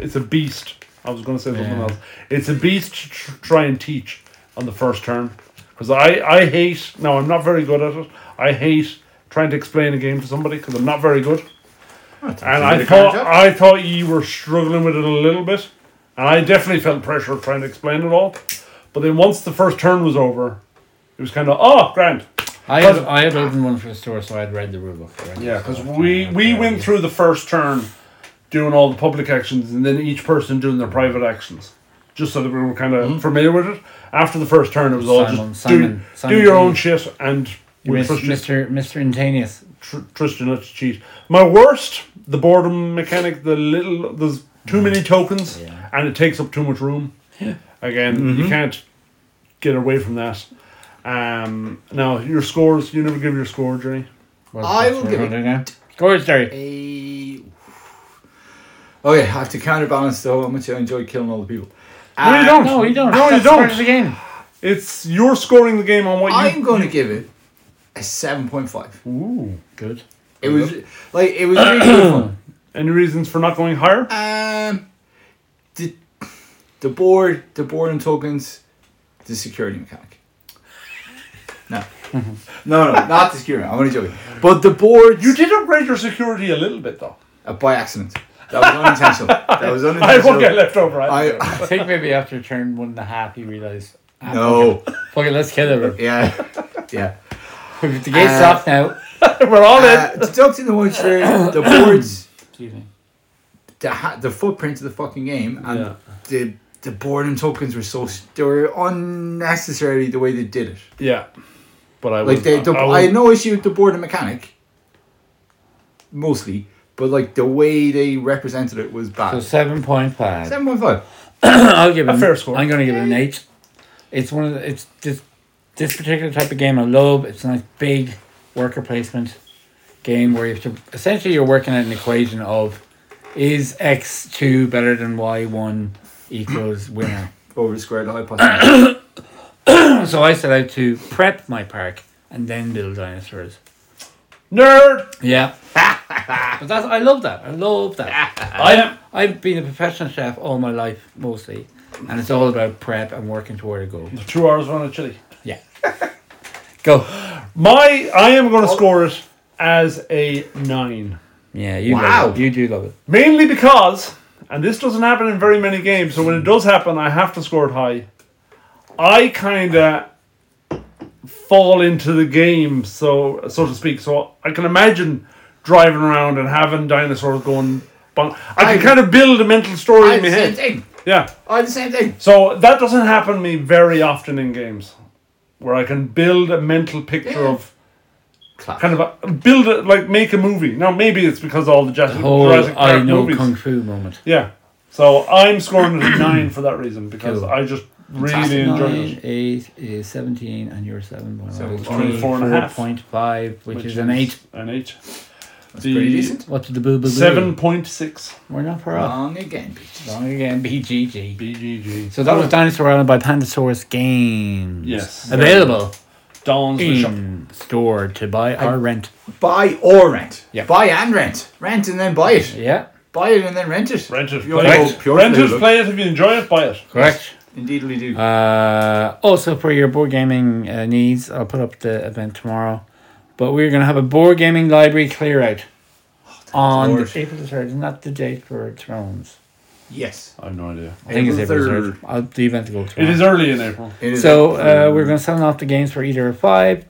[SPEAKER 2] it's a beast. I was going to say something
[SPEAKER 1] Yeah.
[SPEAKER 2] else. It's a beast to tr- try and teach on the first turn because I I hate. No, I'm not very good at it. I hate trying to explain a game to somebody because I'm not very good. Oh, And I thought I thought you were struggling with it a little bit, and I definitely felt pressure trying to explain it all. But then once the first turn was over, it was kind of oh grand.
[SPEAKER 1] I had I had opened one for the store, so I had read the rule book. right?
[SPEAKER 2] Yeah, because
[SPEAKER 1] So,
[SPEAKER 2] we
[SPEAKER 1] yeah,
[SPEAKER 2] we
[SPEAKER 1] Oh, yeah,
[SPEAKER 2] went
[SPEAKER 1] yeah.
[SPEAKER 2] through the first turn doing all the public actions, and then each person doing their private actions, just so that we were kind of familiar with it. After the first turn, it was all
[SPEAKER 1] Mm-hmm. Simon-
[SPEAKER 2] just do,
[SPEAKER 1] Simon- Simon
[SPEAKER 2] do your
[SPEAKER 1] T.
[SPEAKER 2] own shit, and
[SPEAKER 1] You
[SPEAKER 2] we
[SPEAKER 1] missed
[SPEAKER 2] trust you-
[SPEAKER 1] Mr. Mr. Intaneous.
[SPEAKER 2] tr- trust you not to cheat. My worst, the boredom mechanic, the little there's too many tokens,
[SPEAKER 1] Yeah.
[SPEAKER 2] and it takes up too much room. Again, you can't get away from that. Um, now your scores, you never give your score, Jenny.
[SPEAKER 1] Well,
[SPEAKER 3] I
[SPEAKER 1] that's
[SPEAKER 3] will
[SPEAKER 1] what we're
[SPEAKER 3] give
[SPEAKER 1] gonna do now. Go ahead, Jerry.
[SPEAKER 3] A... Okay, Oh, I have to counterbalance though how much I enjoy killing all the people.
[SPEAKER 2] No, you
[SPEAKER 3] Uh,
[SPEAKER 2] don't.
[SPEAKER 1] No, you don't.
[SPEAKER 2] No, you
[SPEAKER 1] That's part
[SPEAKER 2] don't.
[SPEAKER 1] of the game.
[SPEAKER 2] It's you're scoring the game on what you
[SPEAKER 3] I'm going to give it a seven point five.
[SPEAKER 2] Ooh, good.
[SPEAKER 3] It was like it was really good fun.
[SPEAKER 2] Any reasons for not going higher?
[SPEAKER 3] Um, the the board, the board and tokens, the security mechanic. No,
[SPEAKER 2] Mm-hmm.
[SPEAKER 3] no, no, not the security. I'm only joking. But the board,
[SPEAKER 2] You did upgrade your security a little bit though.
[SPEAKER 3] uh, by accident. That was unintentional. That was
[SPEAKER 2] I
[SPEAKER 3] unintentional.
[SPEAKER 2] won't get left over. I,
[SPEAKER 3] I
[SPEAKER 1] I think maybe after turn one and a half, he realised. Ah,
[SPEAKER 3] no.
[SPEAKER 1] Fuck it, let's kill him.
[SPEAKER 3] Yeah, yeah.
[SPEAKER 1] The gate's
[SPEAKER 3] Uh,
[SPEAKER 1] off now.
[SPEAKER 2] We're all in.
[SPEAKER 3] Uh, deducting the one shirt, the boards,
[SPEAKER 1] Excuse me.
[SPEAKER 3] the ha- the footprint of the fucking game, and
[SPEAKER 2] Yeah.
[SPEAKER 3] the the board and tokens were so s- they were unnecessarily the way they did it.
[SPEAKER 2] Yeah, but I
[SPEAKER 3] Like
[SPEAKER 2] was,
[SPEAKER 3] they, the,
[SPEAKER 2] I,
[SPEAKER 3] I,
[SPEAKER 2] was,
[SPEAKER 3] had no issue with the board and mechanic, mostly, but like the way they represented it was
[SPEAKER 1] So
[SPEAKER 3] bad.
[SPEAKER 1] seven point five.
[SPEAKER 3] Seven point five.
[SPEAKER 1] I'll give
[SPEAKER 2] A
[SPEAKER 1] it
[SPEAKER 2] fair score.
[SPEAKER 1] I'm going to give it an eight. It's one of the, it's this this particular type of game I love. It's a nice big worker placement game where you have to essentially you're working at an equation of is X two better than Y one equals winner.
[SPEAKER 3] Over the square of the hypotenuse.
[SPEAKER 1] so I set out to prep my park and then build dinosaurs.
[SPEAKER 2] nerd.
[SPEAKER 1] Yeah. but that's I love that. I love that.
[SPEAKER 2] I am.
[SPEAKER 1] I've been a professional chef all my life mostly. And it's all about prep and working toward a goal.
[SPEAKER 2] Two hours run of chili.
[SPEAKER 1] Yeah. Go.
[SPEAKER 2] My, I am going to score it as a nine,
[SPEAKER 1] Yeah, you
[SPEAKER 3] Wow.
[SPEAKER 1] love it. You do love it.
[SPEAKER 2] mainly because, and this doesn't happen in very many games. So when it does happen, I have to score it high. I kind of fall into the game, so so to speak. So I can imagine driving around and having dinosaurs going. Bon- I
[SPEAKER 3] I-
[SPEAKER 2] can kind of build a mental story
[SPEAKER 3] I
[SPEAKER 2] in
[SPEAKER 3] had
[SPEAKER 2] my
[SPEAKER 3] the same
[SPEAKER 2] head.
[SPEAKER 3] thing.
[SPEAKER 2] Yeah.
[SPEAKER 3] I had the same thing.
[SPEAKER 2] So that doesn't happen to me very often in games, where I can build a mental picture
[SPEAKER 3] Yeah.
[SPEAKER 2] of
[SPEAKER 3] Clap.
[SPEAKER 2] kind of a, build it like make a movie. Now maybe it's because all the Jurassic,
[SPEAKER 1] Whole
[SPEAKER 2] Jurassic Park
[SPEAKER 1] Oh, I know
[SPEAKER 2] movies.
[SPEAKER 1] kung fu moment.
[SPEAKER 2] yeah. So I'm scoring it a nine for that reason because
[SPEAKER 1] Cool.
[SPEAKER 2] I just really
[SPEAKER 3] Fantastic.
[SPEAKER 2] enjoyed
[SPEAKER 1] Nine,
[SPEAKER 2] it.
[SPEAKER 1] eight is seventeen, and you're seven. Well,
[SPEAKER 3] So
[SPEAKER 1] I was
[SPEAKER 3] four and
[SPEAKER 1] three,
[SPEAKER 2] four and a half.
[SPEAKER 1] 4.5, which, is an eight.
[SPEAKER 2] An eight.
[SPEAKER 3] That's pretty decent.
[SPEAKER 1] What did the boo boo boo?
[SPEAKER 2] Seven point six.
[SPEAKER 1] We're not far off.
[SPEAKER 3] Wrong again, bitches.
[SPEAKER 1] Wrong again. BGG.
[SPEAKER 2] BGG.
[SPEAKER 1] So that was Dinosaur Island by Pandasaurus Games.
[SPEAKER 2] Yes.
[SPEAKER 1] Available
[SPEAKER 2] Don's
[SPEAKER 1] Mm.
[SPEAKER 2] the shop.
[SPEAKER 1] in store to buy or rent.
[SPEAKER 3] Buy or rent.
[SPEAKER 1] Yeah.
[SPEAKER 3] Buy and rent. Rent and then buy it.
[SPEAKER 1] Yeah.
[SPEAKER 3] Buy it and then rent it.
[SPEAKER 2] Rent it.
[SPEAKER 3] Pure
[SPEAKER 2] Play
[SPEAKER 3] play,
[SPEAKER 2] it.
[SPEAKER 3] pure
[SPEAKER 2] Rent
[SPEAKER 3] play,
[SPEAKER 2] it.
[SPEAKER 3] look.
[SPEAKER 2] Play it. If you enjoy it, buy it.
[SPEAKER 1] Correct.
[SPEAKER 3] Indeed, we do.
[SPEAKER 1] Uh, also, for your board gaming uh, needs, I'll put up the event tomorrow. But we're going to have a board gaming library clear out on
[SPEAKER 3] Lord.
[SPEAKER 1] April the 3rd. Isn't that the date for Thrones?
[SPEAKER 3] yes.
[SPEAKER 2] I have no idea.
[SPEAKER 1] I think it's
[SPEAKER 3] April
[SPEAKER 1] April 3rd.
[SPEAKER 3] 3rd.
[SPEAKER 1] I'll, the event will go
[SPEAKER 2] It
[SPEAKER 1] tomorrow.
[SPEAKER 2] is early in April.
[SPEAKER 3] It is
[SPEAKER 1] So uh, we're going to sell off the games for either 5,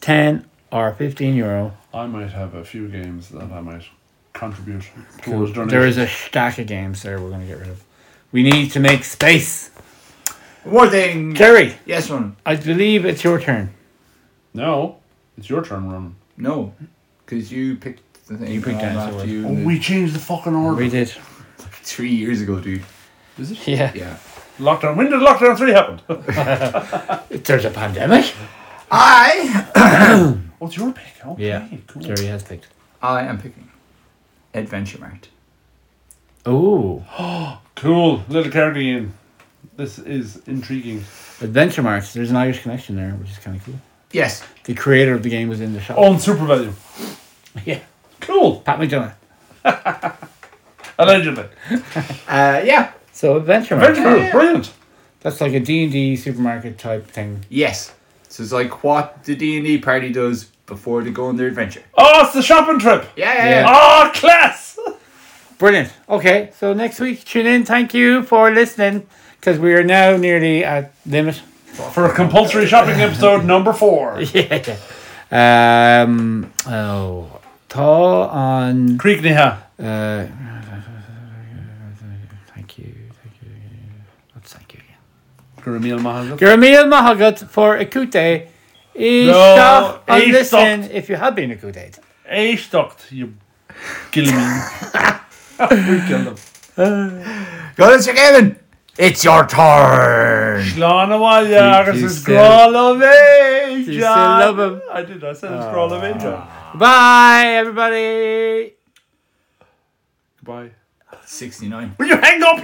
[SPEAKER 1] 10, or 15 euro.
[SPEAKER 2] I might have a few games that I might contribute towards donations.
[SPEAKER 1] There is a stack of games there we're going to get rid of. We need to make space.
[SPEAKER 3] One thing.
[SPEAKER 1] Jerry,
[SPEAKER 3] Yes, one.
[SPEAKER 1] I believe it's your turn.
[SPEAKER 2] no. It's your turn, Ronan.
[SPEAKER 3] No. Because you picked the thing.
[SPEAKER 1] You picked
[SPEAKER 3] um,
[SPEAKER 1] dinosaur.
[SPEAKER 3] after you.
[SPEAKER 2] Oh,
[SPEAKER 3] and
[SPEAKER 2] we changed the fucking order.
[SPEAKER 1] We did.
[SPEAKER 3] it- Three years ago, dude.
[SPEAKER 2] Is it?
[SPEAKER 1] Yeah.
[SPEAKER 3] Yeah.
[SPEAKER 2] Lockdown. When did lockdown three happen?
[SPEAKER 1] There's a pandemic.
[SPEAKER 3] I
[SPEAKER 2] What's your pick? Okay,
[SPEAKER 1] Yeah.
[SPEAKER 2] cool.
[SPEAKER 1] Jerry has picked.
[SPEAKER 3] I am picking Adventure Mart.
[SPEAKER 1] Oh.
[SPEAKER 2] Cool. Little character game. This is intriguing.
[SPEAKER 1] Adventure Mart. There's an Irish connection there, which is kind of cool.
[SPEAKER 3] Yes.
[SPEAKER 1] The creator of the game was in the shop.
[SPEAKER 2] On super value.
[SPEAKER 1] Oh, yeah.
[SPEAKER 2] Cool.
[SPEAKER 1] Pat McDonough.
[SPEAKER 2] Allegedly.
[SPEAKER 3] Uh, yeah.
[SPEAKER 1] So Adventure Mart.
[SPEAKER 2] Very cool. Brilliant.
[SPEAKER 1] That's like a D&D supermarket type thing.
[SPEAKER 3] Yes. So it's like what the D and D party does before they go on their adventure.
[SPEAKER 2] Oh, it's the shopping trip.
[SPEAKER 3] Yeah. Yeah.
[SPEAKER 1] Yeah.
[SPEAKER 3] yeah.
[SPEAKER 2] Oh, class.
[SPEAKER 1] Brilliant. Okay, so next week, tune in. Thank you for listening because we are now nearly at limit.
[SPEAKER 2] For a compulsory shopping episode number four.
[SPEAKER 1] yeah. Um, oh, tall on...
[SPEAKER 2] Creek Niha.
[SPEAKER 1] Uh, thank you. Thank you. Let's thank you again.
[SPEAKER 2] Gurumil Mahagat.
[SPEAKER 1] Jeremiah Mahagat for Akute.
[SPEAKER 2] No,
[SPEAKER 1] Ishtoch, and
[SPEAKER 2] Ishtoch.
[SPEAKER 1] listen if you have been Akute.
[SPEAKER 2] Eichtocht, you gillimin. we killed him.
[SPEAKER 3] Go to Sir Gavin. It's your turn.
[SPEAKER 2] Slánamhaillar
[SPEAKER 1] You- you
[SPEAKER 2] is
[SPEAKER 1] said-
[SPEAKER 2] Grálóvéja.
[SPEAKER 1] you still love him. Ah.
[SPEAKER 2] I did. I said it's Grálóvéja.
[SPEAKER 1] Bye, everybody.
[SPEAKER 2] Goodbye.
[SPEAKER 3] Sixty nine.
[SPEAKER 2] Will you hang up?